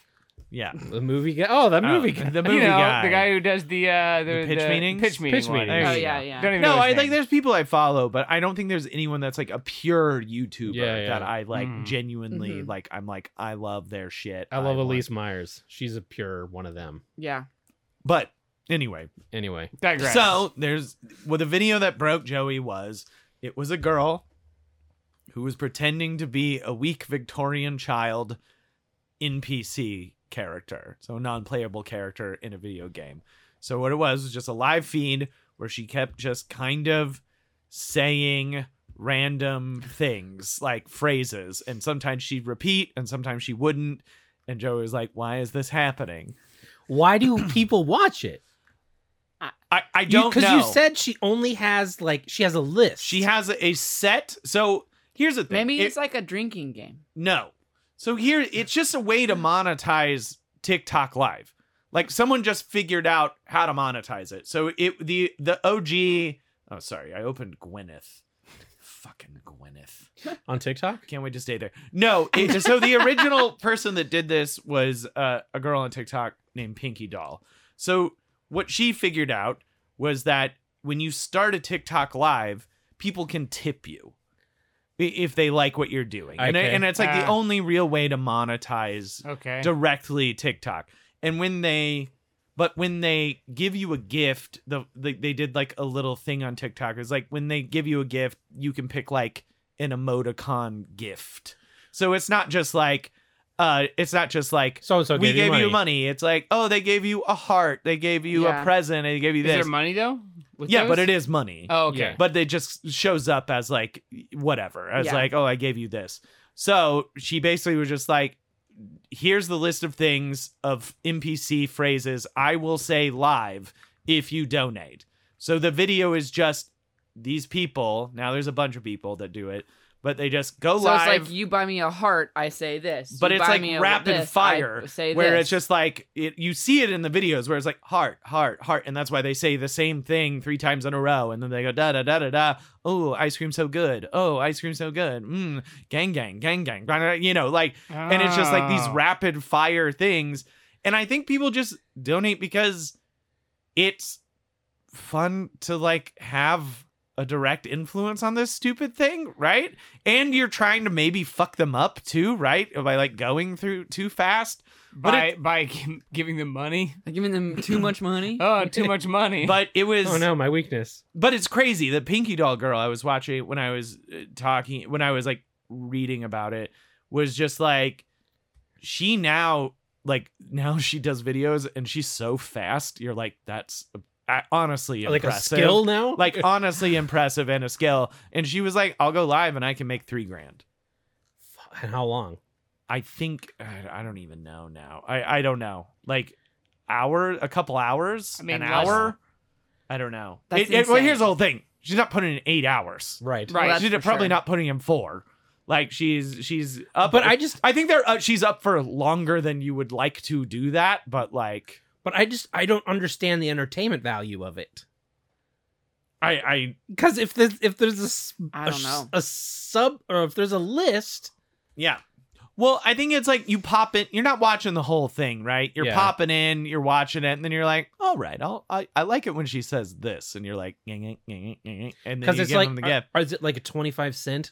[SPEAKER 3] yeah,
[SPEAKER 2] The movie guy. Oh, that
[SPEAKER 3] Oh,
[SPEAKER 2] movie guy.
[SPEAKER 3] the movie
[SPEAKER 5] you know,
[SPEAKER 3] guy,
[SPEAKER 5] the guy who does the uh the,
[SPEAKER 3] The pitch meetings?
[SPEAKER 5] pitch meeting
[SPEAKER 2] Pitch
[SPEAKER 5] one.
[SPEAKER 2] meetings.
[SPEAKER 4] Oh
[SPEAKER 2] There you
[SPEAKER 4] yeah,
[SPEAKER 2] go.
[SPEAKER 4] yeah.
[SPEAKER 5] Don't even know
[SPEAKER 3] No,
[SPEAKER 5] his
[SPEAKER 3] I
[SPEAKER 5] name.
[SPEAKER 3] think there's people I follow, but I don't think there's anyone that's like a pure YouTuber
[SPEAKER 2] Yeah, yeah.
[SPEAKER 3] that I like
[SPEAKER 5] Mm.
[SPEAKER 3] genuinely
[SPEAKER 4] Mhm.
[SPEAKER 3] like. I'm like I love their shit.
[SPEAKER 2] I love
[SPEAKER 3] want-
[SPEAKER 2] Elise Myers. She's a pure one of them.
[SPEAKER 4] yeah.
[SPEAKER 3] but anyway,
[SPEAKER 2] Anyway,
[SPEAKER 5] Digress.
[SPEAKER 3] So there's well the video that broke Joey was it was a girl who was pretending to be a weak Victorian child NPC character, so a non-playable character in a video game. So what it was was just a live feed where she kept just kind of saying random things like phrases and sometimes she'd repeat and sometimes she wouldn't and Joey was like why is this happening
[SPEAKER 2] why do people watch it?
[SPEAKER 3] I, I don't
[SPEAKER 2] because
[SPEAKER 3] know
[SPEAKER 2] you, said she only has like she has a list.
[SPEAKER 3] She has a a set. So here's the thing.
[SPEAKER 4] Maybe
[SPEAKER 3] It-
[SPEAKER 4] it's like a drinking game.
[SPEAKER 3] no. So here, it's just a way to monetize TikTok Live. Like someone just figured out how to monetize it. So it the the OG. Oh, sorry, I opened Gwyneth. Fucking Gwyneth.
[SPEAKER 2] on TikTok.
[SPEAKER 3] Can't wait to stay there. No, it, so the original person that did this was uh, a girl on TikTok named Pinky Doll. So what she figured out was that when you start a TikTok live, people can tip you i- if they like what you're doing, and,
[SPEAKER 2] Okay.
[SPEAKER 3] and it's like the
[SPEAKER 5] Ah.
[SPEAKER 3] only real way to monetize
[SPEAKER 5] okay.
[SPEAKER 3] directly TikTok. And when they but when they give you a gift, the, the they did like a little thing on TikTok. It's like when they give you a gift, you can pick like an emoticon gift. So it's not just like uh it's not just like
[SPEAKER 2] So and so
[SPEAKER 3] we gave you money. It's like, oh, they gave you a heart, they gave you
[SPEAKER 4] Yeah.
[SPEAKER 3] a present, they gave you
[SPEAKER 5] Is
[SPEAKER 3] this.
[SPEAKER 5] there money though? With
[SPEAKER 3] yeah, but
[SPEAKER 5] those?
[SPEAKER 3] it is money
[SPEAKER 5] Oh, okay.
[SPEAKER 3] but it just shows up as like whatever as
[SPEAKER 4] Yeah.
[SPEAKER 3] like oh i gave you this so she basically was just like here's the list of things of NPC phrases I will say live if you donate. So the video is just these people. Now there's a bunch of people that do it, but they just go
[SPEAKER 4] So
[SPEAKER 3] live.
[SPEAKER 4] it's like you buy me a heart, I say this.
[SPEAKER 3] but
[SPEAKER 4] You
[SPEAKER 3] it's
[SPEAKER 4] buy
[SPEAKER 3] like
[SPEAKER 4] me a
[SPEAKER 3] rapid
[SPEAKER 4] this, I
[SPEAKER 3] fire,
[SPEAKER 4] say
[SPEAKER 3] where
[SPEAKER 4] this.
[SPEAKER 3] it's just like it, you see it in the videos where it's like heart, heart, heart, and that's why they say the same thing three times in a row, and then they go da da da da da. Oh, ice cream so good. Oh, ice cream so good. Mm, gang gang gang gang. Blah, blah, blah. You know, like, and it's just like these
[SPEAKER 5] Oh.
[SPEAKER 3] rapid fire things, and I think people just donate because it's fun to like have a direct influence on this stupid thing, right? And you're trying to maybe fuck them up too, right? By like going through too fast. but
[SPEAKER 5] by by gi- giving them money.
[SPEAKER 4] Like, giving them too much money.
[SPEAKER 5] Oh, too much money.
[SPEAKER 3] But it was
[SPEAKER 2] Oh no, my weakness.
[SPEAKER 3] but it's crazy. The Pinky Doll girl I was watching when I was uh, talking when I was like reading about it was just like she now like now she does videos and she's so fast. You're like that's uh, honestly
[SPEAKER 2] Like a
[SPEAKER 3] impressive.
[SPEAKER 2] skill now?
[SPEAKER 3] like uh, honestly impressive and a skill. And she was like, "I'll go live and I can make three grand."
[SPEAKER 2] F- how long?
[SPEAKER 3] I think uh, I I don't even know now. I I don't know. Like hour, a couple hours,
[SPEAKER 5] I mean,
[SPEAKER 3] an
[SPEAKER 5] less-
[SPEAKER 3] hour. I don't know.
[SPEAKER 4] That's
[SPEAKER 3] It- it- well,
[SPEAKER 4] insane.
[SPEAKER 3] here's the whole thing. She's not putting in eight hours.
[SPEAKER 2] Right.
[SPEAKER 5] Right.
[SPEAKER 4] Well, that's
[SPEAKER 3] she's
[SPEAKER 4] for
[SPEAKER 3] probably
[SPEAKER 4] sure.
[SPEAKER 3] not putting in four. Like she's she's up.
[SPEAKER 2] But I just
[SPEAKER 3] I think they're uh, she's up for longer than you would like to do that. But like
[SPEAKER 2] but I just I don't understand the entertainment value of it.
[SPEAKER 3] I I
[SPEAKER 2] Because if there's if there's a s-
[SPEAKER 4] I
[SPEAKER 2] a
[SPEAKER 4] don't
[SPEAKER 2] s-
[SPEAKER 4] know.
[SPEAKER 2] a sub or if there's a list,
[SPEAKER 3] Yeah. Well, I think it's like you pop it. You're not watching the whole thing, right? You're
[SPEAKER 2] Yeah.
[SPEAKER 3] popping in, you're watching it, and then you're like, "All right, I'll, I I like it when she says this," and you're like, "Nyeh, nyeh, nyeh, nyeh, nyeh," and then
[SPEAKER 2] because
[SPEAKER 3] you
[SPEAKER 2] it's
[SPEAKER 3] give
[SPEAKER 2] like uh,
[SPEAKER 3] them the
[SPEAKER 2] are,
[SPEAKER 3] gift.
[SPEAKER 2] are- is it like a twenty five cent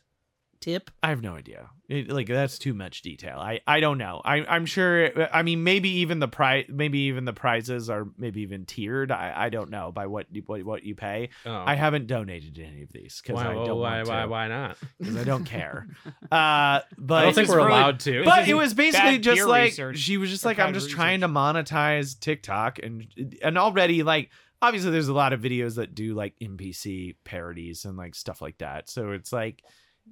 [SPEAKER 2] tip?
[SPEAKER 3] I have no idea. It- like that's too much detail. I I don't know. I I'm sure. I mean, maybe even the prize, maybe even the prizes are maybe even tiered. I I don't know by what you, what what you pay.
[SPEAKER 2] Oh,
[SPEAKER 3] I haven't donated to any of these because
[SPEAKER 2] why,
[SPEAKER 3] I
[SPEAKER 2] why,
[SPEAKER 3] don't
[SPEAKER 2] why,
[SPEAKER 3] want
[SPEAKER 2] why
[SPEAKER 3] to.
[SPEAKER 2] why not?
[SPEAKER 3] Because I don't care. uh, but
[SPEAKER 2] I don't think
[SPEAKER 5] just
[SPEAKER 2] we're
[SPEAKER 5] really-
[SPEAKER 2] allowed to.
[SPEAKER 5] It's
[SPEAKER 3] but
[SPEAKER 5] just
[SPEAKER 3] it was basically
[SPEAKER 5] bad
[SPEAKER 3] just
[SPEAKER 5] peer
[SPEAKER 3] like
[SPEAKER 5] research
[SPEAKER 3] she was just
[SPEAKER 5] or
[SPEAKER 3] like i'm
[SPEAKER 5] bad
[SPEAKER 3] just
[SPEAKER 5] research.
[SPEAKER 3] trying to monetize tiktok and and already like obviously there's a lot of videos that do like npc parodies and like stuff like that so it's like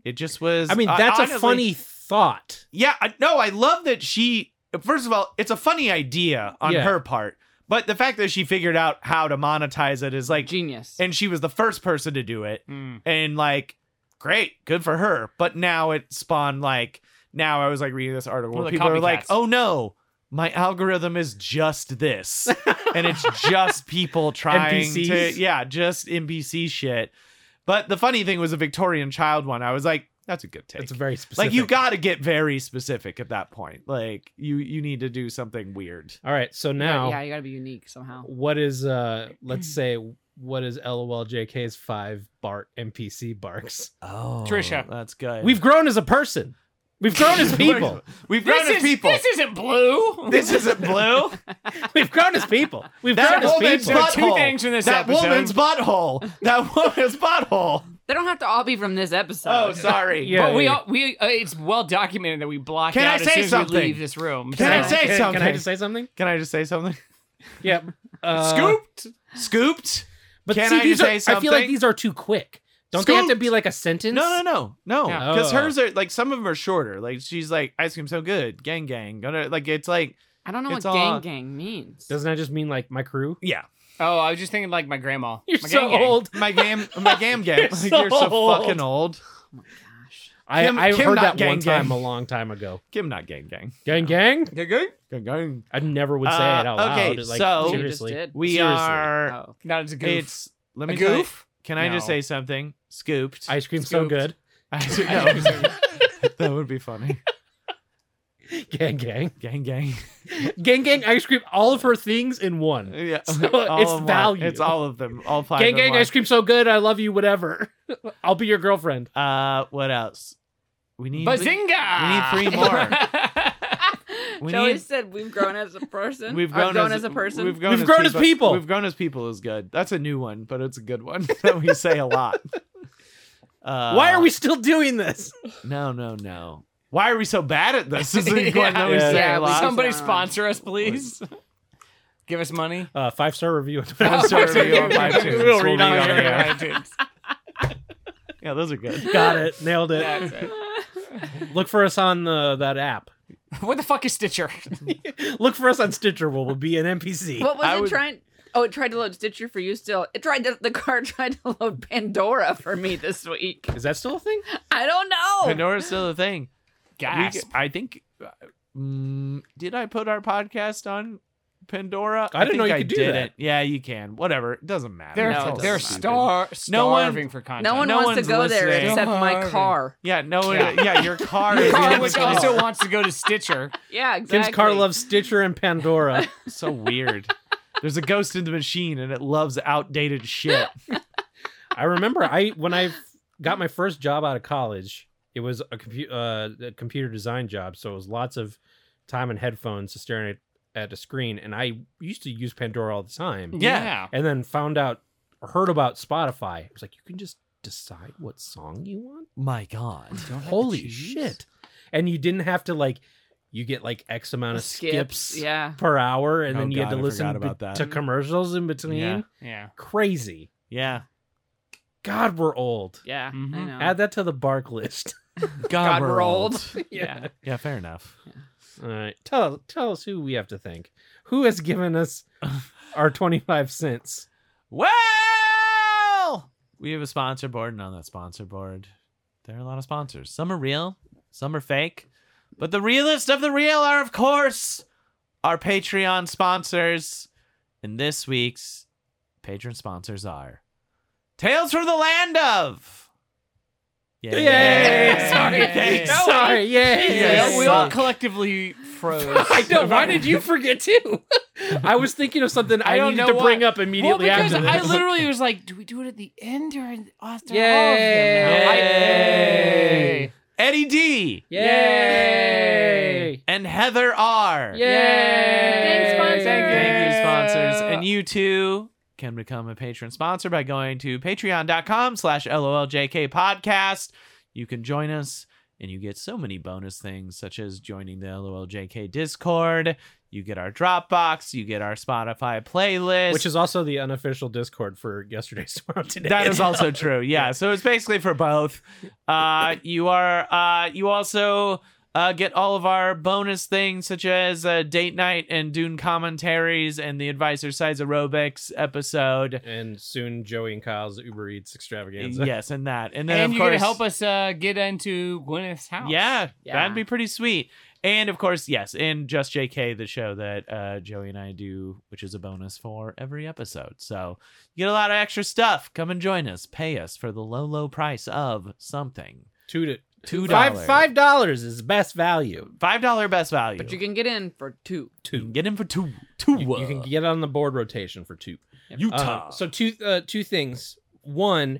[SPEAKER 3] it just was
[SPEAKER 2] I mean, that's
[SPEAKER 3] honestly-
[SPEAKER 2] a funny thought.
[SPEAKER 3] yeah I- no i love that she first of all it's a funny idea on
[SPEAKER 2] Yeah.
[SPEAKER 3] her part but the fact that she figured out how to monetize it is like
[SPEAKER 4] Genius.
[SPEAKER 3] and she was the first person to do it
[SPEAKER 5] Mm.
[SPEAKER 3] and like great good for her but now it spawned like now i was like reading this article
[SPEAKER 5] Well,
[SPEAKER 3] where
[SPEAKER 5] the
[SPEAKER 3] people are like
[SPEAKER 5] copycats.
[SPEAKER 3] oh no my algorithm is just this and it's just people trying to
[SPEAKER 2] NPCs.
[SPEAKER 3] yeah just npc shit but the funny thing was a victorian child one i was like that's a good take
[SPEAKER 2] It's very specific.
[SPEAKER 3] like you got to get very specific at that point like you you need to do something weird
[SPEAKER 2] All right, so
[SPEAKER 4] You gotta-
[SPEAKER 2] now
[SPEAKER 4] yeah, you gotta be unique somehow.
[SPEAKER 2] what is uh let's say what is LOLJK's five Bart NPC barks?
[SPEAKER 3] oh
[SPEAKER 5] Trisha.
[SPEAKER 3] that's good
[SPEAKER 2] We've grown as a person. We've grown as people.
[SPEAKER 3] we've grown
[SPEAKER 5] This is
[SPEAKER 3] as people
[SPEAKER 5] This isn't blue.
[SPEAKER 3] this isn't blue
[SPEAKER 2] We've grown as people. We've
[SPEAKER 3] That
[SPEAKER 2] grown as
[SPEAKER 3] woman's
[SPEAKER 2] people.
[SPEAKER 5] butt- two
[SPEAKER 3] butthole.
[SPEAKER 5] things in this
[SPEAKER 3] that
[SPEAKER 5] episode.
[SPEAKER 3] woman's butthole. That woman's butthole.
[SPEAKER 4] They don't have to all be from this episode.
[SPEAKER 3] Oh, sorry.
[SPEAKER 2] Yeah.
[SPEAKER 5] but we all, we uh, it's well documented that we block
[SPEAKER 3] Can I
[SPEAKER 5] out
[SPEAKER 3] say
[SPEAKER 5] as soon as
[SPEAKER 3] something?
[SPEAKER 5] we leave this room.
[SPEAKER 3] Can I
[SPEAKER 5] so-
[SPEAKER 3] say
[SPEAKER 2] can,
[SPEAKER 3] something?
[SPEAKER 2] Can I just say something?
[SPEAKER 3] Can I just say something?
[SPEAKER 2] Yeah. Uh,
[SPEAKER 3] Scooped. Scooped.
[SPEAKER 2] But
[SPEAKER 3] Can
[SPEAKER 2] see,
[SPEAKER 3] I
[SPEAKER 2] these
[SPEAKER 3] just
[SPEAKER 2] are,
[SPEAKER 3] say
[SPEAKER 2] I feel like
[SPEAKER 3] something?
[SPEAKER 2] these are too quick. Don't they have to
[SPEAKER 3] Scooped.
[SPEAKER 2] be like a sentence?
[SPEAKER 3] No, no, no, no.
[SPEAKER 5] Yeah.
[SPEAKER 3] Because
[SPEAKER 2] Oh.
[SPEAKER 3] hers are like some of them are shorter. Like she's like ice cream so good, gang gang. Gonna like it's like
[SPEAKER 4] I don't know
[SPEAKER 3] It's
[SPEAKER 4] what
[SPEAKER 3] all-
[SPEAKER 4] gang gang means.
[SPEAKER 2] Doesn't that just mean like my crew?
[SPEAKER 3] yeah.
[SPEAKER 5] Oh, I was just thinking like my grandma.
[SPEAKER 2] You're
[SPEAKER 5] my
[SPEAKER 2] so
[SPEAKER 5] gang gang.
[SPEAKER 2] old.
[SPEAKER 3] My gam, my gam gang.
[SPEAKER 2] You're
[SPEAKER 3] Like,
[SPEAKER 2] so
[SPEAKER 3] You're so
[SPEAKER 2] old.
[SPEAKER 3] fucking old.
[SPEAKER 4] Gosh.
[SPEAKER 2] I,
[SPEAKER 3] Kim-
[SPEAKER 2] I
[SPEAKER 3] Kim
[SPEAKER 2] heard
[SPEAKER 3] not
[SPEAKER 2] that
[SPEAKER 3] gang
[SPEAKER 2] one
[SPEAKER 3] gang.
[SPEAKER 2] time a long time ago.
[SPEAKER 3] Kim not gang gang.
[SPEAKER 2] Gang gang?
[SPEAKER 5] They're good.
[SPEAKER 3] Gang gang.
[SPEAKER 2] I never would say
[SPEAKER 3] Uh,
[SPEAKER 2] it out
[SPEAKER 3] okay,
[SPEAKER 2] loud. Like,
[SPEAKER 3] so-
[SPEAKER 4] You just
[SPEAKER 2] seriously.
[SPEAKER 4] did.
[SPEAKER 3] We
[SPEAKER 2] Seriously. Uh,
[SPEAKER 3] are.
[SPEAKER 4] Oh.
[SPEAKER 5] Not as a goof.
[SPEAKER 3] It's let
[SPEAKER 5] a
[SPEAKER 3] me tell you-
[SPEAKER 5] goof.
[SPEAKER 3] Can I just
[SPEAKER 5] No.
[SPEAKER 3] say something? Scooped.
[SPEAKER 2] Ice cream so
[SPEAKER 5] Scooped.
[SPEAKER 2] good.
[SPEAKER 3] Ice-
[SPEAKER 5] Ice cream
[SPEAKER 3] no. that would be funny.
[SPEAKER 2] Gang gang.
[SPEAKER 3] Gang gang.
[SPEAKER 2] Gang gang ice cream, all of her things in one.
[SPEAKER 3] Yeah,
[SPEAKER 2] So
[SPEAKER 3] all
[SPEAKER 2] it's
[SPEAKER 3] of one.
[SPEAKER 2] value.
[SPEAKER 3] It's all of them. All five.
[SPEAKER 2] Gang
[SPEAKER 3] of
[SPEAKER 2] gang
[SPEAKER 3] one.
[SPEAKER 2] ice cream so good, I love you, whatever. I'll be your girlfriend.
[SPEAKER 3] Uh, what else? We need.
[SPEAKER 5] Bazinga!
[SPEAKER 3] We need three more. We
[SPEAKER 4] Joey
[SPEAKER 3] need-
[SPEAKER 4] said we've grown as a person.
[SPEAKER 3] We've
[SPEAKER 4] I've
[SPEAKER 3] grown,
[SPEAKER 4] as, a person.
[SPEAKER 3] We've grown,
[SPEAKER 2] We've grown as people.
[SPEAKER 3] We've grown as people is good. That's a new one, but it's a good one that we say a lot. Uh,
[SPEAKER 2] Why are we still doing this?
[SPEAKER 3] No, no, no. Why are we so bad at this? Is the one that we
[SPEAKER 2] Yeah.
[SPEAKER 3] say
[SPEAKER 5] Yeah,
[SPEAKER 3] a lot.
[SPEAKER 5] somebody
[SPEAKER 4] Awesome.
[SPEAKER 5] sponsor us, please. Give us money.
[SPEAKER 2] Uh, five star review.
[SPEAKER 3] Five star review on iTunes.
[SPEAKER 2] We'll read
[SPEAKER 3] on
[SPEAKER 2] it
[SPEAKER 3] the
[SPEAKER 2] on
[SPEAKER 3] air.
[SPEAKER 2] air.
[SPEAKER 5] iTunes.
[SPEAKER 3] Yeah, those are good.
[SPEAKER 2] Got it. Nailed it.
[SPEAKER 5] That's it.
[SPEAKER 2] Look for us on the that app.
[SPEAKER 5] What the fuck is Stitcher?
[SPEAKER 2] Look for us on Stitcher. We'll, we'll be an NPC.
[SPEAKER 4] What was
[SPEAKER 3] I
[SPEAKER 4] it
[SPEAKER 3] would-
[SPEAKER 4] trying? Oh, it tried to load Stitcher for you still. It tried to, the car tried to load Pandora for me this week.
[SPEAKER 2] Is that still a thing?
[SPEAKER 4] I don't
[SPEAKER 2] Oh.
[SPEAKER 4] know.
[SPEAKER 3] Pandora's still a thing. We
[SPEAKER 5] Gasp.
[SPEAKER 3] g- I think. uh, mm, did I put our podcast on Pandora?
[SPEAKER 2] I didn't know
[SPEAKER 3] think
[SPEAKER 2] you could do
[SPEAKER 3] did
[SPEAKER 2] that.
[SPEAKER 3] it. Yeah, you can. Whatever. It doesn't matter.
[SPEAKER 5] They're,
[SPEAKER 3] No, it
[SPEAKER 4] No,
[SPEAKER 3] doesn't
[SPEAKER 5] they're
[SPEAKER 3] matter.
[SPEAKER 5] star,
[SPEAKER 3] No one-
[SPEAKER 5] starving for content.
[SPEAKER 4] no one
[SPEAKER 3] no
[SPEAKER 4] wants to
[SPEAKER 3] one's
[SPEAKER 4] go there
[SPEAKER 3] listening.
[SPEAKER 4] except my
[SPEAKER 5] Starving.
[SPEAKER 4] car.
[SPEAKER 3] Yeah, no one.
[SPEAKER 5] Yeah.
[SPEAKER 3] Yeah, your car is
[SPEAKER 5] Car,
[SPEAKER 3] in
[SPEAKER 5] which
[SPEAKER 3] the
[SPEAKER 5] also
[SPEAKER 3] car.
[SPEAKER 5] wants to go to Stitcher.
[SPEAKER 4] Yeah, exactly.
[SPEAKER 2] Kim's car loves Stitcher and Pandora.
[SPEAKER 3] so weird. There's a ghost in the machine, and it loves outdated shit.
[SPEAKER 2] I remember I when I got my first job out of college, it was a, compu- uh, a computer design job, so it was lots of time and headphones to staring at, at a screen. And I used to use Pandora all the time,
[SPEAKER 5] Yeah.
[SPEAKER 2] and then found out or heard about Spotify. It was like you can just decide what song you want.
[SPEAKER 3] My God.
[SPEAKER 2] Holy shit! And you didn't have to like you get like X amount of skips,
[SPEAKER 4] Yeah.
[SPEAKER 2] per hour, and
[SPEAKER 3] Oh,
[SPEAKER 2] then you
[SPEAKER 3] God,
[SPEAKER 2] had to
[SPEAKER 3] I
[SPEAKER 2] listen
[SPEAKER 3] forgot about
[SPEAKER 2] be-
[SPEAKER 3] that.
[SPEAKER 2] to commercials in between.
[SPEAKER 3] Yeah.
[SPEAKER 5] Yeah.
[SPEAKER 2] Crazy.
[SPEAKER 3] Yeah.
[SPEAKER 2] God, we're old.
[SPEAKER 4] Yeah.
[SPEAKER 5] Mhm.
[SPEAKER 4] I know.
[SPEAKER 2] Add that to the bark list.
[SPEAKER 3] God,
[SPEAKER 4] God,
[SPEAKER 3] we're
[SPEAKER 4] we're
[SPEAKER 3] old.
[SPEAKER 4] old. yeah.
[SPEAKER 3] Yeah, fair enough.
[SPEAKER 2] All right. Tell tell us who we have to thank. Who has given us our 25 cents?
[SPEAKER 3] Well, we have a sponsor board, and on that sponsor board, there are a lot of sponsors. Some are real, some are fake, but the realest of the real are, of course, our Patreon sponsors. And this week's patron sponsors are Tales from the Land of.
[SPEAKER 2] Yay!
[SPEAKER 3] Sorry,
[SPEAKER 5] Yay.
[SPEAKER 3] thanks.
[SPEAKER 5] No,
[SPEAKER 2] Sorry. Yay.
[SPEAKER 3] Yeah,
[SPEAKER 5] we all
[SPEAKER 3] suck.
[SPEAKER 5] collectively froze.
[SPEAKER 2] I know. Why did you forget too? I was thinking of something I,
[SPEAKER 5] I don't
[SPEAKER 2] needed
[SPEAKER 5] know
[SPEAKER 2] to bring
[SPEAKER 5] what.
[SPEAKER 2] up immediately
[SPEAKER 5] well, because
[SPEAKER 2] after this.
[SPEAKER 5] I literally was like, do we do it at the end or in- after all of them? now? I-
[SPEAKER 2] Yay.
[SPEAKER 5] Yay.
[SPEAKER 3] Eddie D
[SPEAKER 2] Yay!
[SPEAKER 3] and Heather R.
[SPEAKER 2] Yay! Thanks,
[SPEAKER 5] sponsors.
[SPEAKER 3] Thank you, sponsors.
[SPEAKER 5] Yeah.
[SPEAKER 3] And you too can become a patron sponsor by going to patreon.com slash loljk podcast. You can join us and you get so many bonus things such as joining the LOLJK Discord. You get our Dropbox. You get our Spotify playlist.
[SPEAKER 2] Which is also the unofficial Discord for yesterday's tomorrow today.
[SPEAKER 3] that is also true. Yeah. So it's basically for both. Uh, you are uh, you also uh, get all of our bonus things such as uh, date night and Dune commentaries and the Advisor Size Aerobics episode.
[SPEAKER 2] And soon Joey and Kyle's Uber Eats extravaganza.
[SPEAKER 3] Yes, and that, and then
[SPEAKER 5] And
[SPEAKER 3] of
[SPEAKER 5] you're
[SPEAKER 3] course
[SPEAKER 5] gonna help us uh, get into Gwyneth's house.
[SPEAKER 3] Yeah,
[SPEAKER 4] Yeah.
[SPEAKER 3] that'd be pretty sweet. And of course, yes, and just JK, the show that uh, Joey and I do, which is a bonus for every episode. So you get a lot of extra stuff. Come and join us. Pay us for the low, low price of something.
[SPEAKER 2] Toot it.
[SPEAKER 3] Two
[SPEAKER 2] Five
[SPEAKER 3] dollars.
[SPEAKER 2] five dollars is best value.
[SPEAKER 3] Five dollar best value.
[SPEAKER 4] But you can get in for two.
[SPEAKER 3] You can get him for two. Two. uh,
[SPEAKER 2] You, you can get on the board rotation for two.
[SPEAKER 3] Utah.
[SPEAKER 2] Uh, so two uh, two things. One,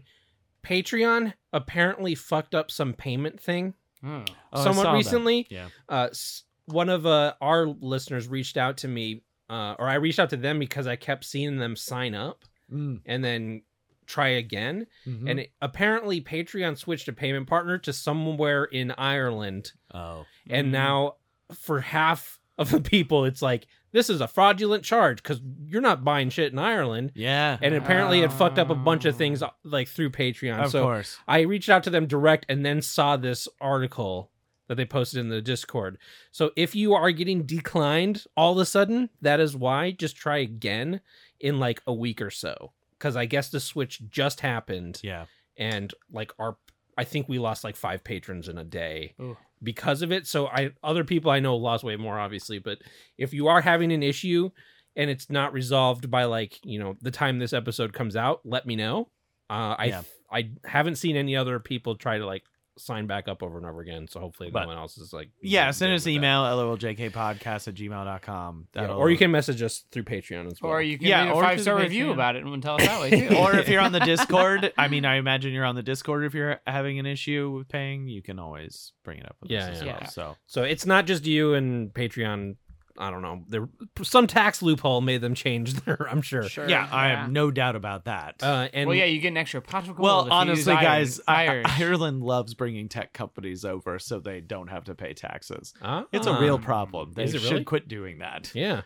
[SPEAKER 2] Patreon apparently fucked up some payment thing
[SPEAKER 5] Mm.
[SPEAKER 3] Oh, I saw
[SPEAKER 2] somewhat
[SPEAKER 3] that.
[SPEAKER 2] recently.
[SPEAKER 3] Yeah.
[SPEAKER 2] Uh, s- one of uh, our listeners reached out to me, uh, or I reached out to them because I kept seeing them sign up
[SPEAKER 3] Mm,
[SPEAKER 2] and then try again.
[SPEAKER 3] mhm.
[SPEAKER 2] And it, apparently, Patreon switched a payment partner to somewhere in Ireland,
[SPEAKER 3] oh.
[SPEAKER 2] and now for half of the people, it's like this is a fraudulent charge because you're not buying shit in Ireland
[SPEAKER 3] Yeah.
[SPEAKER 2] and apparently it fucked up a bunch of things
[SPEAKER 5] Oh.
[SPEAKER 2] like through Patreon.
[SPEAKER 3] of
[SPEAKER 2] so
[SPEAKER 3] course.
[SPEAKER 2] I reached out to them direct and then saw this article that they posted in the Discord. So if you are getting declined all of a sudden, that is why. Just try again in like a week or so because I guess the switch just happened
[SPEAKER 3] Yeah.
[SPEAKER 2] and like our I think we lost like five patrons in a day
[SPEAKER 5] Ooh.
[SPEAKER 2] because of it. So I other people I know lost way more obviously, but if you are having an issue and it's not resolved by like, you know, the time this episode comes out, let me know. Uh I
[SPEAKER 3] Yeah.
[SPEAKER 2] I haven't seen any other people try to like sign back up over and over again, so hopefully
[SPEAKER 3] But-
[SPEAKER 2] no one else is like
[SPEAKER 3] Yeah.
[SPEAKER 2] dealing
[SPEAKER 3] Send us
[SPEAKER 2] with
[SPEAKER 3] an
[SPEAKER 2] that.
[SPEAKER 3] email, loljkpodcast at gmail.com.
[SPEAKER 2] Yeah, or you can message us through Patreon as well.
[SPEAKER 5] Or you can
[SPEAKER 3] Yeah,
[SPEAKER 5] leave a
[SPEAKER 3] or
[SPEAKER 5] five star
[SPEAKER 3] to the
[SPEAKER 5] review
[SPEAKER 3] Patreon.
[SPEAKER 5] about it and tell us that way too.
[SPEAKER 3] or if you're on the Discord, I mean, I imagine you're on the Discord. If you're having an issue with paying, you can always bring it up with
[SPEAKER 2] Yeah,
[SPEAKER 3] us as
[SPEAKER 2] yeah.
[SPEAKER 3] well.
[SPEAKER 5] Yeah.
[SPEAKER 3] So
[SPEAKER 2] So it's not just you and Patreon. I don't know. There some tax loophole made them change their. I'm sure.
[SPEAKER 4] Sure.
[SPEAKER 3] yeah, I have no doubt about that.
[SPEAKER 2] Uh, and
[SPEAKER 5] well, yeah, you get an extra pot of gold. if
[SPEAKER 3] well,
[SPEAKER 5] you use
[SPEAKER 3] honestly,
[SPEAKER 5] iron-
[SPEAKER 3] guys, I-
[SPEAKER 5] iron.
[SPEAKER 3] Ireland loves bringing tech companies over so they don't have to pay taxes.
[SPEAKER 2] Ah.
[SPEAKER 3] It's a real problem. They
[SPEAKER 2] Is it
[SPEAKER 3] should
[SPEAKER 2] really?
[SPEAKER 3] quit doing that.
[SPEAKER 2] Yeah.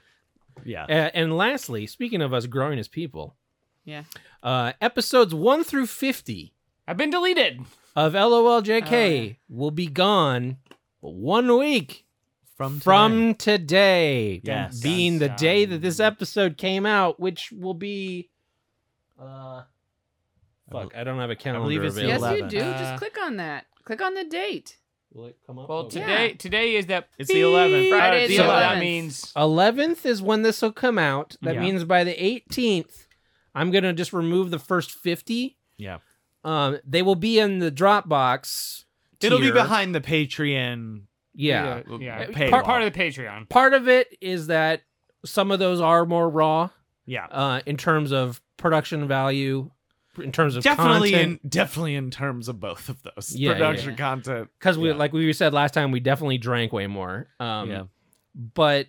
[SPEAKER 3] Yeah.
[SPEAKER 2] Uh, and lastly, speaking of us growing as people,
[SPEAKER 4] Yeah.
[SPEAKER 2] uh, episodes one through fifty
[SPEAKER 5] I've been deleted.
[SPEAKER 2] of LOLJK
[SPEAKER 4] Oh, yeah.
[SPEAKER 2] will be gone one week
[SPEAKER 3] From today.
[SPEAKER 2] from today, from
[SPEAKER 3] Yes.
[SPEAKER 2] being the
[SPEAKER 5] Dun,
[SPEAKER 2] day
[SPEAKER 5] dun.
[SPEAKER 2] that this episode came out, which will be. Uh, fuck, I don't have a calendar.
[SPEAKER 3] believe it's the
[SPEAKER 2] available.
[SPEAKER 4] Yes, you
[SPEAKER 3] 11.
[SPEAKER 4] do.
[SPEAKER 5] Uh,
[SPEAKER 4] Just click on that. Click on the date.
[SPEAKER 2] Will it come up? Oh,
[SPEAKER 5] Well,
[SPEAKER 2] Okay.
[SPEAKER 5] today
[SPEAKER 4] Yeah.
[SPEAKER 5] today is that
[SPEAKER 3] It's the 11th.
[SPEAKER 4] Friday
[SPEAKER 5] Uh,
[SPEAKER 4] the
[SPEAKER 5] so that
[SPEAKER 4] 11th.
[SPEAKER 2] Uh,
[SPEAKER 5] means
[SPEAKER 2] 11th is when this will come out. That
[SPEAKER 5] Yeah.
[SPEAKER 2] means by the 18th, I'm going to just remove the first 50.
[SPEAKER 3] Yeah.
[SPEAKER 2] Um, they will be in the Dropbox.
[SPEAKER 3] It'll be
[SPEAKER 2] tier.
[SPEAKER 3] behind the Patreon.
[SPEAKER 2] Yeah.
[SPEAKER 5] yeah, yeah.
[SPEAKER 3] Paywall.
[SPEAKER 5] Part, part of the Patreon.
[SPEAKER 2] Part of it is that some of those are more raw
[SPEAKER 3] Yeah.
[SPEAKER 2] uh, in terms of production value, in terms of
[SPEAKER 3] Definitely
[SPEAKER 2] content.
[SPEAKER 3] in definitely in terms of both of those.
[SPEAKER 2] Yeah,
[SPEAKER 3] Production
[SPEAKER 4] yeah.
[SPEAKER 3] content.
[SPEAKER 2] Because we,
[SPEAKER 3] Yeah.
[SPEAKER 2] like we said last time, we definitely drank way more. Um,
[SPEAKER 3] Yeah.
[SPEAKER 2] But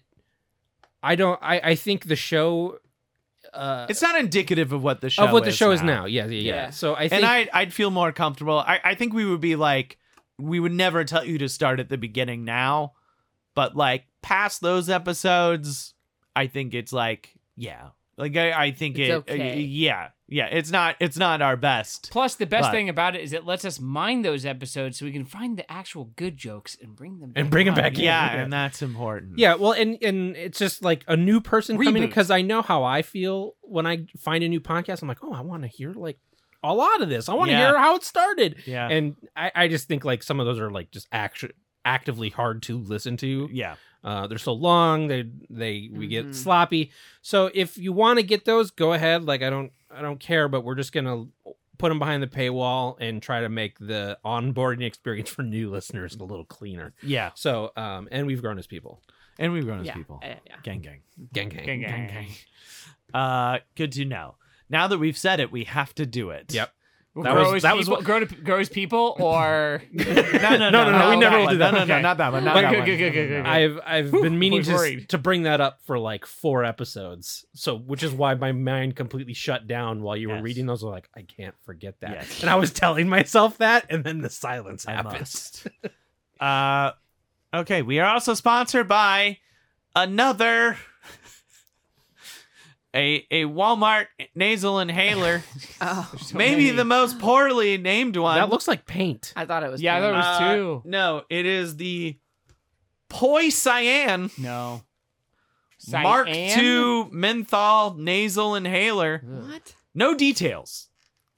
[SPEAKER 2] I don't. I I think the show. Uh,
[SPEAKER 3] It's not indicative of what the show
[SPEAKER 2] of what the
[SPEAKER 3] is
[SPEAKER 2] show
[SPEAKER 3] now.
[SPEAKER 2] is now. Yeah, yeah, yeah.
[SPEAKER 4] Yeah.
[SPEAKER 2] So I think
[SPEAKER 3] And I'd, I'd feel more comfortable. I, I think we would be like, we would never tell you to start at the beginning now, but like past those episodes, I think it's like, yeah. Like I, I think
[SPEAKER 4] It's
[SPEAKER 3] it, uh,
[SPEAKER 4] okay.
[SPEAKER 3] yeah, yeah. It's not, it's not our best.
[SPEAKER 5] Plus, the best
[SPEAKER 3] But-
[SPEAKER 5] thing about it is it lets us mine those episodes so we can find the actual good jokes and bring them
[SPEAKER 2] And bring 'em
[SPEAKER 5] up.
[SPEAKER 2] back in.
[SPEAKER 3] Yeah, and that's important.
[SPEAKER 2] Yeah, well, and and it's just like a new person coming in
[SPEAKER 5] Reboot.
[SPEAKER 2] because I know how I feel when I find a new podcast. I'm like, oh, I want to hear like a lot of this. I want to
[SPEAKER 3] Yeah.
[SPEAKER 2] hear how it started.
[SPEAKER 3] yeah,
[SPEAKER 2] And I, I just think like some of those are like just action actively hard to listen to.
[SPEAKER 3] yeah.
[SPEAKER 2] Uh, they're so long. They they we
[SPEAKER 4] Mhm.
[SPEAKER 3] Mm-hmm.
[SPEAKER 2] get sloppy. So if you want to get those, go ahead. Like I don't I don't care, but we're just gonna put them behind the paywall and try to make the onboarding experience for new listeners a little cleaner.
[SPEAKER 3] Yeah.
[SPEAKER 2] So um, and we've grown as people.
[SPEAKER 3] And we've grown as
[SPEAKER 4] yeah.
[SPEAKER 3] people.
[SPEAKER 4] Yeah, yeah.
[SPEAKER 3] Gang, gang.
[SPEAKER 2] Gang gang.
[SPEAKER 5] Gang, gang.
[SPEAKER 3] Uh, good to know. Now that we've said it, we have to do it.
[SPEAKER 2] Yep.
[SPEAKER 5] That grow was that people, was grow, to, grow as people or
[SPEAKER 3] No, no,
[SPEAKER 2] No,
[SPEAKER 3] no,
[SPEAKER 2] no, no, we
[SPEAKER 3] not
[SPEAKER 2] never
[SPEAKER 3] that
[SPEAKER 2] will
[SPEAKER 3] one.
[SPEAKER 2] do that.
[SPEAKER 3] No, no, no,
[SPEAKER 5] Okay.
[SPEAKER 3] not that one. Not
[SPEAKER 5] Good,
[SPEAKER 3] that
[SPEAKER 5] good,
[SPEAKER 3] one.
[SPEAKER 5] good, good, good,
[SPEAKER 3] No, no,
[SPEAKER 5] good.
[SPEAKER 3] no.
[SPEAKER 2] I've I've
[SPEAKER 5] Whew,
[SPEAKER 2] been meaning
[SPEAKER 5] was
[SPEAKER 2] to, s-
[SPEAKER 5] worried.
[SPEAKER 2] to bring that up for like four episodes. So which is why my mind completely shut down while you were
[SPEAKER 3] Yes.
[SPEAKER 2] reading those. I was like, I can't forget that.
[SPEAKER 3] Yes.
[SPEAKER 2] And I was telling myself that, and then the silence
[SPEAKER 3] I
[SPEAKER 2] happened.
[SPEAKER 3] must. uh, okay, we are also sponsored by another a a Walmart nasal inhaler,
[SPEAKER 4] Oh,
[SPEAKER 5] So
[SPEAKER 3] maybe
[SPEAKER 5] many.
[SPEAKER 3] the most poorly named one.
[SPEAKER 2] That looks like paint.
[SPEAKER 4] I thought it was.
[SPEAKER 5] Yeah, I thought it
[SPEAKER 4] pink.
[SPEAKER 5] was-
[SPEAKER 3] Uh,
[SPEAKER 5] too.
[SPEAKER 3] No, it is the Poicyan
[SPEAKER 5] no
[SPEAKER 3] Mark
[SPEAKER 5] Cyan?
[SPEAKER 3] II menthol nasal inhaler.
[SPEAKER 4] what?
[SPEAKER 3] No details.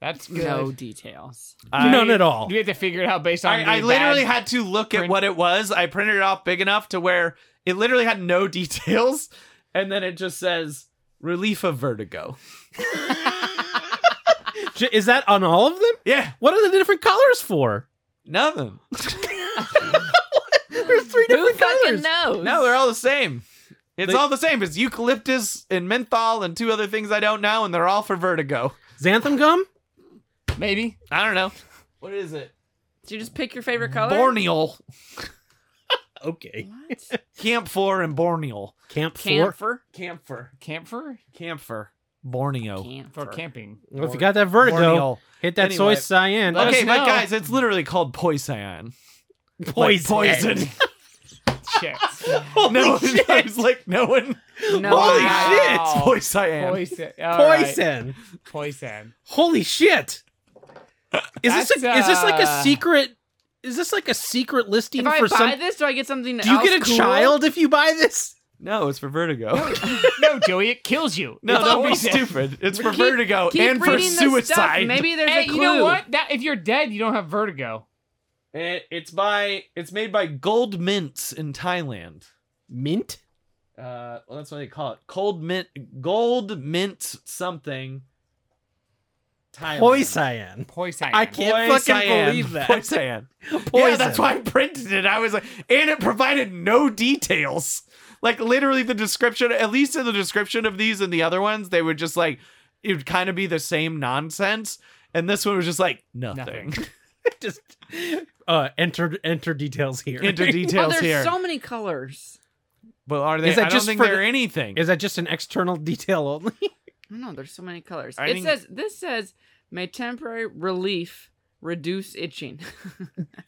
[SPEAKER 5] That's good.
[SPEAKER 4] No details.
[SPEAKER 2] None at all.
[SPEAKER 5] Do we have to figure it out based on? the
[SPEAKER 3] I, I literally
[SPEAKER 5] bad-
[SPEAKER 3] had to look at
[SPEAKER 5] print-
[SPEAKER 3] what it was. I printed it off big enough to where it literally had no details, and then it just says relief of vertigo.
[SPEAKER 2] J- Is that on all of them?
[SPEAKER 3] Yeah,
[SPEAKER 2] What are the different colors for?
[SPEAKER 3] nothing.
[SPEAKER 2] There's three
[SPEAKER 4] Who
[SPEAKER 2] different
[SPEAKER 4] fucking
[SPEAKER 2] colors.
[SPEAKER 4] knows?
[SPEAKER 3] No, they're all the same. It's
[SPEAKER 2] They-
[SPEAKER 3] all the same. It's eucalyptus and menthol and two other things I don't know, and they're all for vertigo.
[SPEAKER 2] Xanthan gum.
[SPEAKER 5] maybe.
[SPEAKER 3] I don't know. What is it?
[SPEAKER 4] Did you just pick your favorite color?
[SPEAKER 3] Borneal.
[SPEAKER 2] Okay.
[SPEAKER 4] What?
[SPEAKER 3] Camphor and borneal.
[SPEAKER 2] Camp, four.
[SPEAKER 4] Camphor.
[SPEAKER 3] Camphor.
[SPEAKER 5] Camphor
[SPEAKER 3] Camphor. Borneo.
[SPEAKER 5] for
[SPEAKER 4] Camphor.
[SPEAKER 5] camping.
[SPEAKER 2] Well, if you got that vertigo,
[SPEAKER 3] Borneal.
[SPEAKER 2] hit that soy
[SPEAKER 3] Anyway.
[SPEAKER 2] cyan.
[SPEAKER 5] Let us
[SPEAKER 3] Okay, but
[SPEAKER 5] know.
[SPEAKER 3] guys, it's literally called poison.
[SPEAKER 2] Poison.
[SPEAKER 3] poison.
[SPEAKER 5] Shit.
[SPEAKER 3] no, I was like, no one.
[SPEAKER 4] No.
[SPEAKER 3] Holy
[SPEAKER 4] wow.
[SPEAKER 3] shit! Voice I am.
[SPEAKER 5] Poison. All right.
[SPEAKER 2] Poison.
[SPEAKER 5] Poison.
[SPEAKER 2] Holy shit! Is this a,
[SPEAKER 5] That's,
[SPEAKER 2] is this like a
[SPEAKER 5] uh,
[SPEAKER 2] secret? Is this like a secret listing
[SPEAKER 4] If I buy
[SPEAKER 2] for some?
[SPEAKER 4] this, do I get something
[SPEAKER 2] Do you
[SPEAKER 4] else
[SPEAKER 2] get a
[SPEAKER 4] cool?
[SPEAKER 2] child if you buy this?
[SPEAKER 3] No, it's for vertigo.
[SPEAKER 5] no, Joey, it kills you.
[SPEAKER 3] no,
[SPEAKER 5] It's
[SPEAKER 3] don't be
[SPEAKER 5] poison.
[SPEAKER 3] stupid. It's for
[SPEAKER 4] Keep-
[SPEAKER 3] vertigo
[SPEAKER 4] keep
[SPEAKER 3] and for
[SPEAKER 4] reading this stuff.
[SPEAKER 3] suicide.
[SPEAKER 4] Maybe there's
[SPEAKER 5] Hey,
[SPEAKER 4] a clue.
[SPEAKER 5] you know what? That if you're dead, you don't have vertigo.
[SPEAKER 3] It- it's by it's made by gold mints in Thailand.
[SPEAKER 2] Mint.
[SPEAKER 3] Uh, well, that's what they call it. Cold mint, gold mint something. Thailand.
[SPEAKER 2] Poison.
[SPEAKER 5] Poison.
[SPEAKER 2] I can't fucking
[SPEAKER 3] Poison.
[SPEAKER 2] believe that.
[SPEAKER 3] Poison.
[SPEAKER 2] Poison.
[SPEAKER 3] Yeah, that's why I printed it. I was like, and it provided no details. Like literally the description, at least in the description of these and the other ones, they would just like it would kind of be the same nonsense. And this one was just like nothing.
[SPEAKER 2] Just uh, enter enter details here.
[SPEAKER 3] Into
[SPEAKER 4] Oh,
[SPEAKER 3] details
[SPEAKER 4] there's
[SPEAKER 3] here.
[SPEAKER 4] so many colors.
[SPEAKER 3] but are they?
[SPEAKER 2] Is that
[SPEAKER 3] I don't
[SPEAKER 2] just
[SPEAKER 3] think
[SPEAKER 2] for
[SPEAKER 3] they're
[SPEAKER 2] the-
[SPEAKER 3] anything.
[SPEAKER 2] Is that just an external detail only?
[SPEAKER 4] I don't know. There's so many colors.
[SPEAKER 3] I
[SPEAKER 4] it
[SPEAKER 3] think-
[SPEAKER 4] says this says may temporary relief reduce itching.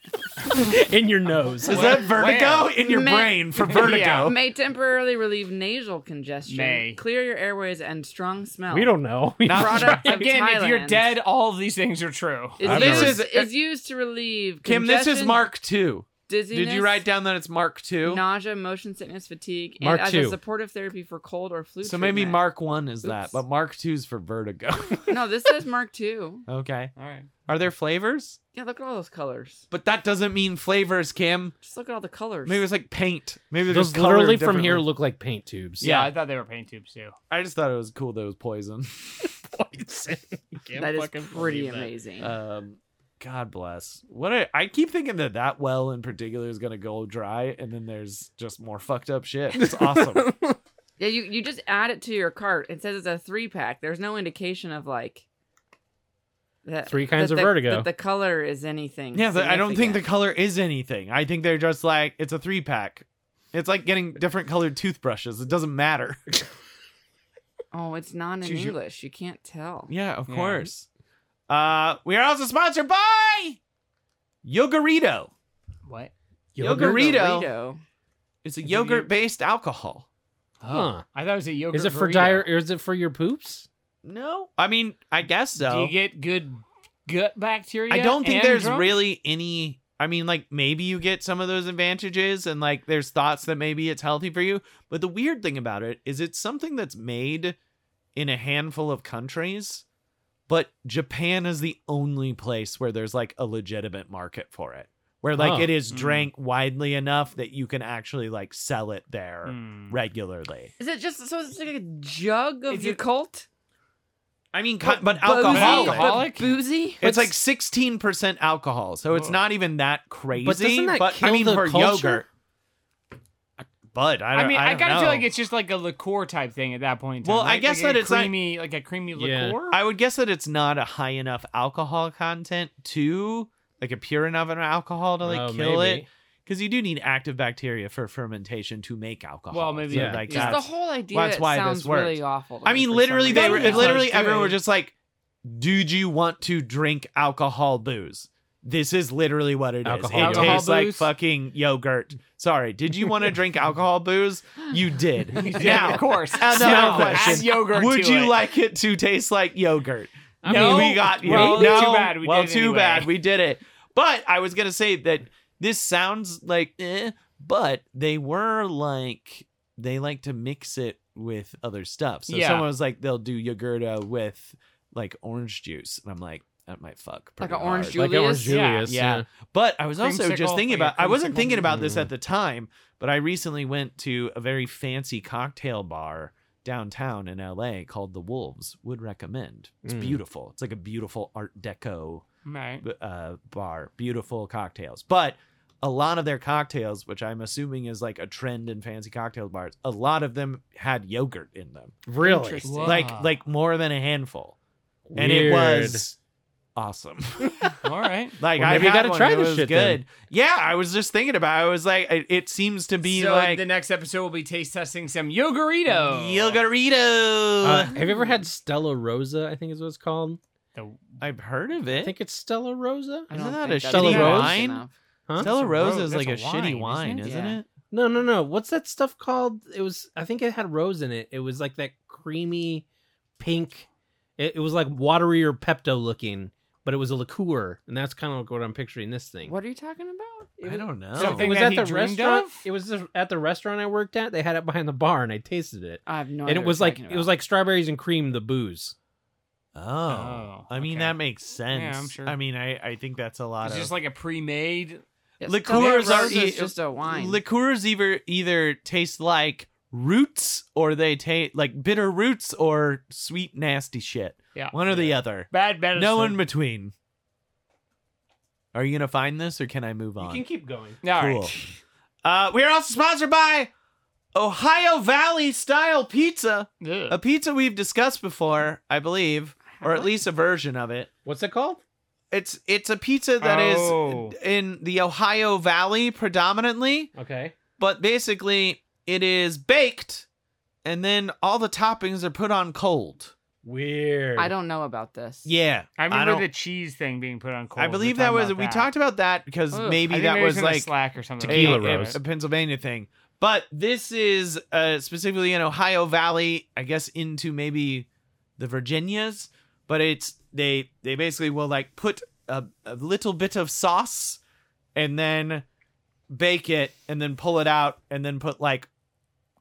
[SPEAKER 2] In your nose.
[SPEAKER 3] Is
[SPEAKER 5] Where-
[SPEAKER 3] that vertigo
[SPEAKER 5] where?
[SPEAKER 3] in your
[SPEAKER 4] Ma-
[SPEAKER 3] brain for vertigo?
[SPEAKER 5] Yeah.
[SPEAKER 4] may temporarily relieve nasal congestion,
[SPEAKER 5] May.
[SPEAKER 4] clear your airways, and strong smell.
[SPEAKER 2] We don't know.
[SPEAKER 3] Not-
[SPEAKER 4] Product of
[SPEAKER 5] Again, if you're
[SPEAKER 4] Thailand.
[SPEAKER 5] dead, all of these things are true.
[SPEAKER 4] Is
[SPEAKER 3] I've
[SPEAKER 4] used,
[SPEAKER 3] never-
[SPEAKER 4] is used to relieve
[SPEAKER 3] Kim, this is
[SPEAKER 4] congestion-
[SPEAKER 3] Mark two.
[SPEAKER 4] dizziness.
[SPEAKER 3] Did you write down that it's Mark two?
[SPEAKER 4] nausea, motion sickness, fatigue,
[SPEAKER 2] Mark
[SPEAKER 4] and as
[SPEAKER 2] two.
[SPEAKER 4] a supportive therapy for cold or flu?
[SPEAKER 3] So maybe
[SPEAKER 4] treatment.
[SPEAKER 3] Mark one is that,
[SPEAKER 4] Oops.
[SPEAKER 3] but Mark two's for vertigo.
[SPEAKER 4] No, this says Mark two.
[SPEAKER 3] okay.
[SPEAKER 5] All right.
[SPEAKER 3] Are there flavors?
[SPEAKER 4] Yeah, look at all those colors.
[SPEAKER 3] But that doesn't mean flavors, Kim.
[SPEAKER 4] Just look at all the colors.
[SPEAKER 3] Maybe it's like paint. Maybe they're
[SPEAKER 2] Those
[SPEAKER 3] just colored
[SPEAKER 2] literally from here
[SPEAKER 3] differently.
[SPEAKER 2] look like paint tubes.
[SPEAKER 5] Yeah,
[SPEAKER 3] Yeah.
[SPEAKER 5] I thought they were paint tubes too.
[SPEAKER 3] I just thought it was cool that it was poison.
[SPEAKER 2] Can't
[SPEAKER 4] that is
[SPEAKER 2] fucking
[SPEAKER 4] pretty
[SPEAKER 2] believe that. Uh,
[SPEAKER 4] amazing.
[SPEAKER 3] Um, God bless. What a, I keep thinking that that well in particular is gonna go dry, and then there's just more fucked up shit. It's awesome.
[SPEAKER 4] yeah, you you just add it to your cart. It says it's a three pack. There's no indication of like that
[SPEAKER 2] Three kinds
[SPEAKER 4] that
[SPEAKER 2] of
[SPEAKER 4] the-
[SPEAKER 2] vertigo.
[SPEAKER 4] That the color is anything.
[SPEAKER 3] yeah, but I don't think the
[SPEAKER 4] significant.
[SPEAKER 3] color is anything. I think they're just like it's a three pack. It's like getting different colored toothbrushes. It doesn't matter.
[SPEAKER 4] Oh, it's not in
[SPEAKER 3] Choose your-
[SPEAKER 4] English. You can't tell.
[SPEAKER 3] yeah, of
[SPEAKER 5] Yeah.
[SPEAKER 3] course. Uh, we are also sponsored by Yogurito.
[SPEAKER 5] What?
[SPEAKER 3] Yogurito.
[SPEAKER 4] Burrito.
[SPEAKER 3] It's a
[SPEAKER 5] Is it
[SPEAKER 3] yogurt-based alcohol.
[SPEAKER 2] Huh.
[SPEAKER 5] I thought it was a yogurt.
[SPEAKER 2] Is it for
[SPEAKER 5] burrito.
[SPEAKER 2] dire? Is it for your poops?
[SPEAKER 3] No, I mean, I guess so.
[SPEAKER 5] Do you get good gut bacteria?
[SPEAKER 3] I don't
[SPEAKER 5] and
[SPEAKER 3] think there's
[SPEAKER 5] drunk?
[SPEAKER 3] really any. I mean, like maybe you get some of those advantages, and like there's thoughts that maybe it's healthy for you. But the weird thing about it is it's something that's made in a handful of countries, but Japan is the only place where there's like a legitimate market for it, where like
[SPEAKER 2] Huh.
[SPEAKER 3] it is
[SPEAKER 5] Mm.
[SPEAKER 3] drank widely enough that you can actually like sell it there
[SPEAKER 5] Hmm.
[SPEAKER 3] regularly.
[SPEAKER 4] Is it just so it's like a jug of
[SPEAKER 5] Is
[SPEAKER 4] your
[SPEAKER 5] it-
[SPEAKER 4] cult?
[SPEAKER 3] I mean, co-
[SPEAKER 4] But
[SPEAKER 3] but
[SPEAKER 4] boozy,
[SPEAKER 3] alcohol.
[SPEAKER 5] Alcohol.
[SPEAKER 4] But boozy?
[SPEAKER 3] It's like 16% alcohol, so it's
[SPEAKER 5] Whoa.
[SPEAKER 3] not even that crazy.
[SPEAKER 2] But doesn't that
[SPEAKER 3] I
[SPEAKER 2] kill
[SPEAKER 3] mean,
[SPEAKER 2] the
[SPEAKER 3] for
[SPEAKER 2] culture?
[SPEAKER 3] yogurt. But I, don't,
[SPEAKER 5] I mean, I,
[SPEAKER 3] don't
[SPEAKER 5] kind of feel
[SPEAKER 3] know.
[SPEAKER 5] like it's just like a liqueur type thing at that point. in time,
[SPEAKER 3] Well, I
[SPEAKER 5] right?
[SPEAKER 3] guess
[SPEAKER 5] Like
[SPEAKER 3] that
[SPEAKER 5] a
[SPEAKER 3] it's not-
[SPEAKER 5] creamy, like a creamy
[SPEAKER 2] Yeah.
[SPEAKER 5] liqueur.
[SPEAKER 3] I would guess that it's not a high enough alcohol content to like a pure enough an alcohol to like
[SPEAKER 2] Oh,
[SPEAKER 3] kill
[SPEAKER 2] maybe.
[SPEAKER 3] it because you do need active bacteria for fermentation to make alcohol.
[SPEAKER 5] Well, maybe
[SPEAKER 3] So,
[SPEAKER 2] yeah.
[SPEAKER 3] like
[SPEAKER 4] Just
[SPEAKER 3] that.
[SPEAKER 4] the whole idea
[SPEAKER 3] that's why this
[SPEAKER 4] sounds really
[SPEAKER 3] worked.
[SPEAKER 4] awful. to
[SPEAKER 3] I
[SPEAKER 4] me
[SPEAKER 3] mean,
[SPEAKER 4] for some
[SPEAKER 3] literally, they
[SPEAKER 4] reason.
[SPEAKER 3] were
[SPEAKER 5] Right, yeah.
[SPEAKER 3] literally
[SPEAKER 5] Sounds
[SPEAKER 3] everyone
[SPEAKER 5] good.
[SPEAKER 3] was just like, "Did you want to drink alcohol booze?" This is literally what it is.
[SPEAKER 2] Alcohol
[SPEAKER 3] It
[SPEAKER 5] Alcohol
[SPEAKER 3] tastes like
[SPEAKER 5] booze?
[SPEAKER 3] fucking yogurt. Sorry, did you want to drink alcohol booze? You did.
[SPEAKER 5] yeah, of
[SPEAKER 3] now,
[SPEAKER 5] course.
[SPEAKER 3] Another
[SPEAKER 5] Now,
[SPEAKER 3] question.
[SPEAKER 5] add yogurt
[SPEAKER 3] would
[SPEAKER 5] to
[SPEAKER 3] you
[SPEAKER 5] it.
[SPEAKER 3] like it to taste like yogurt?
[SPEAKER 2] I
[SPEAKER 5] No.
[SPEAKER 2] mean,
[SPEAKER 3] we got you.
[SPEAKER 5] Well,
[SPEAKER 3] no,
[SPEAKER 5] too bad we
[SPEAKER 3] well,
[SPEAKER 5] did it
[SPEAKER 3] too
[SPEAKER 5] anyway.
[SPEAKER 3] bad we did it. But I was gonna say that this sounds like, eh, but they were like they like to mix it with other stuff. So
[SPEAKER 5] Yeah.
[SPEAKER 3] someone was like, they'll do yogurta with like orange juice, and I'm like, that might fuck
[SPEAKER 4] Like
[SPEAKER 3] pretty
[SPEAKER 4] an orange
[SPEAKER 3] hard.
[SPEAKER 4] juice.
[SPEAKER 2] like Orange
[SPEAKER 5] Julius, yeah,
[SPEAKER 2] Julius.
[SPEAKER 3] yeah.
[SPEAKER 2] Yeah.
[SPEAKER 3] But I was also
[SPEAKER 5] Creamsicle,
[SPEAKER 3] just thinking
[SPEAKER 5] like a
[SPEAKER 3] about I wasn't
[SPEAKER 5] creamsicle.
[SPEAKER 3] thinking about this
[SPEAKER 2] Mm.
[SPEAKER 3] at the time, but I recently went to a very fancy cocktail bar downtown in LA called The Wolves. Would recommend. It's
[SPEAKER 2] Mm.
[SPEAKER 3] beautiful. It's like a beautiful art deco
[SPEAKER 5] Right.
[SPEAKER 3] uh, bar, beautiful cocktails. But a lot of their cocktails, which I'm assuming is like a trend in fancy cocktail bars, a lot of them had yogurt in them.
[SPEAKER 2] Really?
[SPEAKER 4] Interesting.
[SPEAKER 3] Like like more than a handful. And it was awesome.
[SPEAKER 5] All right.
[SPEAKER 3] Like
[SPEAKER 2] Well,
[SPEAKER 3] I
[SPEAKER 2] maybe you
[SPEAKER 3] had
[SPEAKER 2] gotta
[SPEAKER 3] one
[SPEAKER 2] try
[SPEAKER 3] that
[SPEAKER 2] this
[SPEAKER 3] was
[SPEAKER 2] shit
[SPEAKER 3] good.
[SPEAKER 2] then.
[SPEAKER 3] Yeah, I was just thinking about. It. I was like, it, it seems to be
[SPEAKER 5] so
[SPEAKER 3] like
[SPEAKER 5] the next episode will be taste testing some yogurito.
[SPEAKER 3] yogurito.
[SPEAKER 2] Uh, have you ever had Stella Rosa? I think is what it's called.
[SPEAKER 5] The-
[SPEAKER 3] I've heard of
[SPEAKER 2] I
[SPEAKER 3] it.
[SPEAKER 2] think it's Stella Rosa.
[SPEAKER 4] I
[SPEAKER 3] Isn't
[SPEAKER 4] don't
[SPEAKER 3] that
[SPEAKER 4] think
[SPEAKER 3] a
[SPEAKER 4] that's
[SPEAKER 3] Stella
[SPEAKER 4] even
[SPEAKER 3] Rose?
[SPEAKER 4] nice enough.
[SPEAKER 2] Huh?
[SPEAKER 5] That's
[SPEAKER 3] Stella
[SPEAKER 5] a
[SPEAKER 3] Rosa
[SPEAKER 5] ro-
[SPEAKER 3] is like a,
[SPEAKER 5] that's a
[SPEAKER 3] shitty wine,
[SPEAKER 5] wine,
[SPEAKER 3] isn't
[SPEAKER 5] isn't
[SPEAKER 3] it?
[SPEAKER 4] it? Yeah.
[SPEAKER 2] No, no, no. What's that stuff called? It was. I think it had rose in it. It was like that creamy pink. It, it was like watery or Pepto looking, but it was a liqueur, and that's kind of like what I'm picturing this thing.
[SPEAKER 4] What are you talking about?
[SPEAKER 3] I don't know.
[SPEAKER 5] Something-
[SPEAKER 2] It was
[SPEAKER 5] that
[SPEAKER 2] at
[SPEAKER 5] he
[SPEAKER 2] the
[SPEAKER 5] dreamed
[SPEAKER 2] restaurant.
[SPEAKER 5] of?
[SPEAKER 2] It was at the restaurant I worked at. They had it behind the bar, and I tasted it.
[SPEAKER 4] I have no idea.
[SPEAKER 2] and it
[SPEAKER 4] what
[SPEAKER 2] was
[SPEAKER 4] you're
[SPEAKER 2] like
[SPEAKER 4] talking
[SPEAKER 2] it was
[SPEAKER 4] about.
[SPEAKER 2] like strawberries and cream, the booze.
[SPEAKER 3] Oh,
[SPEAKER 5] Oh,
[SPEAKER 3] I mean
[SPEAKER 5] okay.
[SPEAKER 3] that makes sense.
[SPEAKER 5] Yeah, I'm sure.
[SPEAKER 3] I mean, I, I think that's a lot
[SPEAKER 5] It's
[SPEAKER 3] of
[SPEAKER 5] just like a pre-made.
[SPEAKER 4] Yeah,
[SPEAKER 3] liqueurs
[SPEAKER 4] Stella
[SPEAKER 3] are-
[SPEAKER 4] Rose is
[SPEAKER 2] e-
[SPEAKER 4] just a wine.
[SPEAKER 3] liqueurs. Either either taste like roots or they taste like bitter roots or sweet nasty shit.
[SPEAKER 5] Yeah.
[SPEAKER 3] One or the other.
[SPEAKER 5] Bad medicine.
[SPEAKER 3] No in between. Are you gonna find this, or can I move on?
[SPEAKER 2] keep going.
[SPEAKER 5] All right.
[SPEAKER 3] Cool. Uh, we are also sponsored by Ohio Valley Style Pizza,
[SPEAKER 5] Ugh.
[SPEAKER 3] a pizza we've discussed before, I believe, or at least a version of it.
[SPEAKER 2] What's it called?
[SPEAKER 3] It's it's a pizza that is
[SPEAKER 5] Oh.
[SPEAKER 3] in the Ohio Valley predominantly,
[SPEAKER 2] Okay.
[SPEAKER 3] but basically it is baked, and then all the toppings are put on cold.
[SPEAKER 2] Weird.
[SPEAKER 4] I don't know about this.
[SPEAKER 3] Yeah,
[SPEAKER 5] I remember
[SPEAKER 3] don't-
[SPEAKER 5] the cheese thing being put on cold.
[SPEAKER 3] I
[SPEAKER 5] We
[SPEAKER 3] believe
[SPEAKER 5] were
[SPEAKER 3] that
[SPEAKER 5] talking
[SPEAKER 3] was
[SPEAKER 5] about
[SPEAKER 3] we
[SPEAKER 5] that.
[SPEAKER 3] talked about that because
[SPEAKER 4] Ugh.
[SPEAKER 5] I
[SPEAKER 3] maybe
[SPEAKER 5] think
[SPEAKER 3] that
[SPEAKER 5] maybe it
[SPEAKER 3] was
[SPEAKER 5] in the
[SPEAKER 3] like
[SPEAKER 5] slack or something.
[SPEAKER 2] Tequila
[SPEAKER 5] like that.
[SPEAKER 3] a,
[SPEAKER 2] Rose.
[SPEAKER 3] a Pennsylvania thing. But this is uh, specifically in Ohio Valley, I guess into maybe the Virginias. But it's they they basically will like put a, a little bit of sauce and then bake it, and then pull it out, and then put like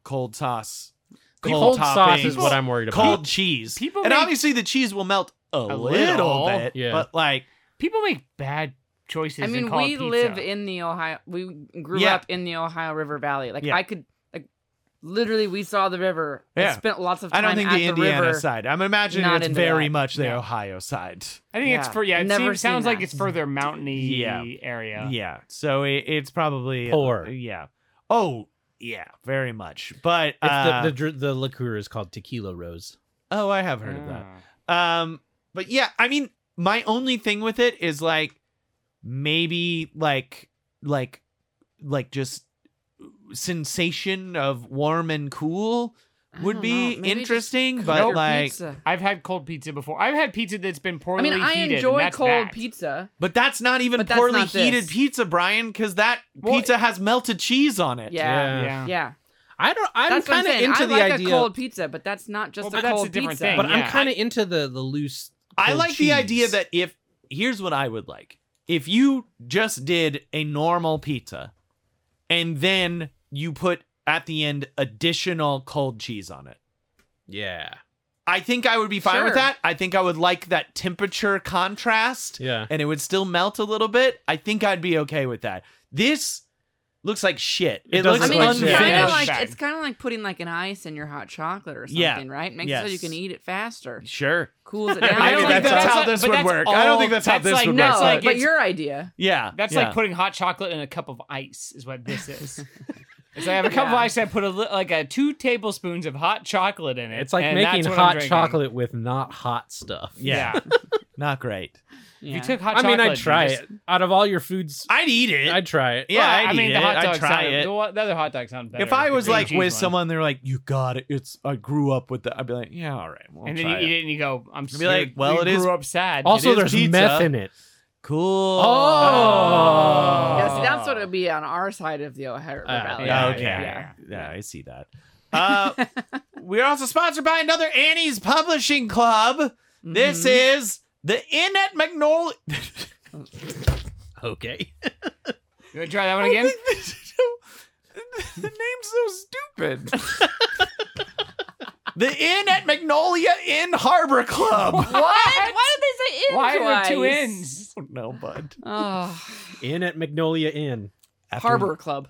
[SPEAKER 3] cold sauce.
[SPEAKER 2] The cold sauce
[SPEAKER 3] toppings,
[SPEAKER 2] is what I'm worried about.
[SPEAKER 3] Cold cheese.
[SPEAKER 5] people
[SPEAKER 3] and
[SPEAKER 5] make-
[SPEAKER 3] obviously the cheese will melt a, little,
[SPEAKER 5] little,
[SPEAKER 3] bit,
[SPEAKER 2] yeah.
[SPEAKER 3] but like
[SPEAKER 5] People make bad choices.
[SPEAKER 4] I mean,
[SPEAKER 5] and call it
[SPEAKER 4] we
[SPEAKER 5] pizza.
[SPEAKER 4] live in the Ohio. We grew
[SPEAKER 3] Yeah.
[SPEAKER 4] up in the Ohio River Valley. Like
[SPEAKER 3] Yeah.
[SPEAKER 4] I could, like, literally, we saw the river.
[SPEAKER 3] Yeah.
[SPEAKER 4] I spent lots of
[SPEAKER 3] I
[SPEAKER 4] time
[SPEAKER 3] don't think
[SPEAKER 4] at
[SPEAKER 3] the, Indiana
[SPEAKER 4] river.
[SPEAKER 3] side. I'm imagining
[SPEAKER 4] Not
[SPEAKER 3] it's
[SPEAKER 4] into
[SPEAKER 3] very
[SPEAKER 4] that.
[SPEAKER 3] much the
[SPEAKER 5] No.
[SPEAKER 3] Ohio side.
[SPEAKER 5] I think it's
[SPEAKER 4] Yeah.
[SPEAKER 5] for yeah. It
[SPEAKER 4] Never
[SPEAKER 5] seems,
[SPEAKER 4] seen
[SPEAKER 5] sounds like
[SPEAKER 4] that.
[SPEAKER 5] it's further mountainy
[SPEAKER 3] Yeah.
[SPEAKER 5] area.
[SPEAKER 3] Yeah. So it, it's probably
[SPEAKER 2] Poor.
[SPEAKER 3] yeah. Oh yeah, very much. But
[SPEAKER 2] It's
[SPEAKER 3] uh,
[SPEAKER 2] the, the dr- the liqueur is called tequila rose.
[SPEAKER 3] oh, I have heard of that.
[SPEAKER 5] Ah.
[SPEAKER 2] Ah.
[SPEAKER 3] Um, but yeah, I mean, my only thing with it is like maybe like like like just sensation of warm and cool
[SPEAKER 4] I
[SPEAKER 3] would
[SPEAKER 4] don't
[SPEAKER 3] be
[SPEAKER 4] know. Maybe just
[SPEAKER 3] interesting,
[SPEAKER 4] cook
[SPEAKER 3] but
[SPEAKER 4] your
[SPEAKER 3] like,
[SPEAKER 4] pizza.
[SPEAKER 5] I've had cold pizza before. I've had pizza that's been
[SPEAKER 4] I
[SPEAKER 5] poorly
[SPEAKER 4] mean, I
[SPEAKER 5] heated. and
[SPEAKER 4] enjoy
[SPEAKER 5] that's
[SPEAKER 4] cold
[SPEAKER 5] that.
[SPEAKER 4] pizza.
[SPEAKER 3] but that's not even
[SPEAKER 4] But that's
[SPEAKER 3] poorly
[SPEAKER 4] not
[SPEAKER 3] heated
[SPEAKER 4] this.
[SPEAKER 3] pizza, Brian, because that
[SPEAKER 5] Well,
[SPEAKER 3] pizza has melted cheese on it.
[SPEAKER 4] Yeah,
[SPEAKER 5] Yeah.
[SPEAKER 4] yeah.
[SPEAKER 2] I don't. I'm
[SPEAKER 4] That's what
[SPEAKER 2] kind of
[SPEAKER 4] saying.
[SPEAKER 2] into
[SPEAKER 4] I
[SPEAKER 2] the
[SPEAKER 4] like
[SPEAKER 2] idea,
[SPEAKER 4] a cold pizza, but that's not just
[SPEAKER 5] Well, but
[SPEAKER 4] a
[SPEAKER 5] that's a
[SPEAKER 4] cold
[SPEAKER 5] different
[SPEAKER 4] pizza.
[SPEAKER 5] thing.
[SPEAKER 2] but I'm
[SPEAKER 5] Yeah.
[SPEAKER 2] kind of into the the loose.
[SPEAKER 3] I
[SPEAKER 2] cold
[SPEAKER 3] like the
[SPEAKER 2] cheese.
[SPEAKER 3] idea that if here's what I would like. If you just did a normal pizza and then you put at the end additional cold cheese on it.
[SPEAKER 2] yeah,
[SPEAKER 3] I think I would be fine with
[SPEAKER 4] Sure.
[SPEAKER 3] that. I think I would like that temperature contrast
[SPEAKER 2] yeah.
[SPEAKER 3] and it would still melt a little bit. I think I'd be okay with that. This looks like shit.
[SPEAKER 2] It
[SPEAKER 3] It,
[SPEAKER 2] does
[SPEAKER 3] looks
[SPEAKER 4] I mean,
[SPEAKER 2] like
[SPEAKER 4] it's
[SPEAKER 2] shit.
[SPEAKER 3] unfinished.
[SPEAKER 4] kind
[SPEAKER 5] Yeah.
[SPEAKER 4] of like
[SPEAKER 5] Bag.
[SPEAKER 4] it's kind of like putting like an ice in your hot chocolate or something,
[SPEAKER 3] Yeah.
[SPEAKER 4] right? Makes it so you
[SPEAKER 3] Yes.
[SPEAKER 4] can eat it faster,
[SPEAKER 3] Sure.
[SPEAKER 4] cools it
[SPEAKER 5] But
[SPEAKER 4] down.
[SPEAKER 5] I
[SPEAKER 3] Maybe
[SPEAKER 5] don't
[SPEAKER 4] Like,
[SPEAKER 5] think
[SPEAKER 3] that's,
[SPEAKER 5] that's
[SPEAKER 3] how
[SPEAKER 5] like-
[SPEAKER 3] this
[SPEAKER 5] but
[SPEAKER 3] would
[SPEAKER 5] that's
[SPEAKER 3] work. I don't think
[SPEAKER 5] all-
[SPEAKER 3] that's how
[SPEAKER 5] that's
[SPEAKER 3] this
[SPEAKER 5] like-
[SPEAKER 3] would
[SPEAKER 5] no,
[SPEAKER 4] no,
[SPEAKER 3] work.
[SPEAKER 5] that's like
[SPEAKER 4] but
[SPEAKER 5] it's-
[SPEAKER 4] your idea.
[SPEAKER 3] yeah.
[SPEAKER 5] That's
[SPEAKER 3] yeah.
[SPEAKER 5] like putting hot chocolate in a cup of ice, is what this is. Is I have a cup of
[SPEAKER 4] Yeah.
[SPEAKER 5] ice, I put a li- like a two tablespoons of hot chocolate in it.
[SPEAKER 2] It's like
[SPEAKER 5] and that's
[SPEAKER 2] making
[SPEAKER 5] what I'm
[SPEAKER 2] hot
[SPEAKER 5] drinking.
[SPEAKER 2] chocolate with not hot stuff.
[SPEAKER 3] Yeah.
[SPEAKER 5] Yeah.
[SPEAKER 3] not great.
[SPEAKER 5] If
[SPEAKER 4] Yeah.
[SPEAKER 5] you took
[SPEAKER 2] I
[SPEAKER 5] hot chocolate,
[SPEAKER 2] mean, I'd
[SPEAKER 5] you
[SPEAKER 2] try
[SPEAKER 5] just-
[SPEAKER 2] it. Out of all your foods,
[SPEAKER 3] I'd eat it.
[SPEAKER 2] I'd try it.
[SPEAKER 3] yeah,
[SPEAKER 5] Well,
[SPEAKER 3] I'd
[SPEAKER 5] I mean,
[SPEAKER 3] eat
[SPEAKER 5] the
[SPEAKER 3] it.
[SPEAKER 5] hot
[SPEAKER 3] I'd
[SPEAKER 5] dog
[SPEAKER 3] try
[SPEAKER 5] sounded-
[SPEAKER 3] it.
[SPEAKER 5] The, one- the other hot dog sound better.
[SPEAKER 3] If I
[SPEAKER 5] the
[SPEAKER 3] was
[SPEAKER 5] green
[SPEAKER 3] like
[SPEAKER 5] cheese
[SPEAKER 3] with
[SPEAKER 5] one.
[SPEAKER 3] someone, they're like, "You got it. It's I grew up with that." I'd be like, "Yeah, all right, well,
[SPEAKER 5] and then you
[SPEAKER 3] try
[SPEAKER 5] eat
[SPEAKER 3] it.
[SPEAKER 5] it and you go, "I'm
[SPEAKER 3] You'd be like,
[SPEAKER 5] sorry,
[SPEAKER 3] well,
[SPEAKER 5] you
[SPEAKER 3] it is-
[SPEAKER 5] grew up sad."
[SPEAKER 2] Also,
[SPEAKER 3] is
[SPEAKER 2] there's
[SPEAKER 3] pizza.
[SPEAKER 2] meth in it.
[SPEAKER 3] Cool.
[SPEAKER 2] Oh.
[SPEAKER 4] Yeah, see, that's what it would be on our side of the Ohio River
[SPEAKER 2] Uh,
[SPEAKER 4] Valley.
[SPEAKER 2] yeah,
[SPEAKER 3] okay.
[SPEAKER 5] yeah,
[SPEAKER 3] Yeah,
[SPEAKER 5] yeah.
[SPEAKER 3] I see that. Uh, we're also sponsored by another Annie's Publishing Club.
[SPEAKER 4] Mm-hmm.
[SPEAKER 3] This
[SPEAKER 5] Mm-hmm.
[SPEAKER 3] is the Inn at Magnolia.
[SPEAKER 2] Okay.
[SPEAKER 5] You wanna try that one again?
[SPEAKER 3] the name's so stupid. the Inn at Magnolia Inn Harbor Club.
[SPEAKER 4] What? Why did they say in
[SPEAKER 5] Why are
[SPEAKER 4] twice?
[SPEAKER 5] there two ends?
[SPEAKER 3] no, bud.
[SPEAKER 4] Oh,
[SPEAKER 2] In at Magnolia Inn,
[SPEAKER 3] After-
[SPEAKER 4] Harbor Club.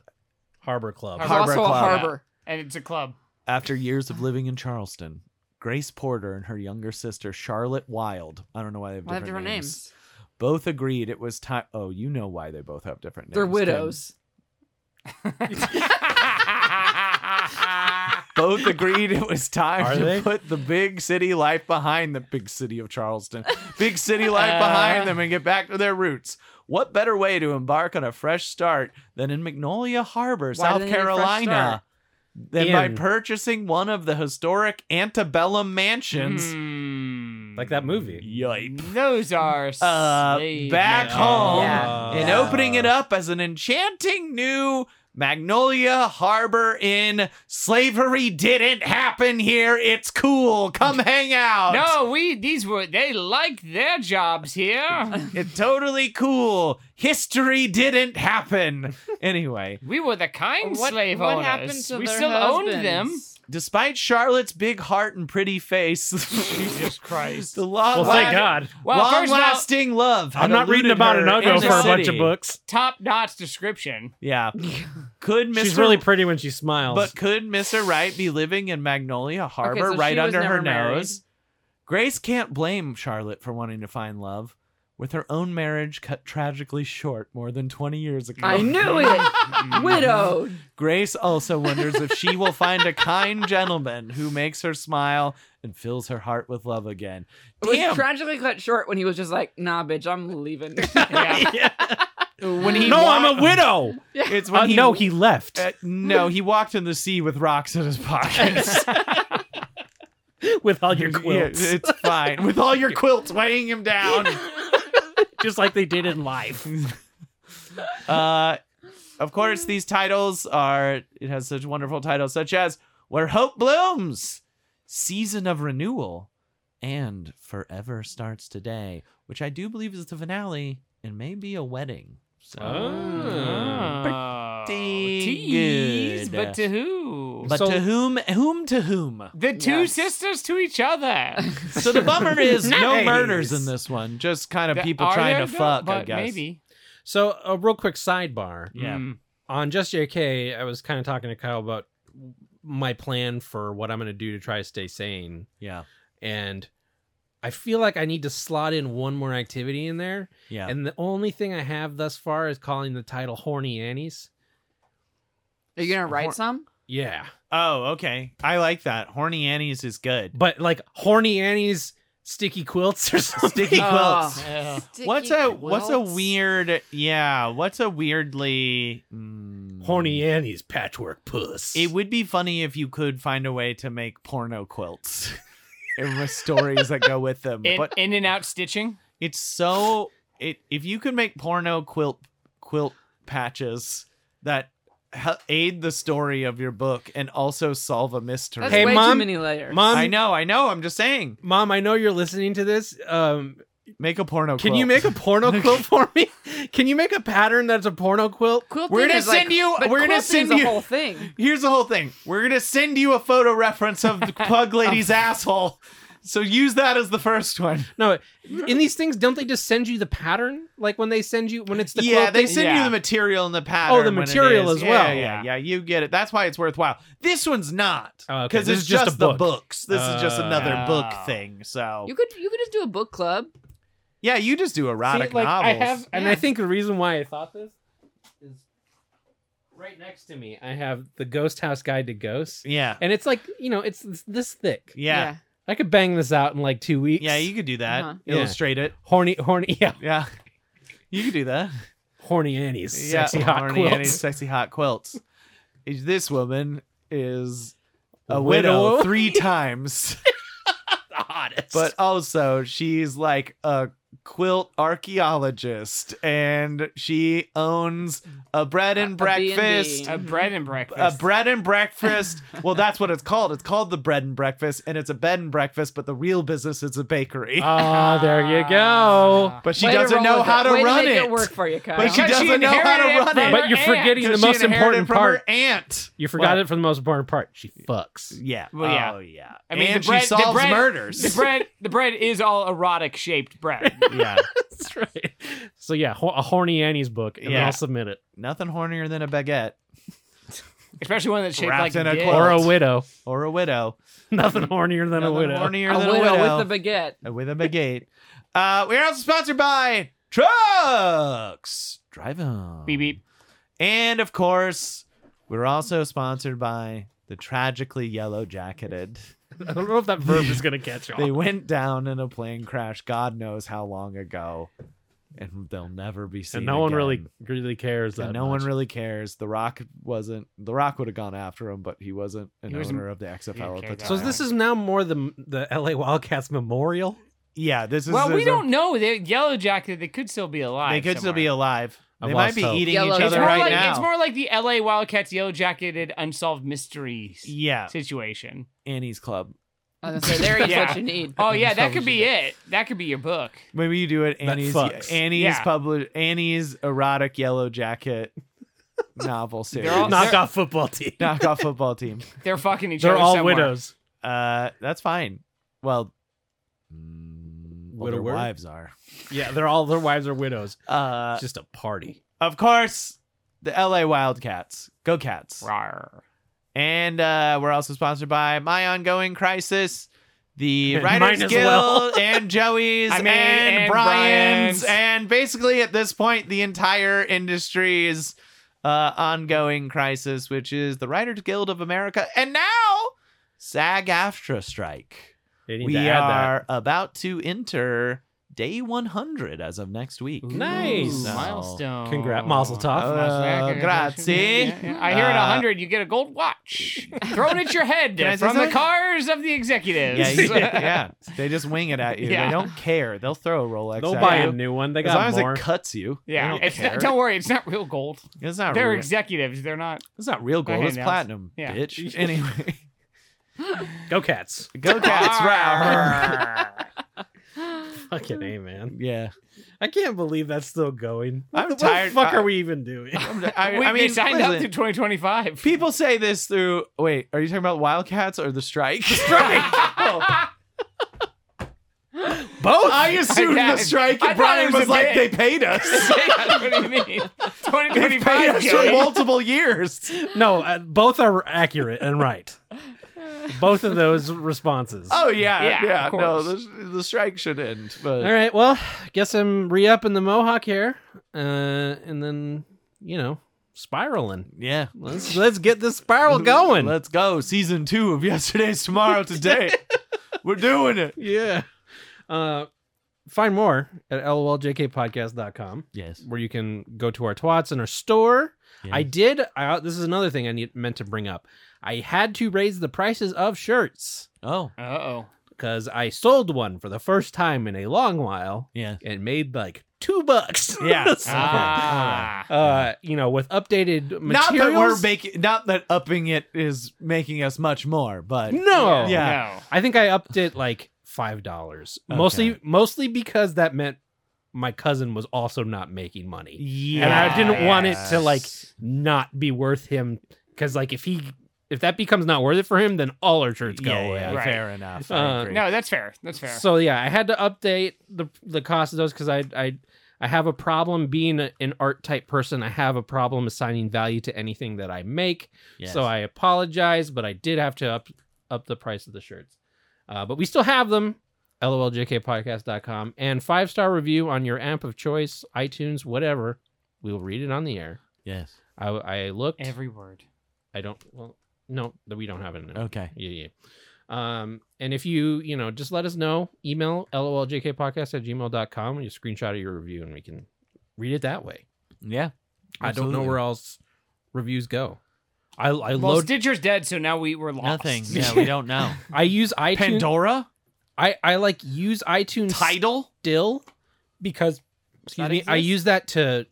[SPEAKER 2] Harbor Club.
[SPEAKER 4] There's
[SPEAKER 5] Harbor
[SPEAKER 4] also a
[SPEAKER 3] Club.
[SPEAKER 4] harbor.
[SPEAKER 5] And it's a club.
[SPEAKER 3] After years of living in Charleston, Grace Porter and her younger sister Charlotte Wilde, I don't know why they have
[SPEAKER 4] Why they
[SPEAKER 3] different,
[SPEAKER 4] have different
[SPEAKER 3] names,
[SPEAKER 4] names?
[SPEAKER 3] both agreed it was time. Oh, you know why they both have different names.
[SPEAKER 4] They're
[SPEAKER 3] Kim.
[SPEAKER 4] widows.
[SPEAKER 3] Both agreed it was time
[SPEAKER 2] Are
[SPEAKER 3] to
[SPEAKER 2] they?
[SPEAKER 3] put the big city life behind the big city of Charleston. Big city life behind
[SPEAKER 4] Uh.
[SPEAKER 3] them and get back to their roots. What better way to embark on a fresh start than in Magnolia Harbor,
[SPEAKER 4] Why do
[SPEAKER 3] South
[SPEAKER 4] they need a fresh
[SPEAKER 3] Carolina?
[SPEAKER 4] start?
[SPEAKER 3] Than by
[SPEAKER 2] Inn.
[SPEAKER 3] purchasing one of the historic antebellum mansions.
[SPEAKER 4] Mm-hmm.
[SPEAKER 5] Mm.
[SPEAKER 2] Like that movie.
[SPEAKER 3] Yipe.
[SPEAKER 5] Those are
[SPEAKER 3] uh,
[SPEAKER 5] slave
[SPEAKER 3] back
[SPEAKER 5] men.
[SPEAKER 3] home
[SPEAKER 4] Yeah.
[SPEAKER 3] and
[SPEAKER 4] Yeah.
[SPEAKER 3] opening it up as an enchanting new Magnolia Harbor Inn. Slavery didn't happen here. It's cool. Come hang out.
[SPEAKER 5] No, we these were they like their jobs here.
[SPEAKER 3] It's totally cool. History didn't happen. Anyway,
[SPEAKER 5] We were the kind slave
[SPEAKER 4] what
[SPEAKER 5] owners.
[SPEAKER 4] happened to
[SPEAKER 5] we
[SPEAKER 4] their
[SPEAKER 5] still
[SPEAKER 4] husbands?
[SPEAKER 5] owned them.
[SPEAKER 3] despite Charlotte's big heart and pretty face,
[SPEAKER 5] Jesus Christ.
[SPEAKER 3] the long,
[SPEAKER 2] Well, thank God.
[SPEAKER 5] Well, first of all,
[SPEAKER 3] lasting love. had
[SPEAKER 2] I'm not reading
[SPEAKER 3] eluded
[SPEAKER 2] about
[SPEAKER 3] her
[SPEAKER 2] an Ogo
[SPEAKER 3] in
[SPEAKER 2] for
[SPEAKER 3] the
[SPEAKER 2] a bunch of
[SPEAKER 3] city.
[SPEAKER 2] books.
[SPEAKER 5] top notch description.
[SPEAKER 3] Yeah. Could Mr.
[SPEAKER 2] She's really pretty when she smiles.
[SPEAKER 3] But could Mr. Wright be living in Magnolia Harbor
[SPEAKER 4] so she
[SPEAKER 3] right
[SPEAKER 4] was
[SPEAKER 3] under
[SPEAKER 4] never
[SPEAKER 3] her
[SPEAKER 4] married.
[SPEAKER 3] nose? Grace can't blame Charlotte for wanting to find love, with her own marriage cut tragically short more than 20 years ago.
[SPEAKER 4] I knew it. Widowed.
[SPEAKER 3] Grace also wonders if she will find a kind gentleman who makes her smile and fills her heart with love again.
[SPEAKER 4] It was
[SPEAKER 3] Damn.
[SPEAKER 4] tragically cut short when he was just like, "Nah, bitch, I'm leaving."
[SPEAKER 5] Yeah.
[SPEAKER 3] when he
[SPEAKER 2] no,
[SPEAKER 3] wa-
[SPEAKER 2] I'm a widow.
[SPEAKER 3] It's when
[SPEAKER 2] Uh,
[SPEAKER 3] he
[SPEAKER 2] no, he left.
[SPEAKER 3] uh, no, he walked in the sea with rocks in his pockets.
[SPEAKER 2] with all your
[SPEAKER 3] Yeah,
[SPEAKER 2] quilts,
[SPEAKER 3] it's fine. With all your quilts weighing him down.
[SPEAKER 2] just like they did in life.
[SPEAKER 3] Uh, of course, these titles are, it has such wonderful titles such as Where Hope Blooms, Season of Renewal, and Forever Starts Today, which Oh.
[SPEAKER 2] Oh.
[SPEAKER 3] I do believe is the finale and may be a wedding. So,
[SPEAKER 5] Ah. Tease,
[SPEAKER 3] Good.
[SPEAKER 5] but to who?
[SPEAKER 3] But
[SPEAKER 2] So-
[SPEAKER 3] to whom? Whom to whom?
[SPEAKER 5] the two
[SPEAKER 4] Yes.
[SPEAKER 5] sisters to each other.
[SPEAKER 3] So the bummer is no
[SPEAKER 2] Nice.
[SPEAKER 3] murders in this one. Just kind of
[SPEAKER 5] Th-
[SPEAKER 3] people
[SPEAKER 5] are
[SPEAKER 3] trying
[SPEAKER 5] there,
[SPEAKER 3] to
[SPEAKER 5] though?
[SPEAKER 3] fuck. I
[SPEAKER 5] But
[SPEAKER 3] guess.
[SPEAKER 5] Maybe.
[SPEAKER 2] So a real quick sidebar
[SPEAKER 3] Yeah.
[SPEAKER 5] Mm.
[SPEAKER 2] on Just JK. I was kind of talking to Kyle about my plan for what I'm going to do to try to stay sane,
[SPEAKER 3] Yeah.
[SPEAKER 2] and I feel like I need to slot in one more activity in there.
[SPEAKER 3] Yeah.
[SPEAKER 2] And the only thing I have thus far is calling the title "Horny Annies."
[SPEAKER 4] Are you gonna write some?
[SPEAKER 2] Yeah,
[SPEAKER 3] oh, okay. I like that. Horny Annie's is good.
[SPEAKER 2] but like "Horny Annies," sticky quilts or something.
[SPEAKER 3] Sticky
[SPEAKER 4] Oh.
[SPEAKER 3] quilts.
[SPEAKER 5] Yeah.
[SPEAKER 3] Uh, What's a what's a weird? Yeah. What's a weirdly mm,
[SPEAKER 2] Horny Annie's patchwork puss.
[SPEAKER 3] It would be funny if you could find a way to make porno quilts and with stories that go with them.
[SPEAKER 5] In,
[SPEAKER 3] but
[SPEAKER 5] in and out stitching.
[SPEAKER 3] it's so it if you could make porno quilt quilt patches that hel- aid the story of your book and also solve a mystery.
[SPEAKER 4] That's
[SPEAKER 2] Hey,
[SPEAKER 4] way
[SPEAKER 2] Mom.
[SPEAKER 4] too many layers.
[SPEAKER 2] Oh. Mom,
[SPEAKER 3] I know, I know. I'm just saying,
[SPEAKER 2] Mom, I know you're listening to this. Um,
[SPEAKER 3] make a porno.
[SPEAKER 2] can
[SPEAKER 3] quilt.
[SPEAKER 2] you make a porno quilt for me? Can you make a pattern that's a porno quilt?
[SPEAKER 4] Quilting
[SPEAKER 3] We're gonna
[SPEAKER 4] is like-
[SPEAKER 3] send you-
[SPEAKER 4] but
[SPEAKER 3] we're gonna
[SPEAKER 4] quilting's
[SPEAKER 3] send
[SPEAKER 4] the
[SPEAKER 3] you-
[SPEAKER 4] whole thing.
[SPEAKER 3] Here's the whole thing. We're gonna send you a photo reference of the pug lady's asshole. So use that as the first one.
[SPEAKER 2] No, in these things, don't they just send you the pattern? Like when they send you when it's the
[SPEAKER 3] yeah,
[SPEAKER 2] quilt
[SPEAKER 3] they
[SPEAKER 2] thing?
[SPEAKER 3] send you
[SPEAKER 5] Yeah.
[SPEAKER 3] the material and the pattern. when it
[SPEAKER 2] Oh, material
[SPEAKER 3] is.
[SPEAKER 2] as
[SPEAKER 3] Yeah,
[SPEAKER 2] well.
[SPEAKER 3] Yeah, yeah, you get it. That's why it's worthwhile. This one's not
[SPEAKER 2] Oh, okay.
[SPEAKER 3] because
[SPEAKER 2] This
[SPEAKER 3] it's
[SPEAKER 2] is just a
[SPEAKER 3] the
[SPEAKER 2] book.
[SPEAKER 3] books. This is just another
[SPEAKER 5] Uh,
[SPEAKER 3] book thing. So
[SPEAKER 4] You could you could just do a book club.
[SPEAKER 3] yeah, you just do erotic
[SPEAKER 2] See, like,
[SPEAKER 3] novels.
[SPEAKER 2] I have, and
[SPEAKER 4] Yeah.
[SPEAKER 2] I think the reason why I thought this is right next to me. I have the Ghost House Guide to Ghosts,
[SPEAKER 3] Yeah,
[SPEAKER 2] and it's like you know, it's this, this thick.
[SPEAKER 3] yeah,
[SPEAKER 2] I could bang this out in like two weeks.
[SPEAKER 3] yeah. You could do that.
[SPEAKER 4] Uh-huh.
[SPEAKER 2] Yeah.
[SPEAKER 3] Illustrate it.
[SPEAKER 2] horny, horny, yeah,
[SPEAKER 3] Yeah, you could do that.
[SPEAKER 2] horny Annie's, sexy hot
[SPEAKER 3] Arnie
[SPEAKER 2] quilts.
[SPEAKER 3] Annie's sexy hot quilts. Is This woman is a
[SPEAKER 2] Widow.
[SPEAKER 3] widow three times.
[SPEAKER 2] the hottest.
[SPEAKER 3] but also she's like a quilt archaeologist and she owns a bread and
[SPEAKER 4] A- a
[SPEAKER 3] breakfast
[SPEAKER 4] B&B.
[SPEAKER 2] Mm-hmm.
[SPEAKER 5] A bread and breakfast.
[SPEAKER 3] a bread and breakfast well that's what it's called it's called the bread and breakfast and it's a bed and breakfast but the real business is a bakery
[SPEAKER 2] ah, there you go.
[SPEAKER 3] but she
[SPEAKER 4] Way to
[SPEAKER 3] doesn't
[SPEAKER 4] roll
[SPEAKER 3] know
[SPEAKER 4] with
[SPEAKER 3] how to
[SPEAKER 4] Way
[SPEAKER 3] run
[SPEAKER 4] make
[SPEAKER 3] it,
[SPEAKER 4] work for you, Kyle.
[SPEAKER 3] But she doesn't know how to
[SPEAKER 5] inherited
[SPEAKER 3] run
[SPEAKER 5] from
[SPEAKER 3] it.
[SPEAKER 5] her
[SPEAKER 2] But you're
[SPEAKER 5] aunt.
[SPEAKER 2] forgetting- the
[SPEAKER 3] 'Cause she
[SPEAKER 2] most
[SPEAKER 3] inherited
[SPEAKER 2] important
[SPEAKER 3] from
[SPEAKER 2] part.
[SPEAKER 3] her aunt
[SPEAKER 2] You forgot
[SPEAKER 3] Well-
[SPEAKER 2] it for the most important part. She fucks.
[SPEAKER 3] yeah
[SPEAKER 5] Well, yeah.
[SPEAKER 3] oh yeah
[SPEAKER 5] I mean,
[SPEAKER 3] and
[SPEAKER 5] the bread,
[SPEAKER 3] she solves
[SPEAKER 5] the bread,
[SPEAKER 3] murders
[SPEAKER 5] The bread, the bread is all erotic shaped bread.
[SPEAKER 3] yeah
[SPEAKER 2] That's right. So yeah, ho- a horny Annie's book, and then
[SPEAKER 3] Yeah.
[SPEAKER 2] I'll submit it.
[SPEAKER 3] nothing hornier than a baguette
[SPEAKER 5] especially one that's shaped
[SPEAKER 3] Wrapped
[SPEAKER 5] like
[SPEAKER 3] in a
[SPEAKER 5] dick.
[SPEAKER 3] quilt.
[SPEAKER 2] Or a widow.
[SPEAKER 3] or a widow
[SPEAKER 2] Nothing hornier than a
[SPEAKER 3] Mm. Nothing
[SPEAKER 2] widow.
[SPEAKER 3] hornier
[SPEAKER 4] a
[SPEAKER 3] than
[SPEAKER 4] widow,
[SPEAKER 3] a widow
[SPEAKER 4] with a baguette.
[SPEAKER 3] Uh, with a baguette. uh, we're also sponsored by Trucks Drive Home.
[SPEAKER 5] Beep beep.
[SPEAKER 3] And of course, we're also sponsored by the tragically yellow jacketed.
[SPEAKER 2] I don't know if that verb is gonna catch on.
[SPEAKER 3] They went down in a plane crash, God knows how long ago, and they'll never be seen.
[SPEAKER 2] and no one
[SPEAKER 3] again.
[SPEAKER 2] really really cares that
[SPEAKER 3] And no one
[SPEAKER 2] much.
[SPEAKER 3] really cares. The Rock wasn't. The Rock would have gone after him, but he wasn't an
[SPEAKER 5] He wasn't-
[SPEAKER 3] owner of the XFL at
[SPEAKER 5] care
[SPEAKER 3] the
[SPEAKER 5] that
[SPEAKER 3] time.
[SPEAKER 2] So this is now more the the LA Wildcats memorial.
[SPEAKER 3] yeah, this is.
[SPEAKER 5] Well,
[SPEAKER 3] this
[SPEAKER 5] we
[SPEAKER 3] is a-
[SPEAKER 5] don't know. They yellow jacket. They could still be alive.
[SPEAKER 3] They could still be
[SPEAKER 5] somewhere.
[SPEAKER 3] alive.
[SPEAKER 2] I've
[SPEAKER 3] They might
[SPEAKER 2] lost
[SPEAKER 3] be
[SPEAKER 2] hope.
[SPEAKER 3] eating
[SPEAKER 4] Yellow
[SPEAKER 3] each
[SPEAKER 5] It's
[SPEAKER 3] other
[SPEAKER 5] more
[SPEAKER 3] right
[SPEAKER 5] like
[SPEAKER 3] now.
[SPEAKER 5] it's more like the L.A. Wildcats yellow jacketed unsolved mysteries
[SPEAKER 3] yeah,
[SPEAKER 5] situation.
[SPEAKER 3] Annie's Club.
[SPEAKER 4] I was gonna say, there is
[SPEAKER 5] Yeah.
[SPEAKER 4] what you need.
[SPEAKER 5] Oh yeah, that could be it. That could be your book.
[SPEAKER 3] Maybe you do it. Annie's
[SPEAKER 2] fucks.
[SPEAKER 3] Annie's
[SPEAKER 5] Yeah.
[SPEAKER 3] published Annie's erotic yellow jacket novel series.
[SPEAKER 5] all-
[SPEAKER 3] Knock,
[SPEAKER 5] Knock-
[SPEAKER 2] Knockoff football team.
[SPEAKER 3] knockoff football team.
[SPEAKER 5] They're fucking each
[SPEAKER 2] They're
[SPEAKER 5] other.
[SPEAKER 2] all
[SPEAKER 5] somewhere.
[SPEAKER 2] widows.
[SPEAKER 3] Uh, that's fine. Well, mm, well, their
[SPEAKER 2] Widower?
[SPEAKER 3] wives are.
[SPEAKER 2] Yeah, they're all their wives are widows.
[SPEAKER 3] Uh,
[SPEAKER 2] It's just a party.
[SPEAKER 3] of course, the L.A. Wildcats. Go Cats.
[SPEAKER 5] Rawr.
[SPEAKER 3] And uh, we're also sponsored by My Ongoing Crisis, the
[SPEAKER 2] Mine
[SPEAKER 3] Writers
[SPEAKER 2] as
[SPEAKER 3] Guild,
[SPEAKER 2] well.
[SPEAKER 3] and Joey's,
[SPEAKER 5] I mean,
[SPEAKER 3] and,
[SPEAKER 5] and
[SPEAKER 3] Brian's,
[SPEAKER 5] Brian's.
[SPEAKER 3] and basically at this point, the entire industry's uh, ongoing crisis, which is the Writers Guild of America, and now SAG-AFTRA strike.
[SPEAKER 2] They need
[SPEAKER 3] We
[SPEAKER 2] to add that.
[SPEAKER 3] are about to enter day 100 as of next week.
[SPEAKER 2] Nice.
[SPEAKER 5] Ooh, milestone.
[SPEAKER 2] Congrats, Mazel tov.
[SPEAKER 5] Mazel tov.
[SPEAKER 3] Uh, grazie.
[SPEAKER 5] Oh, Yeah, yeah. I hear at
[SPEAKER 3] Uh,
[SPEAKER 5] 100 you get a gold watch thrown at your head
[SPEAKER 3] Can I say
[SPEAKER 5] from the
[SPEAKER 3] something?
[SPEAKER 5] cars of the executives.
[SPEAKER 3] Yeah, you- yeah, they just wing it at you.
[SPEAKER 5] Yeah.
[SPEAKER 3] They don't care. They'll throw a Rolex.
[SPEAKER 2] They'll
[SPEAKER 3] at
[SPEAKER 2] buy
[SPEAKER 3] you.
[SPEAKER 2] a new one. They
[SPEAKER 3] as long
[SPEAKER 2] got more.
[SPEAKER 3] as it cuts you.
[SPEAKER 5] Yeah,
[SPEAKER 3] I don't
[SPEAKER 5] it's not-
[SPEAKER 3] care.
[SPEAKER 5] don't worry, it's not real gold.
[SPEAKER 3] It's not
[SPEAKER 5] They're
[SPEAKER 3] real.
[SPEAKER 5] executives. They're not.
[SPEAKER 3] it's not real gold.
[SPEAKER 5] They're
[SPEAKER 3] It's
[SPEAKER 5] handouts.
[SPEAKER 3] platinum,
[SPEAKER 5] Yeah.
[SPEAKER 3] bitch. Anyway,
[SPEAKER 2] Go cats.
[SPEAKER 3] go cats. rawr.
[SPEAKER 5] Arr.
[SPEAKER 2] Fucking a man.
[SPEAKER 3] Yeah.
[SPEAKER 2] I can't believe that's still going. What
[SPEAKER 3] I'm
[SPEAKER 2] the- what
[SPEAKER 3] tired.
[SPEAKER 2] the fuck
[SPEAKER 3] I-
[SPEAKER 2] are we even doing?
[SPEAKER 3] I'm- I,
[SPEAKER 5] we,
[SPEAKER 3] I
[SPEAKER 5] they
[SPEAKER 3] mean,
[SPEAKER 5] signed up to
[SPEAKER 3] listen,
[SPEAKER 5] 2025.
[SPEAKER 3] people say this through. Wait, are you talking about Wildcats or the strike?
[SPEAKER 5] Oh.
[SPEAKER 3] Both. Oh, I assumed
[SPEAKER 5] I-
[SPEAKER 3] the strike.
[SPEAKER 5] I thought it
[SPEAKER 3] And Brian
[SPEAKER 5] was
[SPEAKER 3] was,
[SPEAKER 5] a
[SPEAKER 3] like,
[SPEAKER 5] bit.
[SPEAKER 3] they paid us.
[SPEAKER 5] what do you mean?
[SPEAKER 3] they paid
[SPEAKER 5] 2025.
[SPEAKER 3] us for
[SPEAKER 5] Joey.
[SPEAKER 3] multiple years.
[SPEAKER 2] no, uh, both are accurate and right. Both of those responses.
[SPEAKER 3] Oh yeah,
[SPEAKER 5] Yeah,
[SPEAKER 3] yeah.
[SPEAKER 5] of
[SPEAKER 3] no,
[SPEAKER 5] course.
[SPEAKER 3] the, the strike should end. But
[SPEAKER 2] All right. Well, guess I'm re upping the mohawk hair, uh, and then you know, spiraling.
[SPEAKER 3] yeah,
[SPEAKER 2] Let's let's get this spiral going.
[SPEAKER 3] Let's go. Season two of Yesterday's Tomorrow Today. We're doing it.
[SPEAKER 2] yeah. Uh, find more at loljkpodcast.com.
[SPEAKER 3] Yes.
[SPEAKER 2] where you can go to our twats and our store.
[SPEAKER 3] Yes.
[SPEAKER 2] I did. I, this is another thing I need, meant to bring up. I had to raise the prices of shirts
[SPEAKER 3] Oh
[SPEAKER 5] Uh oh.
[SPEAKER 2] because I sold one for the first time in a long while
[SPEAKER 3] yeah.
[SPEAKER 2] and made like two bucks.
[SPEAKER 3] Yeah.
[SPEAKER 2] So,
[SPEAKER 5] Ah.
[SPEAKER 2] uh, you know, with updated
[SPEAKER 3] Not that we're
[SPEAKER 2] materials.
[SPEAKER 3] making. Not that upping it is making us much more, but
[SPEAKER 2] no.
[SPEAKER 3] Yeah.
[SPEAKER 2] I think I upped it like five dollars,
[SPEAKER 3] Okay.
[SPEAKER 2] mostly mostly because that meant my cousin was also not making money.
[SPEAKER 3] yeah.
[SPEAKER 2] and I didn't want it to like not be worth him because like if he if that becomes not worth it for him, then all our shirts go
[SPEAKER 3] Yeah,
[SPEAKER 2] away.
[SPEAKER 3] yeah,
[SPEAKER 5] Right.
[SPEAKER 3] Fair enough. I
[SPEAKER 2] Uh,
[SPEAKER 3] agree.
[SPEAKER 5] No, that's fair. That's fair.
[SPEAKER 2] So yeah, I had to update the the cost of those because I I I have a problem being a, an art type person. I have a problem assigning value to anything that I make.
[SPEAKER 3] Yes.
[SPEAKER 2] So I apologize, but I did have to up up the price of the shirts. Uh, but we still have them. loljkpodcast.com and five star review on your amp of choice, iTunes, whatever. We will read it on the air.
[SPEAKER 3] yes.
[SPEAKER 2] I, I looked.
[SPEAKER 5] Every word.
[SPEAKER 2] I don't. Well, no, th- we don't have it. In it.
[SPEAKER 3] Okay.
[SPEAKER 2] Yeah, yeah. Um, and if you, you know, just let us know. Email loljkpodcast at gmail.com and you screenshot of your review and we can read it that way.
[SPEAKER 3] Yeah.
[SPEAKER 2] I don't know
[SPEAKER 3] Absolutely.
[SPEAKER 2] where else reviews go. I, I
[SPEAKER 5] Well,
[SPEAKER 2] load.
[SPEAKER 5] Stitcher's dead, so now we were lost.
[SPEAKER 3] Nothing. Yeah, we don't know.
[SPEAKER 2] I use iTunes.
[SPEAKER 3] Pandora
[SPEAKER 2] I I like use iTunes
[SPEAKER 3] title.
[SPEAKER 2] still because excuse
[SPEAKER 3] That
[SPEAKER 2] me. I
[SPEAKER 3] exists?
[SPEAKER 2] use that to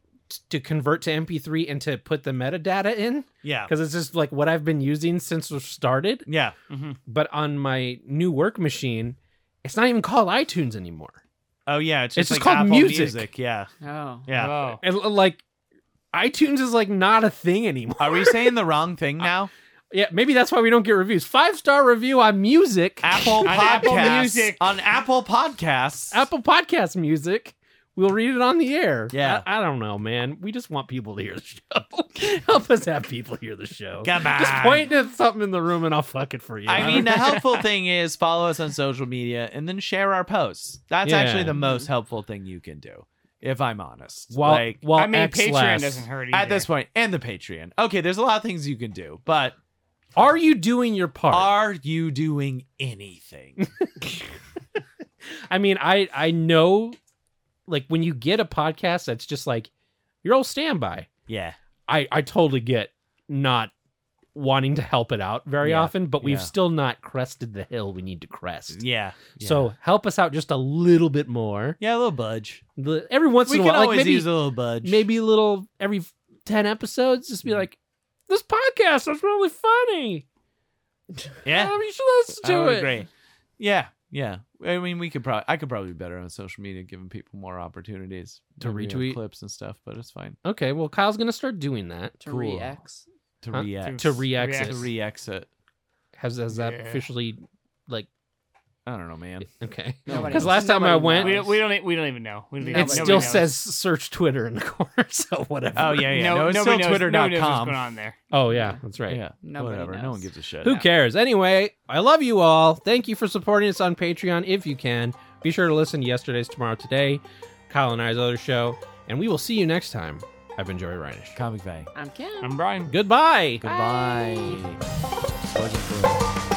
[SPEAKER 2] to convert to MP3 and to put the metadata in
[SPEAKER 3] Yeah.
[SPEAKER 2] because it's just like what I've been using since we started.
[SPEAKER 3] Yeah.
[SPEAKER 5] Mhm.
[SPEAKER 2] but on my new work machine, it's not even called iTunes anymore.
[SPEAKER 3] Oh yeah. It's Uh,
[SPEAKER 2] It's
[SPEAKER 3] just,
[SPEAKER 2] just
[SPEAKER 3] like
[SPEAKER 2] called
[SPEAKER 3] Apple
[SPEAKER 2] music.
[SPEAKER 3] Yeah.
[SPEAKER 4] Oh.
[SPEAKER 3] Yeah.
[SPEAKER 5] Oh.
[SPEAKER 2] And l- like, iTunes is like not a thing anymore.
[SPEAKER 3] Are we saying the wrong thing now?
[SPEAKER 2] Yeah, maybe that's why we don't get reviews. Five star review on music,
[SPEAKER 3] Apple
[SPEAKER 5] On Apple
[SPEAKER 3] Podcasts.
[SPEAKER 5] Music.
[SPEAKER 3] On Apple Podcasts.
[SPEAKER 2] Apple Podcast music. We'll read it on the air.
[SPEAKER 3] Yeah.
[SPEAKER 2] I, I don't know, man. We just want people to hear the show. Help us have people hear the show.
[SPEAKER 3] Come on.
[SPEAKER 2] Just point at something in the room and I'll fuck it for you.
[SPEAKER 3] I mean, the helpful thing is follow us on social media and then share our posts. That's
[SPEAKER 2] Yeah.
[SPEAKER 3] actually the most helpful thing you can do, if I'm honest.
[SPEAKER 2] while,
[SPEAKER 3] like
[SPEAKER 2] while
[SPEAKER 5] I mean,
[SPEAKER 2] X
[SPEAKER 5] Patreon
[SPEAKER 2] lasts.
[SPEAKER 5] doesn't hurt either.
[SPEAKER 3] at this point, and the Patreon. Okay, there's a lot of things you can do, but
[SPEAKER 2] Are you doing your part?
[SPEAKER 3] are you doing anything?
[SPEAKER 2] I mean, I I know, like when you get a podcast that's just like your old standby.
[SPEAKER 3] yeah.
[SPEAKER 2] I I totally get not wanting to help it out very
[SPEAKER 3] Yeah,
[SPEAKER 2] often, but we've
[SPEAKER 3] yeah.
[SPEAKER 2] still not crested the hill we need to crest.
[SPEAKER 3] Yeah.
[SPEAKER 2] So help us out just a little bit more.
[SPEAKER 3] yeah, a little budge.
[SPEAKER 2] The- Every once
[SPEAKER 3] we
[SPEAKER 2] in a
[SPEAKER 3] can
[SPEAKER 2] while, like
[SPEAKER 3] always
[SPEAKER 2] maybe
[SPEAKER 3] use a little budge.
[SPEAKER 2] maybe a little every ten episodes, just be
[SPEAKER 3] Mhm.
[SPEAKER 2] like, this podcast is really funny.
[SPEAKER 3] yeah.
[SPEAKER 2] I mean, you should listen to
[SPEAKER 3] I would
[SPEAKER 2] it.
[SPEAKER 3] agree. Yeah, yeah. I mean, we could probably, I could probably be better on social media, giving people more opportunities
[SPEAKER 2] To
[SPEAKER 3] Maybe have
[SPEAKER 2] retweet?
[SPEAKER 3] clips and stuff. But it's fine
[SPEAKER 2] Okay, well, Kyle's gonna start doing that
[SPEAKER 4] To
[SPEAKER 3] Cool.
[SPEAKER 4] re-X.
[SPEAKER 3] to
[SPEAKER 2] Huh?
[SPEAKER 3] react
[SPEAKER 2] to re-exit.
[SPEAKER 5] React.
[SPEAKER 3] to re-exit.
[SPEAKER 2] Has has that
[SPEAKER 5] Yeah.
[SPEAKER 2] officially like
[SPEAKER 3] I don't know, man.
[SPEAKER 2] okay?
[SPEAKER 4] Nobody
[SPEAKER 2] Because
[SPEAKER 4] knows.
[SPEAKER 2] last time I
[SPEAKER 4] Nobody
[SPEAKER 2] went,
[SPEAKER 5] We, we don't. e, We don't even know. We don't even,
[SPEAKER 2] it
[SPEAKER 4] Nobody
[SPEAKER 5] nobody
[SPEAKER 2] still
[SPEAKER 5] knows.
[SPEAKER 2] says search Twitter in the corner. So whatever.
[SPEAKER 3] Oh yeah, yeah.
[SPEAKER 5] No,
[SPEAKER 3] No, it's
[SPEAKER 5] nobody
[SPEAKER 3] still
[SPEAKER 5] knows. Nobody knows what's going
[SPEAKER 3] twitter.com.
[SPEAKER 5] on there.
[SPEAKER 2] Oh yeah, that's right.
[SPEAKER 3] Yeah,
[SPEAKER 4] Nobody
[SPEAKER 3] whatever. No
[SPEAKER 4] knows.
[SPEAKER 3] one gives a shit.
[SPEAKER 2] Who cares? Anyway, I love you all. Thank you for supporting us on Patreon if you can. Be sure to listen to yesterday's Tomorrow Today, Kyle and I's other show, and we will see you next time. I've been Joey Reinish.
[SPEAKER 3] Comic Bay.
[SPEAKER 4] I'm Kim.
[SPEAKER 5] I'm Brian.
[SPEAKER 2] Goodbye.
[SPEAKER 3] Goodbye. Wasn't cool.